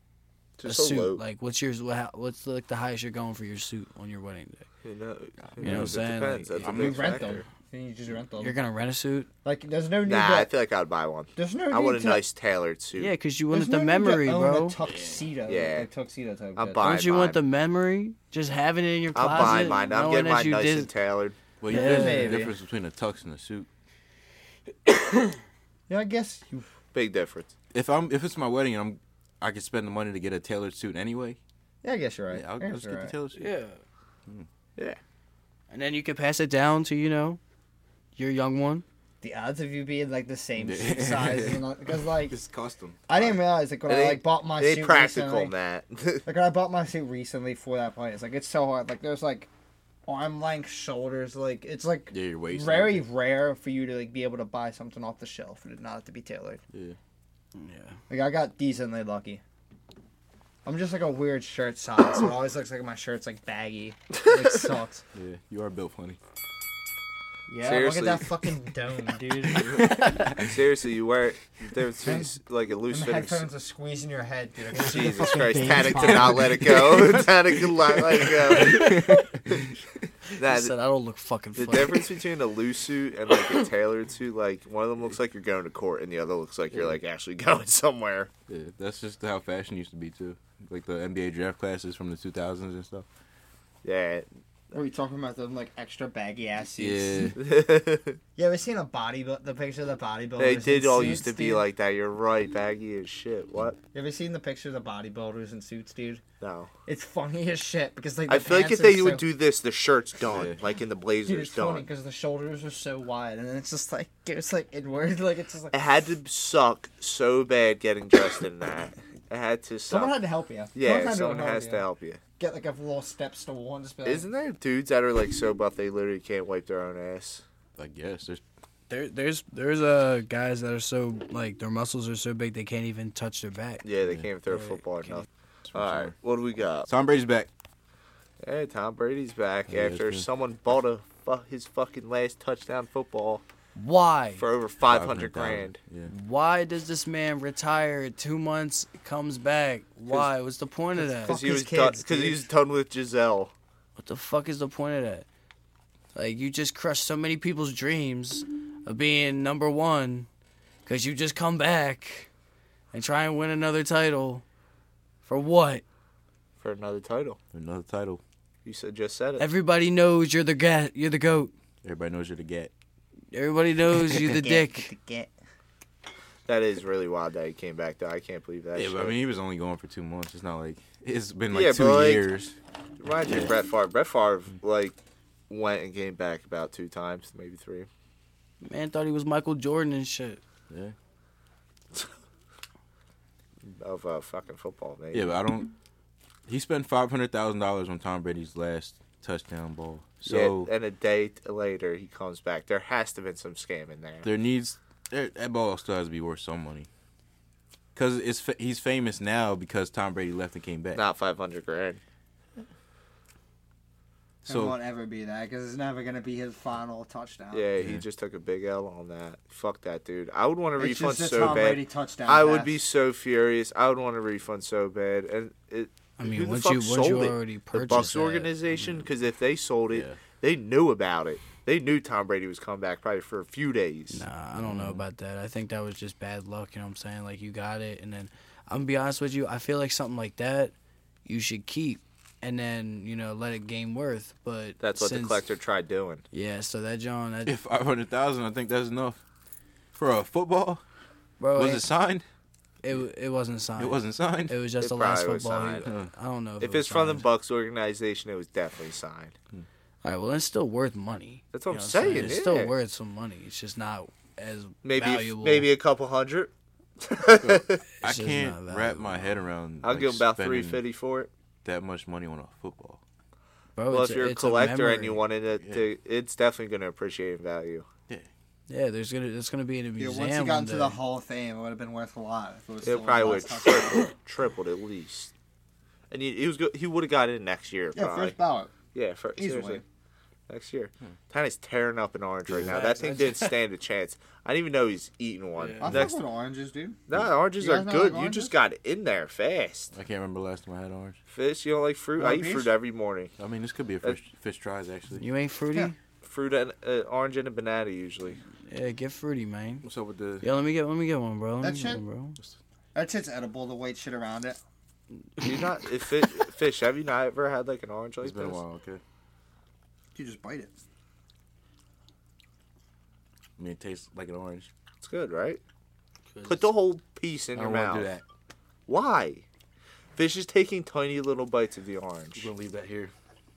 Speaker 3: Just
Speaker 5: a
Speaker 3: so
Speaker 5: suit.
Speaker 3: low.
Speaker 5: Like what's yours? What, how- what's like the highest you're going for your suit on your wedding day?
Speaker 3: Who knows? Who
Speaker 5: You know what I'm
Speaker 3: knows?
Speaker 5: saying?
Speaker 3: It depends.
Speaker 5: Like,
Speaker 3: That's a
Speaker 4: We
Speaker 3: big
Speaker 4: rent
Speaker 3: factor.
Speaker 4: them. Then you just rent them.
Speaker 5: You're gonna rent a suit?
Speaker 4: Like, there's no need.
Speaker 3: Nah,
Speaker 4: to,
Speaker 3: I feel like I'd buy one.
Speaker 4: there's no need
Speaker 3: I want a
Speaker 4: to,
Speaker 3: nice tailored suit.
Speaker 5: Yeah, cause you
Speaker 4: there's
Speaker 5: wanted
Speaker 4: no
Speaker 5: the
Speaker 4: need to
Speaker 5: memory,
Speaker 4: own
Speaker 5: bro.
Speaker 4: A tuxedo,
Speaker 3: Yeah.
Speaker 4: like, tuxedo type.
Speaker 3: I'm
Speaker 4: shit.
Speaker 3: buying
Speaker 5: Don't you
Speaker 3: mine.
Speaker 5: want the memory? Just having it in your
Speaker 3: I'm
Speaker 5: closet.
Speaker 3: buying mine. I'm
Speaker 5: knowing
Speaker 3: getting
Speaker 5: that
Speaker 3: mine
Speaker 5: you
Speaker 3: nice
Speaker 5: did-
Speaker 3: and tailored.
Speaker 2: Well, you
Speaker 5: Yeah.
Speaker 2: there's
Speaker 4: Maybe.
Speaker 2: a difference between a tux and a suit.
Speaker 4: Yeah, I guess you.
Speaker 3: Big difference.
Speaker 2: If I'm if it's my wedding and I'm I can spend the money to get a tailored suit anyway.
Speaker 4: Yeah, I guess you're right.
Speaker 2: Yeah, I'll,
Speaker 4: I
Speaker 2: I'll
Speaker 4: guess
Speaker 2: just
Speaker 4: you're
Speaker 2: get the
Speaker 4: right.
Speaker 2: tailored suit.
Speaker 5: Yeah.
Speaker 3: Yeah.
Speaker 5: And then you can pass it down to you know, your young one.
Speaker 4: the odds of you being like the same
Speaker 2: Yeah.
Speaker 4: suit size is
Speaker 2: <laughs>
Speaker 4: not because like
Speaker 2: It's custom.
Speaker 4: I didn't realize like when
Speaker 3: It
Speaker 4: I
Speaker 3: ain't-
Speaker 4: like bought my
Speaker 3: They
Speaker 4: suit
Speaker 3: practical,
Speaker 4: recently,
Speaker 3: Matt.
Speaker 4: like when I bought my suit recently for that place, like it's so hard. Like there's like arm length, shoulders, like it's like
Speaker 2: Yeah, your waist. and
Speaker 4: very
Speaker 2: everything.
Speaker 4: rare for you to like be able to buy something off the shelf and it not have to be tailored.
Speaker 2: Yeah.
Speaker 5: Yeah.
Speaker 4: Like I got decently lucky. I'm just like a weird shirt size. so it always looks like my shirt's like baggy.
Speaker 2: <laughs>
Speaker 4: Like sucks.
Speaker 2: Yeah. You are built funny.
Speaker 4: Yeah,
Speaker 3: Seriously.
Speaker 4: look at that fucking dome,
Speaker 3: <laughs>
Speaker 4: dude. <laughs>
Speaker 3: Seriously, you wear there's these, like a loose
Speaker 4: And the
Speaker 3: fitting.
Speaker 4: headphones
Speaker 3: suit.
Speaker 4: are squeezing your head, dude. I can see
Speaker 3: <laughs>
Speaker 4: your
Speaker 3: Jesus
Speaker 4: fucking
Speaker 3: Christ,
Speaker 4: veins
Speaker 3: Taddock
Speaker 4: popping.
Speaker 3: did not let it
Speaker 4: <laughs>
Speaker 3: go. <laughs> Taddock did not let it go.
Speaker 5: I
Speaker 3: That,
Speaker 5: said I don't look fucking.
Speaker 3: the
Speaker 5: funny."
Speaker 3: difference between a loose suit and like a tailored suit, like one of them looks like you're going to court, and the other looks like you're like actually <laughs> going somewhere.
Speaker 2: Yeah. That's just how fashion used to be too. Like the NBA draft classes from the 2000s and stuff.
Speaker 3: Yeah. <laughs>
Speaker 4: Are we talking about them like extra baggy ass
Speaker 2: Yeah.
Speaker 4: suits? Yeah, we seen a body, bu- the picture of the bodybuilders.
Speaker 3: They
Speaker 4: in
Speaker 3: did all
Speaker 4: suits,
Speaker 3: used to be
Speaker 4: dude?
Speaker 3: like that. You're right, baggy as shit. What?
Speaker 4: You ever seen the picture of the bodybuilders in suits, dude?
Speaker 3: No.
Speaker 4: It's funny as shit because like. The
Speaker 3: I feel like
Speaker 4: pants
Speaker 3: if
Speaker 4: are
Speaker 3: they
Speaker 4: so-
Speaker 3: would do this, the shirt's done.
Speaker 2: Yeah.
Speaker 3: Like in the
Speaker 4: Dude,
Speaker 3: blazer's
Speaker 4: it's funny
Speaker 3: done.
Speaker 4: because the shoulders are so wide, and then it's just like <laughs> it's like inward, <laughs> like it's just like.
Speaker 3: It had to suck so bad getting dressed in that. It had to suck.
Speaker 4: Someone had to help you.
Speaker 3: yeah,
Speaker 4: had to
Speaker 3: someone
Speaker 4: help
Speaker 3: has
Speaker 4: you. Uh,
Speaker 3: to help you.
Speaker 4: Get like a little step stool and just be like,
Speaker 3: Isn't there dudes that are like so buff they literally can't wipe their own ass?
Speaker 2: I guess there's
Speaker 5: There, there's there's uh guys that are so like their muscles are so big they can't even touch their back.
Speaker 3: Yeah, they can't even throw a
Speaker 5: Right.
Speaker 3: football or
Speaker 5: Can't-
Speaker 3: nothing. All right, what do we got?
Speaker 2: Tom Brady's back.
Speaker 3: Hey, Tom Brady's back
Speaker 2: Yeah,
Speaker 3: after
Speaker 2: it's good.
Speaker 3: someone bought a fu- his fucking last touchdown football
Speaker 5: Why?
Speaker 3: for over five
Speaker 2: 500,000.
Speaker 3: hundred grand.
Speaker 2: Yeah.
Speaker 5: Why does this man retire two months, comes back? Why? What's the point of that?
Speaker 3: Because he
Speaker 4: his
Speaker 3: was done.
Speaker 4: kids,
Speaker 3: Because he
Speaker 4: dude.
Speaker 3: was done with Giselle.
Speaker 5: What the fuck is the point of that? Like you just crushed so many people's dreams of being number one, cause you just come back and try and win another title. For what?
Speaker 3: for another title.
Speaker 2: Another title.
Speaker 3: You said just said it.
Speaker 5: Everybody knows you're the ga- you're the goat.
Speaker 2: Everybody knows you're the get.
Speaker 5: Everybody knows you're the
Speaker 3: <laughs>
Speaker 4: get,
Speaker 5: dick.
Speaker 4: get, get.
Speaker 3: that is really wild that he came back though. I can't believe that.
Speaker 2: Yeah,
Speaker 3: shit.
Speaker 2: but I mean, he was only going for two months. It's not like it's been like
Speaker 3: Yeah,
Speaker 2: two
Speaker 3: but, like-
Speaker 2: years.
Speaker 3: reminds me of Brett Favre. Brett Favre like went and came back about two times, maybe three.
Speaker 5: Man thought he was Michael Jordan and shit.
Speaker 2: Yeah.
Speaker 3: of uh, fucking football, man.
Speaker 2: Yeah, but I don't. He spent five hundred thousand dollars on Tom Brady's last touchdown ball. So
Speaker 3: yeah, and a day later he comes back. There has to have been some scam in there.
Speaker 2: there needs there, that ball still has to be worth some money. Cause it's fa- he's famous now because Tom Brady left and came back.
Speaker 3: Not five hundred grand.
Speaker 4: So, it
Speaker 2: So
Speaker 4: won't ever be that because it's never gonna be his final touchdown.
Speaker 3: Yeah,
Speaker 2: Yeah.
Speaker 3: he just took a big L on that. Fuck that dude. I would want a
Speaker 4: It's
Speaker 3: refund
Speaker 4: just a
Speaker 3: so
Speaker 4: Tom
Speaker 3: bad.
Speaker 4: Brady touchdown.
Speaker 3: I would
Speaker 4: pass.
Speaker 3: be so furious. I would want a refund so bad. And it,
Speaker 5: I mean,
Speaker 3: who the
Speaker 5: once
Speaker 3: fuck
Speaker 5: you- once
Speaker 3: sold
Speaker 5: you
Speaker 3: it?
Speaker 5: already
Speaker 3: the
Speaker 5: purchased
Speaker 3: Bucks
Speaker 5: that,
Speaker 3: organization, because if they sold it,
Speaker 2: Yeah.
Speaker 3: they knew about it. They knew Tom Brady was coming back probably for a few days.
Speaker 5: Nah, I don't know about that. I think that was just bad luck. You know what I'm saying? Like you got it, and then I'm gonna be honest with you. I feel like something like that you should keep, and then you know let it gain worth. But
Speaker 3: That's what the
Speaker 5: since-
Speaker 3: collector tried doing.
Speaker 5: Yeah, so that John, that,
Speaker 2: <laughs> if five hundred thousand, I think that's enough for a football.
Speaker 5: bro,
Speaker 2: was
Speaker 5: it-
Speaker 2: it signed?
Speaker 5: It it wasn't signed.
Speaker 2: It wasn't signed.
Speaker 5: It was just
Speaker 3: Oh, It
Speaker 5: the last
Speaker 3: probably was
Speaker 5: football. he-
Speaker 3: signed.
Speaker 5: I don't know if,
Speaker 3: If
Speaker 5: it
Speaker 3: it's
Speaker 5: was
Speaker 3: from the
Speaker 5: signed.
Speaker 3: Bucks organization, it was definitely signed.
Speaker 5: All right, well, it's still worth money.
Speaker 3: That's what I'm saying,
Speaker 5: It's
Speaker 3: yeah.
Speaker 5: still worth some money. It's just not as
Speaker 3: Maybe
Speaker 5: valuable.
Speaker 3: maybe a couple hundred. <laughs>
Speaker 2: I
Speaker 5: It's just
Speaker 2: can't wrap
Speaker 5: not valuable.
Speaker 2: my head around.
Speaker 3: I'll
Speaker 2: like,
Speaker 3: give about
Speaker 2: spending
Speaker 3: three fifty for it.
Speaker 2: That much money on a football.
Speaker 5: Bro,
Speaker 3: well,
Speaker 5: Oh, it's
Speaker 3: if you're a
Speaker 5: it's
Speaker 3: collector and
Speaker 5: memory.
Speaker 3: you wanted it,
Speaker 2: Yeah.
Speaker 3: to, it's definitely going to appreciate in value.
Speaker 5: yeah, there's gonna it's gonna be in a
Speaker 4: Yeah,
Speaker 5: museum.
Speaker 4: once you
Speaker 5: one
Speaker 4: got into
Speaker 5: day.
Speaker 4: the Hall of Fame, it would have been worth a lot. If it was
Speaker 3: It
Speaker 4: still
Speaker 3: probably
Speaker 4: in the
Speaker 3: would <laughs>
Speaker 4: last couple-
Speaker 3: tripled, tripled at least. And he, he was go, he would have got in next year.
Speaker 4: Yeah,
Speaker 3: probably.
Speaker 4: first ballot.
Speaker 3: yeah, first
Speaker 4: easily.
Speaker 3: seriously. next year. Tanya's tearing up an orange right now. That
Speaker 5: Facts.
Speaker 3: thing didn't stand a chance. I didn't even know he's eating one.
Speaker 6: Yeah.
Speaker 4: I
Speaker 3: Next,
Speaker 4: fuck with oranges, dude.
Speaker 3: no, oranges
Speaker 4: You
Speaker 3: are
Speaker 4: guys not like
Speaker 3: good. You
Speaker 4: oranges?
Speaker 3: just got in there fast.
Speaker 2: I can't remember last time I had orange.
Speaker 3: Fish, you don't like fruit?
Speaker 4: You
Speaker 3: I
Speaker 4: want
Speaker 3: eat
Speaker 4: peach?
Speaker 3: fruit every morning.
Speaker 2: I mean, this could be a fish, fish tries actually.
Speaker 5: You ain't fruity. Yeah.
Speaker 4: Yeah.
Speaker 3: Fruit and uh, orange and a banana usually.
Speaker 5: get fruity, man.
Speaker 2: What's up with the?
Speaker 5: Yeah, let me get let me get one, bro. Let
Speaker 4: That
Speaker 5: me get
Speaker 4: shit-
Speaker 5: one, bro.
Speaker 4: That shit's edible. The white shit around it.
Speaker 3: You not if
Speaker 4: <laughs>
Speaker 3: it, fish? Have you not ever had like an orange like
Speaker 2: It's been a
Speaker 3: this?
Speaker 2: while. Okay.
Speaker 4: You just
Speaker 3: <laughs>
Speaker 4: bite it.
Speaker 2: I mean, it tastes like an orange.
Speaker 3: It's good, right? Put the whole piece in
Speaker 2: I
Speaker 3: your
Speaker 2: don't want
Speaker 3: mouth.
Speaker 2: to do that.
Speaker 3: Why? Fish is taking tiny little bites of the
Speaker 2: I'm
Speaker 3: orange.
Speaker 2: gonna leave that here.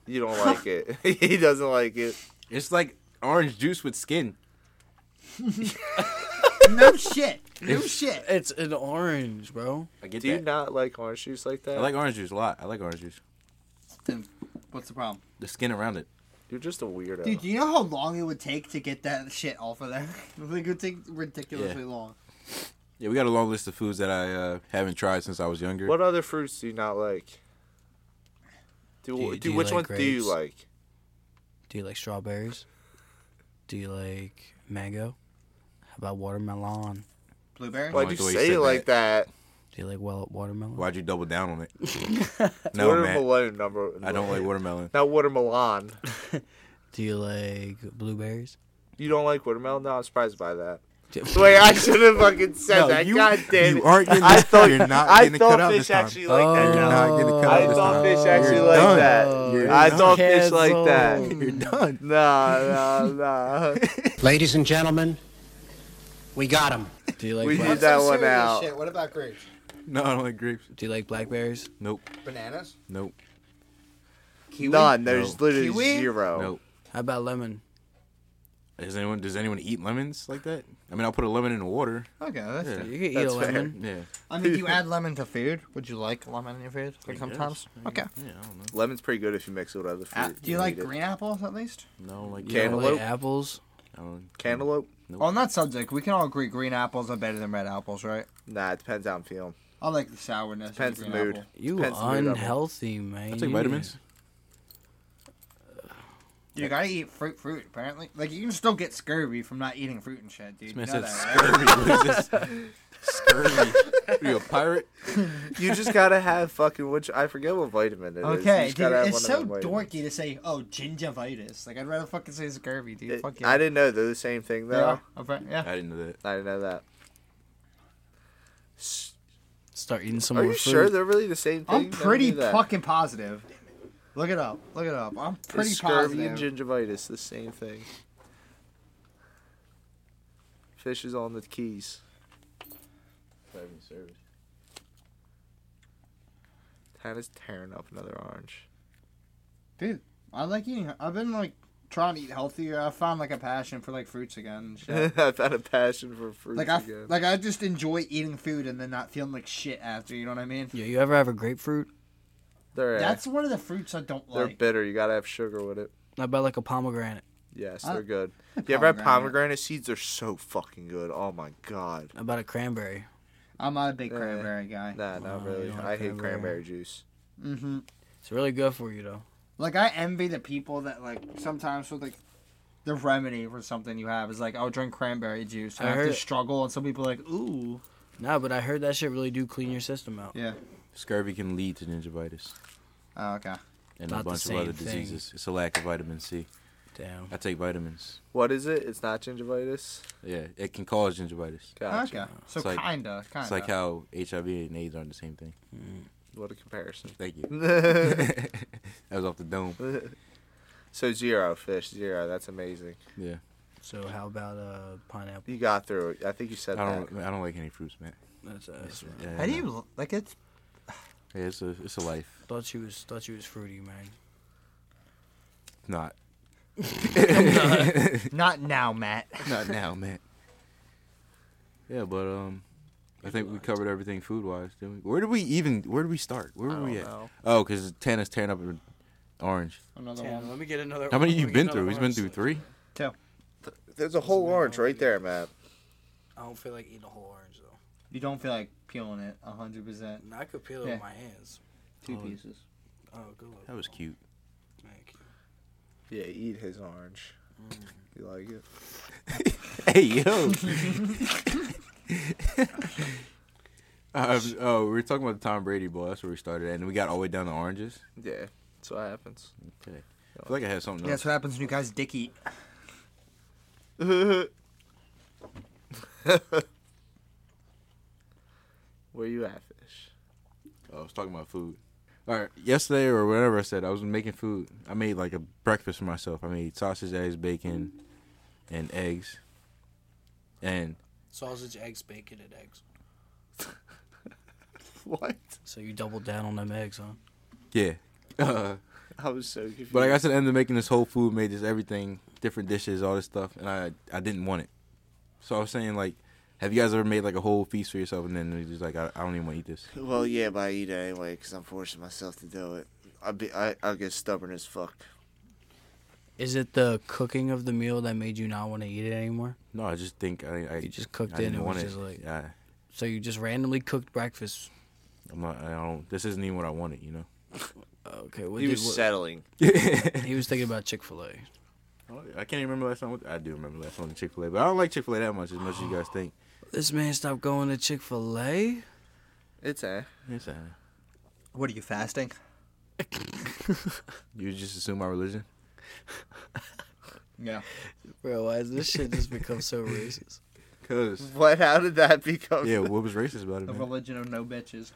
Speaker 3: You don't like it. <laughs> he doesn't like it.
Speaker 2: It's like orange juice with skin.
Speaker 4: No shit. No shit.
Speaker 5: It's an orange, bro.
Speaker 2: I get
Speaker 3: Do you
Speaker 2: that.
Speaker 3: not like orange juice like that?
Speaker 2: I like orange juice a lot. I like orange juice.
Speaker 4: Then what's the problem?
Speaker 2: The skin around it.
Speaker 3: You're just a weirdo.
Speaker 4: Dude, do you know how long it would take to get that shit off of there? <laughs> like, it would take ridiculously long.
Speaker 2: Yeah, we got a long list of foods that I uh, haven't tried since I was younger.
Speaker 3: what other fruits do you not like? Do,
Speaker 5: Do you-
Speaker 3: do,
Speaker 5: do you
Speaker 3: which
Speaker 5: like
Speaker 3: ones do you
Speaker 5: grapes?
Speaker 3: like?
Speaker 5: Do you like strawberries? Do you like mango? How about watermelon?
Speaker 4: Blueberry?
Speaker 3: Why'd
Speaker 2: like
Speaker 3: you
Speaker 2: the way you
Speaker 3: say
Speaker 2: said
Speaker 3: it like that?
Speaker 5: Do you like well watermelon?
Speaker 2: Why'd you double down <laughs> on it? no, man.
Speaker 3: watermelon number.
Speaker 2: I don't like watermelon.
Speaker 3: Not watermelon.
Speaker 5: Do you like blueberries?
Speaker 3: You don't like watermelon? No, I'm surprised by
Speaker 2: <laughs>
Speaker 3: that. Wait, I should have fucking said
Speaker 2: No,
Speaker 3: that.
Speaker 2: you-
Speaker 3: God damn
Speaker 2: you
Speaker 3: it.
Speaker 2: aren't getting
Speaker 3: I
Speaker 2: this-
Speaker 3: thought,
Speaker 2: you're not
Speaker 3: I
Speaker 2: getting it
Speaker 3: thought
Speaker 2: cut out
Speaker 3: fish
Speaker 2: this time.
Speaker 3: actually liked that.
Speaker 5: Oh.
Speaker 2: You're not getting cut
Speaker 3: I
Speaker 2: out this
Speaker 3: thought
Speaker 2: time.
Speaker 3: fish actually
Speaker 2: You're
Speaker 3: liked
Speaker 2: done.
Speaker 3: that.
Speaker 2: You're
Speaker 3: I
Speaker 2: done.
Speaker 3: thought fish like
Speaker 2: <laughs>
Speaker 3: that. <laughs>
Speaker 5: Cancel.
Speaker 2: You're done.
Speaker 3: Nah, nah,
Speaker 4: <laughs>
Speaker 3: nah.
Speaker 7: Ladies and gentlemen, we got him.
Speaker 5: Do you like
Speaker 3: We
Speaker 5: black-
Speaker 3: need that one out.
Speaker 4: Shit. What about grapes?
Speaker 2: No, I don't like grapes.
Speaker 5: Do you like blackberries?
Speaker 2: Nope.
Speaker 4: Bananas?
Speaker 2: Nope.
Speaker 3: None. There's literally
Speaker 4: Kiwi?
Speaker 3: zero.
Speaker 2: Nope.
Speaker 5: How about lemon?
Speaker 2: Does anyone does anyone eat lemons like that? I mean, I'll put a lemon in water.
Speaker 4: Okay, that's
Speaker 2: Yeah.
Speaker 4: good.
Speaker 5: You can eat
Speaker 3: That's
Speaker 5: a
Speaker 3: fair.
Speaker 5: lemon.
Speaker 2: Yeah.
Speaker 4: I mean, do you add lemon to food? Would you like lemon in your food? Like sometimes? Okay.
Speaker 2: Yeah, I don't know.
Speaker 3: Lemon's pretty good if you mix it with other fruit.
Speaker 4: A- Ah, do you like
Speaker 3: eat it.
Speaker 4: green apples at least?
Speaker 2: No, I don't like
Speaker 5: You don't like
Speaker 3: Cantaloupe?
Speaker 5: apples.
Speaker 2: I don't-
Speaker 3: cantaloupe?
Speaker 4: On that subject, we can all agree green apples are better than red apples, right?
Speaker 3: Nah, it depends how I'm feeling.
Speaker 4: I like the sourness.
Speaker 3: Depends
Speaker 4: of
Speaker 3: the
Speaker 4: green
Speaker 3: mood.
Speaker 4: Apple.
Speaker 5: You
Speaker 3: Depends on the mood I'm in.
Speaker 5: unhealthy, man.
Speaker 2: I take <laughs>
Speaker 5: You-
Speaker 2: vitamins.
Speaker 4: You gotta eat fruit, fruit. Apparently, like you can still get scurvy from not eating fruit and shit, dude. You
Speaker 2: Man
Speaker 4: know
Speaker 2: said
Speaker 4: that, right?
Speaker 2: scurvy. What is this? Scurvy. What Are you a pirate?
Speaker 3: You just gotta have fucking which I forget what vitamin it is. You
Speaker 4: Okay,
Speaker 3: just
Speaker 4: dude,
Speaker 3: gotta have
Speaker 4: it's
Speaker 3: one
Speaker 4: so
Speaker 3: of them vitamins.
Speaker 4: dorky to say, "Oh, gingivitis." Like I'd rather fucking say scurvy, dude.
Speaker 3: It-
Speaker 4: Fuck yeah.
Speaker 3: I didn't know they're the same thing
Speaker 4: They are.
Speaker 3: though.
Speaker 4: Okay, yeah.
Speaker 2: I didn't know that.
Speaker 3: I didn't know that.
Speaker 5: Start eating some
Speaker 3: Are
Speaker 5: more
Speaker 3: you
Speaker 5: fruit.
Speaker 3: sure they're really the same thing?
Speaker 4: I'm
Speaker 3: Never
Speaker 4: pretty
Speaker 3: knew that.
Speaker 4: fucking positive. Look it up. Look it up. I'm
Speaker 3: Is
Speaker 4: pretty
Speaker 3: scurvy
Speaker 4: positive.
Speaker 3: and gingivitis the same thing. Fish is on the keys. Hannah's tearing up another orange.
Speaker 4: dude, I like eating. I've been like trying to eat healthier. I found like a passion for like fruits again and shit.
Speaker 3: <laughs> I've had a passion for fruits
Speaker 4: like I
Speaker 3: again.
Speaker 4: like I just enjoy eating food and then not feeling like shit after. You know what I mean?
Speaker 5: Yeah, you ever have a grapefruit?
Speaker 3: they're eh,
Speaker 4: That's one of the fruits I don't
Speaker 3: they're
Speaker 4: like.
Speaker 3: bitter. You gotta have sugar with it.
Speaker 5: I bet like a pomegranate.
Speaker 3: Yes,
Speaker 4: I-
Speaker 3: they're good. You ever had
Speaker 4: Pomegranate.
Speaker 3: pomegranate seeds? They're so fucking good. Oh my god.
Speaker 5: I bet a cranberry.
Speaker 4: I'm not a big
Speaker 3: Yeah.
Speaker 4: cranberry guy.
Speaker 3: Nah, not
Speaker 5: Wow,
Speaker 3: really.
Speaker 5: you don't
Speaker 3: I
Speaker 5: like
Speaker 3: hate
Speaker 5: cranberry.
Speaker 3: cranberry juice.
Speaker 4: hmm
Speaker 5: It's really good for you though.
Speaker 4: Like I envy the people that like sometimes with like the remedy for something you have is like I'll drink cranberry juice. And
Speaker 5: I
Speaker 4: I, have
Speaker 5: heard-
Speaker 4: to struggle, and some people are like ooh.
Speaker 5: Nah, but I heard that shit really do clean your system out.
Speaker 4: Yeah.
Speaker 2: Scurvy can lead to gingivitis
Speaker 4: Oh, okay.
Speaker 2: and
Speaker 5: Not
Speaker 2: a
Speaker 5: the
Speaker 2: bunch of other
Speaker 5: same thing.
Speaker 2: diseases. It's a lack of vitamin C.
Speaker 5: Damn.
Speaker 2: I take vitamins.
Speaker 3: What is it? It's not gingivitis.
Speaker 2: Yeah, it can cause gingivitis.
Speaker 3: Gotcha.
Speaker 4: Okay. So
Speaker 2: It's like-
Speaker 4: kinda, kinda.
Speaker 2: It's like how HIV and AIDS aren't the same thing.
Speaker 3: What
Speaker 5: <laughs>
Speaker 3: a comparison. <laughs>
Speaker 2: Thank
Speaker 4: <laughs>
Speaker 2: you. <laughs> that was off the dome.
Speaker 3: <laughs> So zero fish, zero. That's amazing.
Speaker 2: Yeah,
Speaker 5: So how about uh pineapple?
Speaker 3: You got through it. I think you
Speaker 2: I
Speaker 3: said that.
Speaker 2: don't. I don't like any fruits, man.
Speaker 5: That's uh, ass. man.
Speaker 2: Yeah,
Speaker 4: How do you like it's
Speaker 2: Yeah, it's a it's a life.
Speaker 5: Thought she was thought she was fruity, man.
Speaker 2: Not
Speaker 4: not now, Matt?
Speaker 2: not now, man. Yeah, but um, I think we covered everything food wise, didn't we? Where did we even? Where did we start? Where were we at? Oh, because Tana's tearing up an orange.
Speaker 4: Another
Speaker 5: Damn,
Speaker 4: one.
Speaker 5: let me get another.
Speaker 2: How many you
Speaker 5: let me get
Speaker 2: been
Speaker 5: another
Speaker 2: through? He's been
Speaker 5: orange
Speaker 2: through
Speaker 5: slice.
Speaker 2: three.
Speaker 3: There's a whole orange right there, man.
Speaker 5: I don't feel like eating a whole orange though.
Speaker 4: You don't feel like peeling it hundred percent.
Speaker 5: And I could peel it
Speaker 4: Yeah.
Speaker 5: with my hands.
Speaker 4: Two
Speaker 2: Oh.
Speaker 4: pieces.
Speaker 5: Oh, good luck.
Speaker 2: That was cute.
Speaker 5: Thank you.
Speaker 3: Yeah, eat his orange. Mm. You like it?
Speaker 2: <laughs> Hey
Speaker 5: <laughs>
Speaker 2: yo. Um, oh, we were talking about the Tom Brady ball. That's where we started, and we got all the way down to oranges.
Speaker 3: Yeah, that's what happens.
Speaker 2: Okay, I feel like I had something
Speaker 4: Yeah,
Speaker 2: else.
Speaker 4: that's what happens when you guys dick eat.
Speaker 3: Where you at, fish?
Speaker 2: Oh, I was talking about food. All right, yesterday or whatever I said, I was making food. I made like a breakfast for myself. I made sausage, eggs, bacon, and eggs. And
Speaker 5: Sausage, eggs, bacon, and eggs.
Speaker 3: <laughs> What?
Speaker 5: So you doubled down on them eggs, huh?
Speaker 2: yeah, <laughs> uh,
Speaker 3: I was so confused.
Speaker 2: but I got to the end of making this whole food, made this everything, different dishes, all this stuff, and I I didn't want it. So I was saying like, have you guys ever made like a whole feast for yourself and then you're just like, I, I don't even want to eat this.
Speaker 3: Well, yeah, but I eat it anyway because I'm forcing myself to do it. I be I I get stubborn as fuck.
Speaker 5: Is it the cooking of the meal that made you not want to eat it anymore?
Speaker 2: No, I just think I I
Speaker 5: You just cooked
Speaker 2: I
Speaker 5: it
Speaker 2: didn't
Speaker 5: and it
Speaker 2: want
Speaker 5: was just like-
Speaker 2: yeah,
Speaker 5: So you just randomly cooked breakfast.
Speaker 2: I'm not. I don't. This isn't even what I wanted. You know.
Speaker 5: Okay, what
Speaker 3: He
Speaker 5: did-
Speaker 3: was
Speaker 5: what-
Speaker 3: settling.
Speaker 2: <laughs>
Speaker 5: he was thinking about Chick Fil A.
Speaker 2: Oh, yeah. I can't remember last time. With, I do remember last time with Chick Fil A, but I don't like Chick Fil A that much as much as you guys think.
Speaker 5: This man stopped going to Chick Fil A.
Speaker 3: It's a.
Speaker 2: Yes, I
Speaker 4: What are you fasting?
Speaker 2: You just assume my religion.
Speaker 4: Yeah.
Speaker 5: Bro, why has this shit just become so racist?
Speaker 2: Cause
Speaker 3: What? How did that become? <laughs>
Speaker 2: yeah, what was racist about it,
Speaker 4: The
Speaker 2: man?
Speaker 4: religion of no bitches.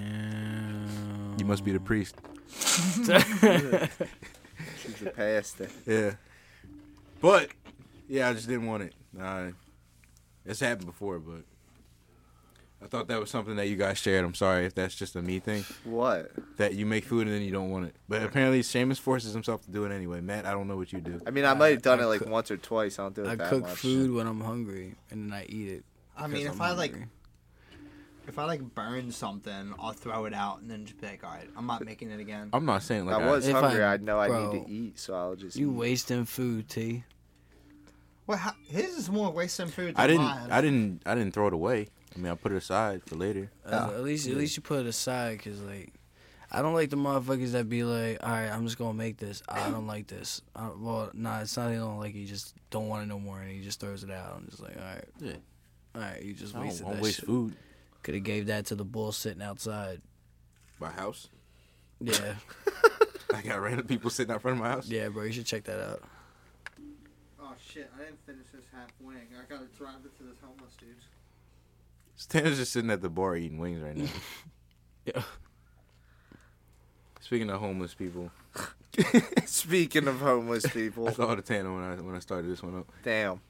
Speaker 5: Damn.
Speaker 2: You must be
Speaker 5: <laughs>
Speaker 2: the priest.
Speaker 3: She's the pastor.
Speaker 2: Yeah. But yeah, I just didn't want it. I, it's happened before, but I thought that was something that you guys shared. I'm sorry if that's just a me thing
Speaker 3: What?
Speaker 2: that you make food and then you don't want it. But apparently, Seamus forces himself to do it anyway. Matt, I don't know what you do.
Speaker 3: I mean, I might have done
Speaker 5: I
Speaker 3: it like
Speaker 5: cook-
Speaker 3: once or twice. I don't do it
Speaker 5: I
Speaker 3: that
Speaker 5: cook
Speaker 3: much.
Speaker 5: food when I'm hungry and then I eat it.
Speaker 4: I mean, if i like if I like burn something, I'll throw it out and then just be like, all right, I'm not making it again.
Speaker 2: I'm not saying like
Speaker 3: I was
Speaker 5: If I-
Speaker 3: hungry. I, know I
Speaker 5: bro,
Speaker 3: need to eat, so I'll just.
Speaker 5: you
Speaker 3: eat.
Speaker 5: wasting food, T.
Speaker 4: Well, how, his is more wasting food. Than
Speaker 2: I didn't.
Speaker 4: Mine.
Speaker 2: I didn't. I didn't throw it away. I mean, I put it aside for later.
Speaker 5: Uh, at least, at least you put it aside, cause like, I don't like the motherfuckers that be like, all right, I'm just gonna make this. I don't like this. I, well, nah, it's not. He don't like. it, He just don't want it no more, and he just throws it out. I'm just like, all right,
Speaker 2: Yeah.
Speaker 5: all right, you just
Speaker 2: I don't
Speaker 5: wasted
Speaker 2: want
Speaker 5: that
Speaker 2: to waste
Speaker 5: shit.
Speaker 2: food.
Speaker 5: Could have gave that to the bull sitting outside.
Speaker 2: My house. <laughs>
Speaker 5: Yeah,
Speaker 2: I got random people sitting out front of my house.
Speaker 5: yeah, bro, you should check that out.
Speaker 4: Oh shit! I didn't finish this half wing. I gotta drive it to this homeless dude.
Speaker 2: Stan's just sitting at the bar eating wings <laughs> right now.
Speaker 5: Yeah.
Speaker 2: Speaking of homeless people,
Speaker 3: <laughs> Speaking
Speaker 5: <laughs>
Speaker 3: of homeless people,
Speaker 2: I thought of Tana when I when I started this one up
Speaker 3: damn.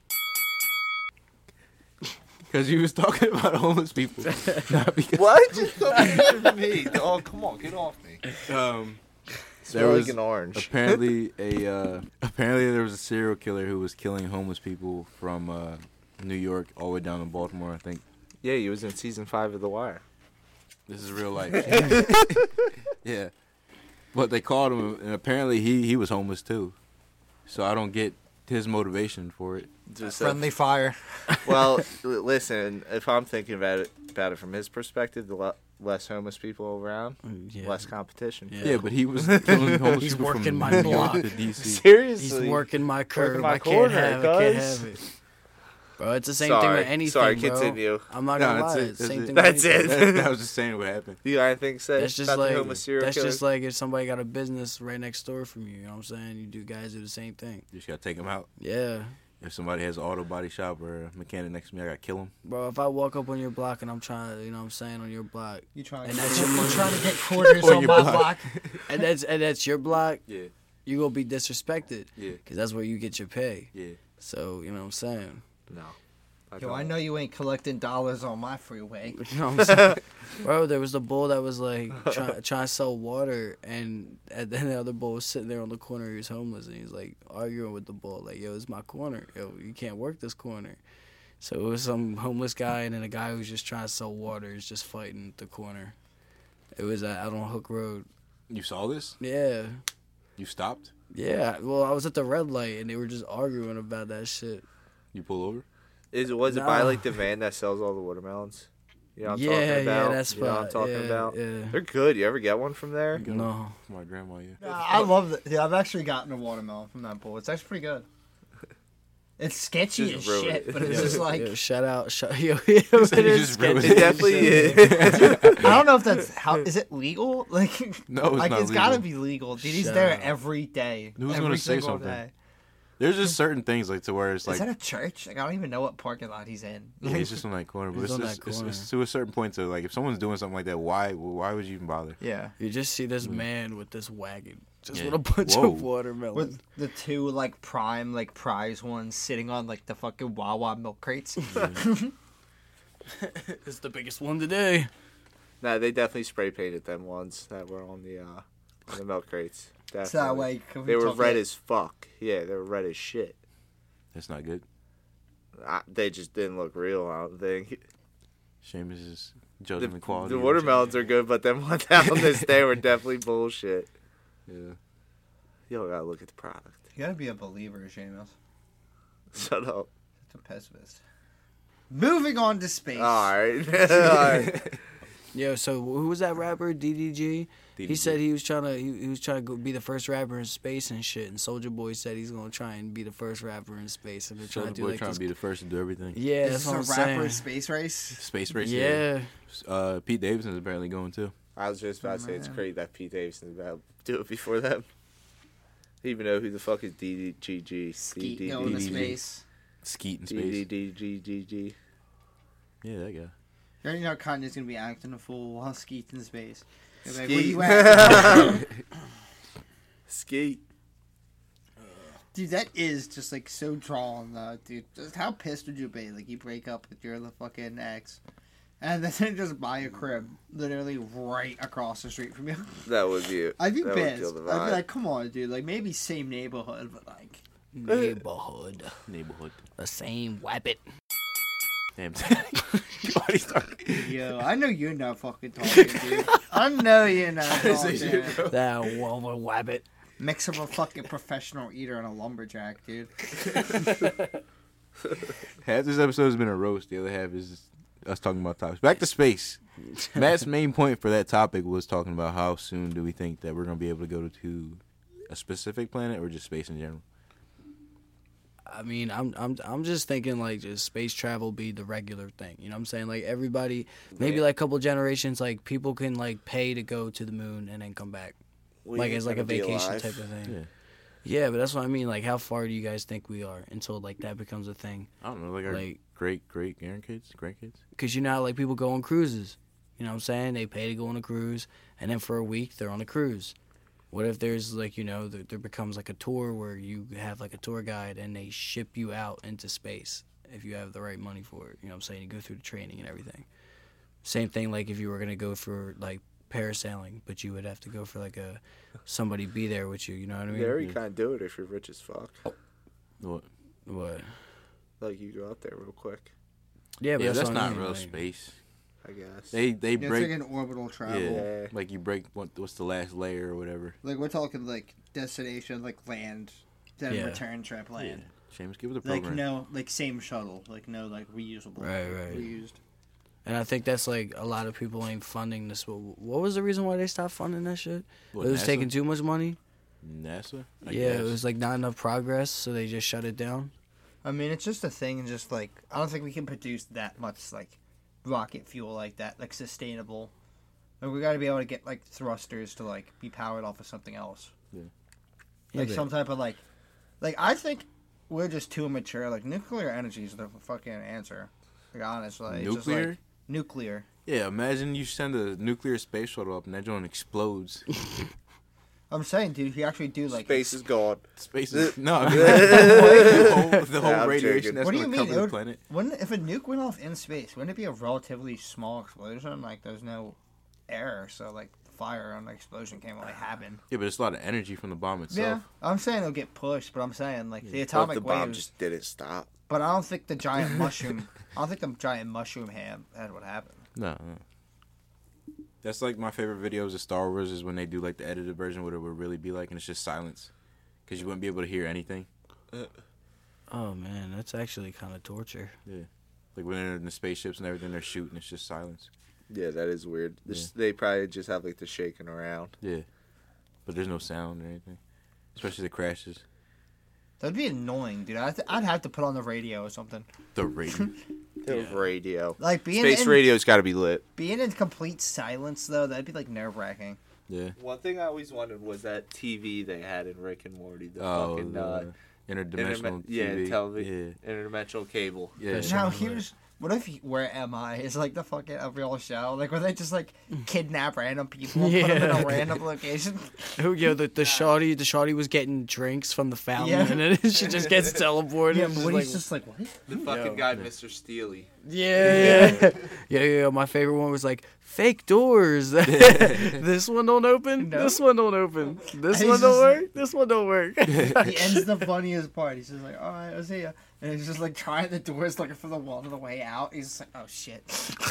Speaker 2: because you was talking <laughs> about homeless people. Not because-
Speaker 3: <laughs> What? Just come to <laughs> me, dog. Come on, get off me.
Speaker 2: Um,
Speaker 3: There
Speaker 2: there
Speaker 3: like
Speaker 2: was
Speaker 3: an orange.
Speaker 2: apparently a uh, apparently there was a serial killer who was killing homeless people from uh, New York all the way down to Baltimore. I think
Speaker 3: Yeah, he was in season five of The Wire.
Speaker 2: This is real
Speaker 5: <laughs>
Speaker 2: life. yeah. But they called him, and apparently he, he was homeless too. So I don't get his motivation for it.
Speaker 3: Just a
Speaker 4: Friendly fire.
Speaker 3: <laughs> well,
Speaker 5: <laughs>
Speaker 3: l- listen. If I'm thinking about it, about it from his perspective, the le- less homeless people around,
Speaker 5: Mm, Yeah.
Speaker 3: less competition.
Speaker 5: Yeah.
Speaker 3: <laughs>
Speaker 2: Yeah, but he was <laughs> killing homeless
Speaker 5: He's
Speaker 2: people
Speaker 5: working
Speaker 2: from
Speaker 5: my
Speaker 2: New York
Speaker 5: block.
Speaker 2: to DC.
Speaker 5: He's
Speaker 3: Seriously,
Speaker 5: working my curve.
Speaker 3: my
Speaker 5: I
Speaker 3: corner,
Speaker 5: can't have it. Can't
Speaker 3: guys.
Speaker 5: have it. Bro, it's the same
Speaker 3: sorry,
Speaker 5: thing with anything.
Speaker 3: sorry,
Speaker 5: bro.
Speaker 3: continue.
Speaker 5: I'm not
Speaker 2: No,
Speaker 5: gonna
Speaker 2: that's
Speaker 5: lie.
Speaker 2: it,
Speaker 5: it's
Speaker 2: that's
Speaker 5: same
Speaker 2: it.
Speaker 5: thing.
Speaker 3: That's
Speaker 5: with anything.
Speaker 3: it.
Speaker 2: that, that
Speaker 5: <laughs>
Speaker 2: was just saying what happened.
Speaker 3: You got anything to say
Speaker 5: That's just
Speaker 3: about the
Speaker 5: like
Speaker 3: homeless serial
Speaker 5: that's
Speaker 3: killer?
Speaker 5: just like if somebody got a business right next door from you. You know what I'm saying? You do guys do the same thing.
Speaker 2: You just gotta take him out.
Speaker 5: Yeah,
Speaker 2: If somebody has an auto body shop or a mechanic next to me, I gotta kill him.
Speaker 5: bro. If I walk up on your block and I'm trying to, you know what I'm saying, on your block,
Speaker 4: You trying?
Speaker 5: And
Speaker 4: to
Speaker 5: that's
Speaker 4: get,
Speaker 5: your
Speaker 4: you
Speaker 5: money.
Speaker 4: trying to get
Speaker 2: <laughs>
Speaker 4: quarters
Speaker 2: On
Speaker 4: on
Speaker 2: your
Speaker 4: my
Speaker 2: block.
Speaker 4: block?
Speaker 5: and that's and that's your block,
Speaker 2: Yeah,
Speaker 5: you gonna be disrespected.
Speaker 2: Yeah.
Speaker 5: Cause that's where you get your pay.
Speaker 2: yeah.
Speaker 5: So you know what I'm saying.
Speaker 3: no.
Speaker 4: Yo, I know you ain't collecting dollars on my freeway.
Speaker 5: <laughs> You know what I'm saying? Bro, there was the bull that was like trying try to sell water, and and then the other bull was sitting there on the corner. He was homeless, and he's like arguing with the bull, like, "Yo, it's my corner. Yo, you can't work this corner." So it was some homeless guy, and then a guy who's just trying to sell water is just fighting the corner. It was at, out on Hook Road.
Speaker 2: You saw this?
Speaker 5: Yeah,
Speaker 2: You stopped?
Speaker 5: yeah. Well, I was at the red light, and they were just arguing about that shit.
Speaker 2: You pull over?
Speaker 3: Is was it by
Speaker 5: Nah.
Speaker 3: like the van that sells all the watermelons? You know what I'm
Speaker 5: yeah,
Speaker 3: talking about?
Speaker 5: yeah, that's
Speaker 3: you know what I'm talking
Speaker 5: yeah,
Speaker 3: about?
Speaker 5: Yeah.
Speaker 3: They're good. You ever get one from
Speaker 5: <laughs>
Speaker 3: there?
Speaker 5: No,
Speaker 2: My grandma, yeah.
Speaker 4: I love that. Yeah, I've actually gotten a watermelon from that bull. It's actually pretty good. It's sketchy
Speaker 3: Just
Speaker 4: as
Speaker 3: ruined
Speaker 4: shit,
Speaker 3: it.
Speaker 4: but it's just like
Speaker 5: yo, shout out, shout, <laughs> yo, yo, <laughs> it is
Speaker 2: just ruined
Speaker 5: sketchy.
Speaker 3: It definitely <laughs> is.
Speaker 5: <laughs>
Speaker 4: I don't know if that's how is it legal? <laughs> Like
Speaker 2: No, it's
Speaker 4: like
Speaker 2: not
Speaker 4: it's gotta
Speaker 2: legal.
Speaker 4: be legal. Dude, he's
Speaker 5: Shut
Speaker 4: there
Speaker 5: up.
Speaker 4: every day.
Speaker 2: Who's
Speaker 4: every
Speaker 2: gonna say
Speaker 4: single
Speaker 2: something? There's just certain things like to where it's like
Speaker 4: is that a church? Like I don't even know what parking lot
Speaker 2: <laughs>
Speaker 4: he's in.
Speaker 2: yeah, it's just on that corner, but it's,
Speaker 5: It's on
Speaker 2: just,
Speaker 5: that
Speaker 2: it's-
Speaker 5: corner.
Speaker 2: it's to a certain point. To like, if someone's doing something like that, why why would you even bother?
Speaker 4: Yeah.
Speaker 5: You just see this man with this wagon, just
Speaker 2: Mm. Yeah.
Speaker 5: with a bunch
Speaker 2: Whoa.
Speaker 5: of watermelon.
Speaker 4: With the two like prime like prize ones sitting on like the fucking Wawa milk crates.
Speaker 5: it's the biggest one today.
Speaker 3: no, they definitely spray painted them ones that were on the uh, on the milk crates. Definitely.
Speaker 4: <laughs> so that way if we
Speaker 3: they were
Speaker 4: talk
Speaker 3: red
Speaker 4: it-
Speaker 3: as fuck. Yeah, they were red as shit.
Speaker 2: That's not good.
Speaker 3: I, they just didn't look real. I don't think
Speaker 2: Seamus is
Speaker 3: the,
Speaker 2: judging the, quality.
Speaker 3: the
Speaker 2: of-
Speaker 3: watermelons are good, but them <laughs> ones
Speaker 5: <laughs>
Speaker 3: out on this day were definitely bullshit.
Speaker 2: Yeah.
Speaker 3: You gotta look at the product. <laughs>
Speaker 4: You gotta be a believer, James.
Speaker 3: Shut up.
Speaker 4: It's a pessimist. Moving on to space.
Speaker 3: All right. <laughs> All right.
Speaker 5: Yo, so who was that rapper? DDG. He
Speaker 2: DDG.
Speaker 5: said he was trying to he, he was trying to go, be the first rapper in space and shit. And Soldier Boy said he's gonna try and be the first rapper in space. And they're trying
Speaker 2: Soulja
Speaker 5: to do
Speaker 2: Boy
Speaker 5: like
Speaker 2: trying
Speaker 5: this.
Speaker 2: to be the first to do everything.
Speaker 5: yeah,
Speaker 4: This
Speaker 5: that's
Speaker 4: is
Speaker 5: what
Speaker 4: a
Speaker 5: I'm
Speaker 4: rapper
Speaker 5: saying.
Speaker 4: space race.
Speaker 2: Space race.
Speaker 5: Yeah,
Speaker 2: Uh, Pete Davidson's apparently going too.
Speaker 3: I was just about to say it's great that Pete Davidson's about to do it before them. Even know who the fuck is DDGG.
Speaker 4: Skeet going to
Speaker 2: DDD.
Speaker 4: space.
Speaker 2: Skeet in space.
Speaker 3: DDGGG.
Speaker 2: Yeah, that guy.
Speaker 4: You already know Kanye's gonna be acting a fool while Skeet's in space. He'll be like,
Speaker 3: Skeet.
Speaker 4: "Where
Speaker 3: <laughs>
Speaker 4: you at?"
Speaker 3: Skeet.
Speaker 4: dude, that is just like so drawn though, dude. Just how pissed would you be? Like you break up with your fucking ex, and then <laughs> they just buy a crib literally right across the street from you. <laughs>
Speaker 3: That would be it.
Speaker 4: I'd be
Speaker 3: that Would
Speaker 4: pissed.
Speaker 3: kill
Speaker 4: I'd be
Speaker 3: the vibe.
Speaker 4: like, come on, dude. Like maybe same neighborhood, but like
Speaker 5: neighborhood,
Speaker 2: Neighborhood.
Speaker 5: the same wabbit.
Speaker 2: <laughs> Damn. You already started.
Speaker 4: Yo, I know you're not fucking talking, dude. I know you're not
Speaker 3: <laughs>
Speaker 4: talking.
Speaker 2: <laughs>
Speaker 5: That woman wabbit.
Speaker 4: Mix up a fucking professional eater and a lumberjack, dude.
Speaker 2: Half this episode has been a roast. The other half is us talking about topics. Back to space. Matt's main point for that topic was talking about how soon do we think that we're going to be able to go to a specific planet or just space in general.
Speaker 5: I mean, I'm I'm I'm just thinking like just space travel be the regular thing. You know what I'm saying? Like everybody, maybe
Speaker 3: Yeah.
Speaker 5: like a couple generations, like people can like pay to go to the moon and then come back.
Speaker 3: We
Speaker 5: like
Speaker 3: ain't
Speaker 5: it's like a
Speaker 3: gonna be
Speaker 5: vacation
Speaker 3: alive.
Speaker 5: type of thing.
Speaker 2: Yeah.
Speaker 5: Yeah. but that's what I mean. Like, how far do you guys think we are until like that becomes a thing?
Speaker 2: I don't know, like our
Speaker 5: Like-
Speaker 2: great great grandkids, grandkids.
Speaker 5: Because you know, how, like people go on cruises. You know what I'm saying? They pay to go on a cruise, and then for a week they're on a cruise. What if there's like you know there, there becomes like a tour where you have like a tour guide and they ship you out into space if you have the right money for it. You know what I'm saying? You go through the training and everything. Same thing like if you were gonna go for like parasailing, but you would have to go for like a somebody be there with you. You know what I mean?
Speaker 3: They already kind of do it if you're rich as fuck.
Speaker 5: Oh.
Speaker 2: What?
Speaker 5: What?
Speaker 3: Like you go out there real quick,
Speaker 5: Yeah,
Speaker 2: Yeah, that's
Speaker 5: what I
Speaker 2: not
Speaker 5: mean,
Speaker 2: real
Speaker 5: like-
Speaker 2: space.
Speaker 3: I guess.
Speaker 2: They they
Speaker 4: It's
Speaker 2: break
Speaker 4: like an orbital travel.
Speaker 2: yeah,
Speaker 3: Yeah.
Speaker 2: like you break what, what's the last layer or whatever.
Speaker 4: Like we're talking like destination, like land, then
Speaker 5: Yeah.
Speaker 4: return trip land.
Speaker 2: Seamus, give it a
Speaker 4: Like
Speaker 2: program.
Speaker 4: no, like same shuttle. Like no, like reusable.
Speaker 5: Right, right.
Speaker 4: Reused.
Speaker 5: And I think that's like a lot of people ain't funding this. What, what was the reason why they stopped funding that shit?
Speaker 2: What,
Speaker 5: it was
Speaker 2: NASA?
Speaker 5: taking too much money.
Speaker 2: NASA. I
Speaker 5: yeah,
Speaker 2: guess.
Speaker 5: it was like not enough progress, so they just shut it down.
Speaker 4: I mean, it's just a thing. and Just like I don't think we can produce that much like rocket fuel like that, like sustainable. Like we got to be able to get like thrusters to like be powered off of something else,
Speaker 5: Yeah,
Speaker 4: like
Speaker 5: but-
Speaker 4: some type of like, like I think we're just too immature. Like nuclear energy is the fucking answer. Like honestly, It's just, like,
Speaker 2: Nuclear?
Speaker 4: nuclear.
Speaker 2: Yeah, imagine you send a nuclear space shuttle up and that joint explodes.
Speaker 4: I'm saying, dude, he actually do like.
Speaker 3: Space is gone.
Speaker 2: Space is <laughs> no.
Speaker 4: <laughs>
Speaker 2: I mean, like, the whole, the whole
Speaker 3: Yeah, I'm
Speaker 2: radiation
Speaker 3: joking.
Speaker 2: that's
Speaker 4: what
Speaker 2: going
Speaker 4: do you
Speaker 2: to
Speaker 4: mean?
Speaker 2: cover
Speaker 4: It
Speaker 2: the
Speaker 4: would,
Speaker 2: planet.
Speaker 4: Wouldn't if a nuke went off in space? Wouldn't it be a relatively small explosion? Like there's no air, so like fire on the explosion can't really happen.
Speaker 2: Yeah, but it's a lot of energy from the bomb
Speaker 4: yeah,
Speaker 2: itself.
Speaker 4: I'm saying it'll get pushed, but I'm saying like the
Speaker 3: But
Speaker 4: atomic
Speaker 3: the bomb
Speaker 4: waves.
Speaker 3: just didn't stop.
Speaker 4: But I don't think the giant mushroom. I don't think the giant mushroom ham had what happened.
Speaker 2: No, no. That's like my favorite videos of Star Wars is when they do like the edited version, what it would really be like, and it's just silence, because you wouldn't be able to hear anything.
Speaker 5: Oh man, that's actually kind of torture. <laughs>
Speaker 2: Like when they're in the spaceships and everything, they're shooting. It's just silence.
Speaker 3: Yeah, that is weird. This, They probably just have like the shaking around.
Speaker 2: Yeah, but there's no sound or anything, especially the crashes.
Speaker 4: That'd be annoying, dude. I'd, I'd have to put on the radio or something.
Speaker 2: <laughs> The radio.
Speaker 3: Radio.
Speaker 4: Like being
Speaker 3: Space
Speaker 4: in,
Speaker 3: radio's got to be lit.
Speaker 4: being in complete silence though, that'd be like nerve wracking.
Speaker 2: yeah.
Speaker 3: One thing I always wanted was that TV they had in Rick and Morty. The
Speaker 2: Oh,
Speaker 3: fucking
Speaker 2: the
Speaker 3: uh,
Speaker 2: interdimensional
Speaker 3: interme- yeah,
Speaker 2: TV.
Speaker 3: television, interdimensional cable.
Speaker 2: Yeah, yeah.
Speaker 4: Now here's what if you- where am I is like the fucking a real show like where they just like kidnap random people and put them in
Speaker 5: Yeah.
Speaker 4: a random location.
Speaker 5: Oh yeah, the the shoddy the shoddy was getting drinks from the fountain,
Speaker 4: Yeah.
Speaker 5: and then she just gets teleported.
Speaker 4: <laughs> Yeah,
Speaker 5: It's just
Speaker 4: Woody's
Speaker 5: like-
Speaker 4: just like what?
Speaker 6: The fucking guy, Mr. Steely.
Speaker 5: Yeah, yeah, <laughs> yeah, yeah. My favorite one was like fake
Speaker 2: <laughs>
Speaker 5: doors. <laughs> this one don't open.
Speaker 4: No.
Speaker 5: This one don't open. This
Speaker 4: He's
Speaker 5: one don't
Speaker 4: just-
Speaker 5: work. This one
Speaker 2: <laughs>
Speaker 5: don't work. <laughs>
Speaker 4: He ends the funniest part. He's just like, all right, I'll see ya. And he's just like trying the doors, looking for the wall to the way out. He's just like, oh shit,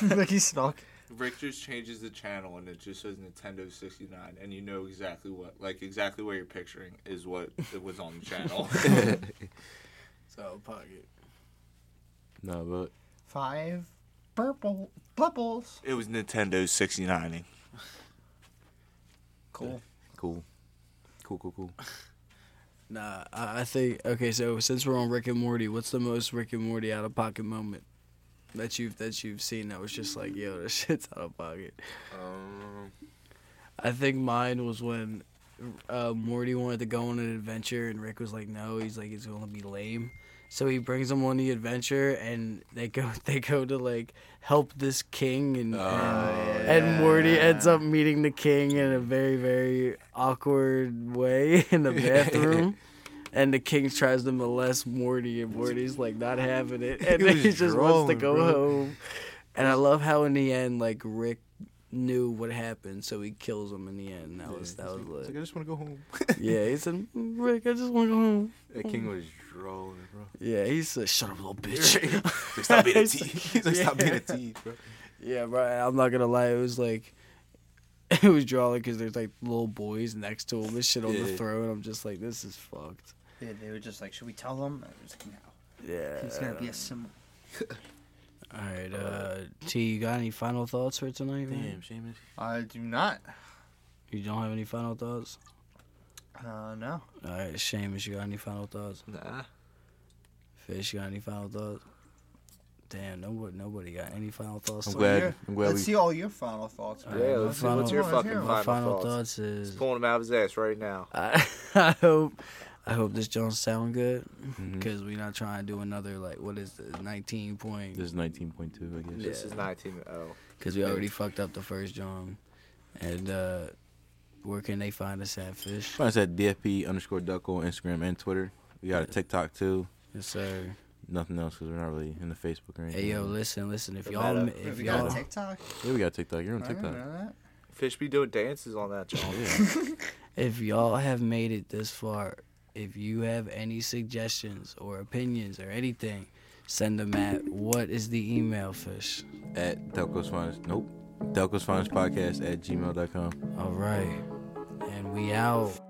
Speaker 4: <laughs> like he's stuck.
Speaker 6: Rick just changes the channel and it just says Nintendo 69, and you know exactly what, like exactly what you're picturing is what it was on the channel.
Speaker 5: so pocket.
Speaker 2: <laughs> no, but
Speaker 4: Five purple bubbles.
Speaker 6: it was Nintendo 69ing.
Speaker 4: Cool.
Speaker 2: cool, cool, cool, cool.
Speaker 5: Nah, I, I think okay. So since we're on Rick and Morty, what's the most Rick and Morty out of pocket moment that you've that you've seen that was just like, yo, this <laughs> shit's out of pocket.
Speaker 2: Um,
Speaker 5: I think mine was when uh, Morty wanted to go on an adventure, and Rick was like, "No, he's like it's gonna be lame." So he brings him on the adventure, and they go <laughs> they go to like help this king, and
Speaker 2: Oh,
Speaker 5: and, and Morty ends up meeting the king in a very very awkward way <laughs> in
Speaker 2: <laughs>
Speaker 5: the bathroom. And the king tries to molest Morty, and Morty's like not
Speaker 2: <laughs>
Speaker 5: having it, and
Speaker 2: He
Speaker 5: then
Speaker 2: was
Speaker 5: he just wants to
Speaker 2: drunk,
Speaker 5: go
Speaker 2: bro.
Speaker 5: home. And I love how in the end, like Rick knew what happened, so he kills him in the end. That was that was
Speaker 2: it's
Speaker 5: lit.
Speaker 2: like I just want to go <laughs> home.
Speaker 5: yeah, he said, "Mm, Rick, I just want to go home.
Speaker 2: that king was rolling, bro.
Speaker 5: Yeah, he said, shut up, little bitch.
Speaker 3: <laughs>
Speaker 2: He's like, stop being a <laughs>
Speaker 5: It's-
Speaker 2: teeth. He's like, stop being a teeth, bro.
Speaker 5: yeah, right. I'm not gonna lie, it was like. <laughs> It was drawing because there's like little boys next to him and shit on the
Speaker 2: Yeah.
Speaker 5: throne. I'm just like, this is fucked.
Speaker 4: Yeah, they were just like, should we tell them? I was like, no.
Speaker 5: Yeah.
Speaker 4: He's gonna be a symbol.
Speaker 5: All right, uh, T, you got any final thoughts for tonight? man?
Speaker 2: Damn, Seamus.
Speaker 4: I do not.
Speaker 5: You don't have any final thoughts?
Speaker 4: Uh, no.
Speaker 5: All right, Seamus, you got any final thoughts?
Speaker 3: <laughs> Nah.
Speaker 5: Fish, you got any final thoughts? Damn, nobody, nobody got any final thoughts.
Speaker 2: I'm
Speaker 5: tonight?
Speaker 2: glad. I'm glad
Speaker 4: Let's
Speaker 2: we.
Speaker 4: see all your final thoughts. man.
Speaker 3: Yeah,
Speaker 5: my
Speaker 3: let's see.
Speaker 5: final-
Speaker 3: What's your
Speaker 4: Come on,
Speaker 3: fucking
Speaker 4: yeah.
Speaker 5: My
Speaker 3: final,
Speaker 5: final
Speaker 3: thoughts?
Speaker 5: thoughts is
Speaker 3: Pulling him out of his ass right now.
Speaker 5: I, <laughs> I hope I hope this don't sound good because we're not trying to do another like what is this nineteen point
Speaker 2: This is 19.2, I guess.
Speaker 3: This is oh. 19
Speaker 5: because we already fucked up the first John and uh where can they find us at fish
Speaker 2: Find us at DFP underscore Duckle on Instagram and Twitter. We got a TikTok too.
Speaker 5: yes sir
Speaker 2: Nothing else because we're not really in the Facebook or anything.
Speaker 5: hey yo listen listen if
Speaker 3: The
Speaker 5: y'all
Speaker 3: meta.
Speaker 5: m-
Speaker 4: Wait,
Speaker 5: if
Speaker 4: we got
Speaker 5: y'all
Speaker 4: a TikTok?
Speaker 2: Yeah, we got TikTok. You're on
Speaker 4: I didn't
Speaker 2: TikTok.
Speaker 4: know that.
Speaker 3: Fish be doing dances on that channel.
Speaker 5: if y'all have made it this far if you have any suggestions or opinions or anything send them at what is the email fish
Speaker 2: At Delco's Finest. Nope. Delco's Finest Podcast at gmail.com.
Speaker 5: all right and we out.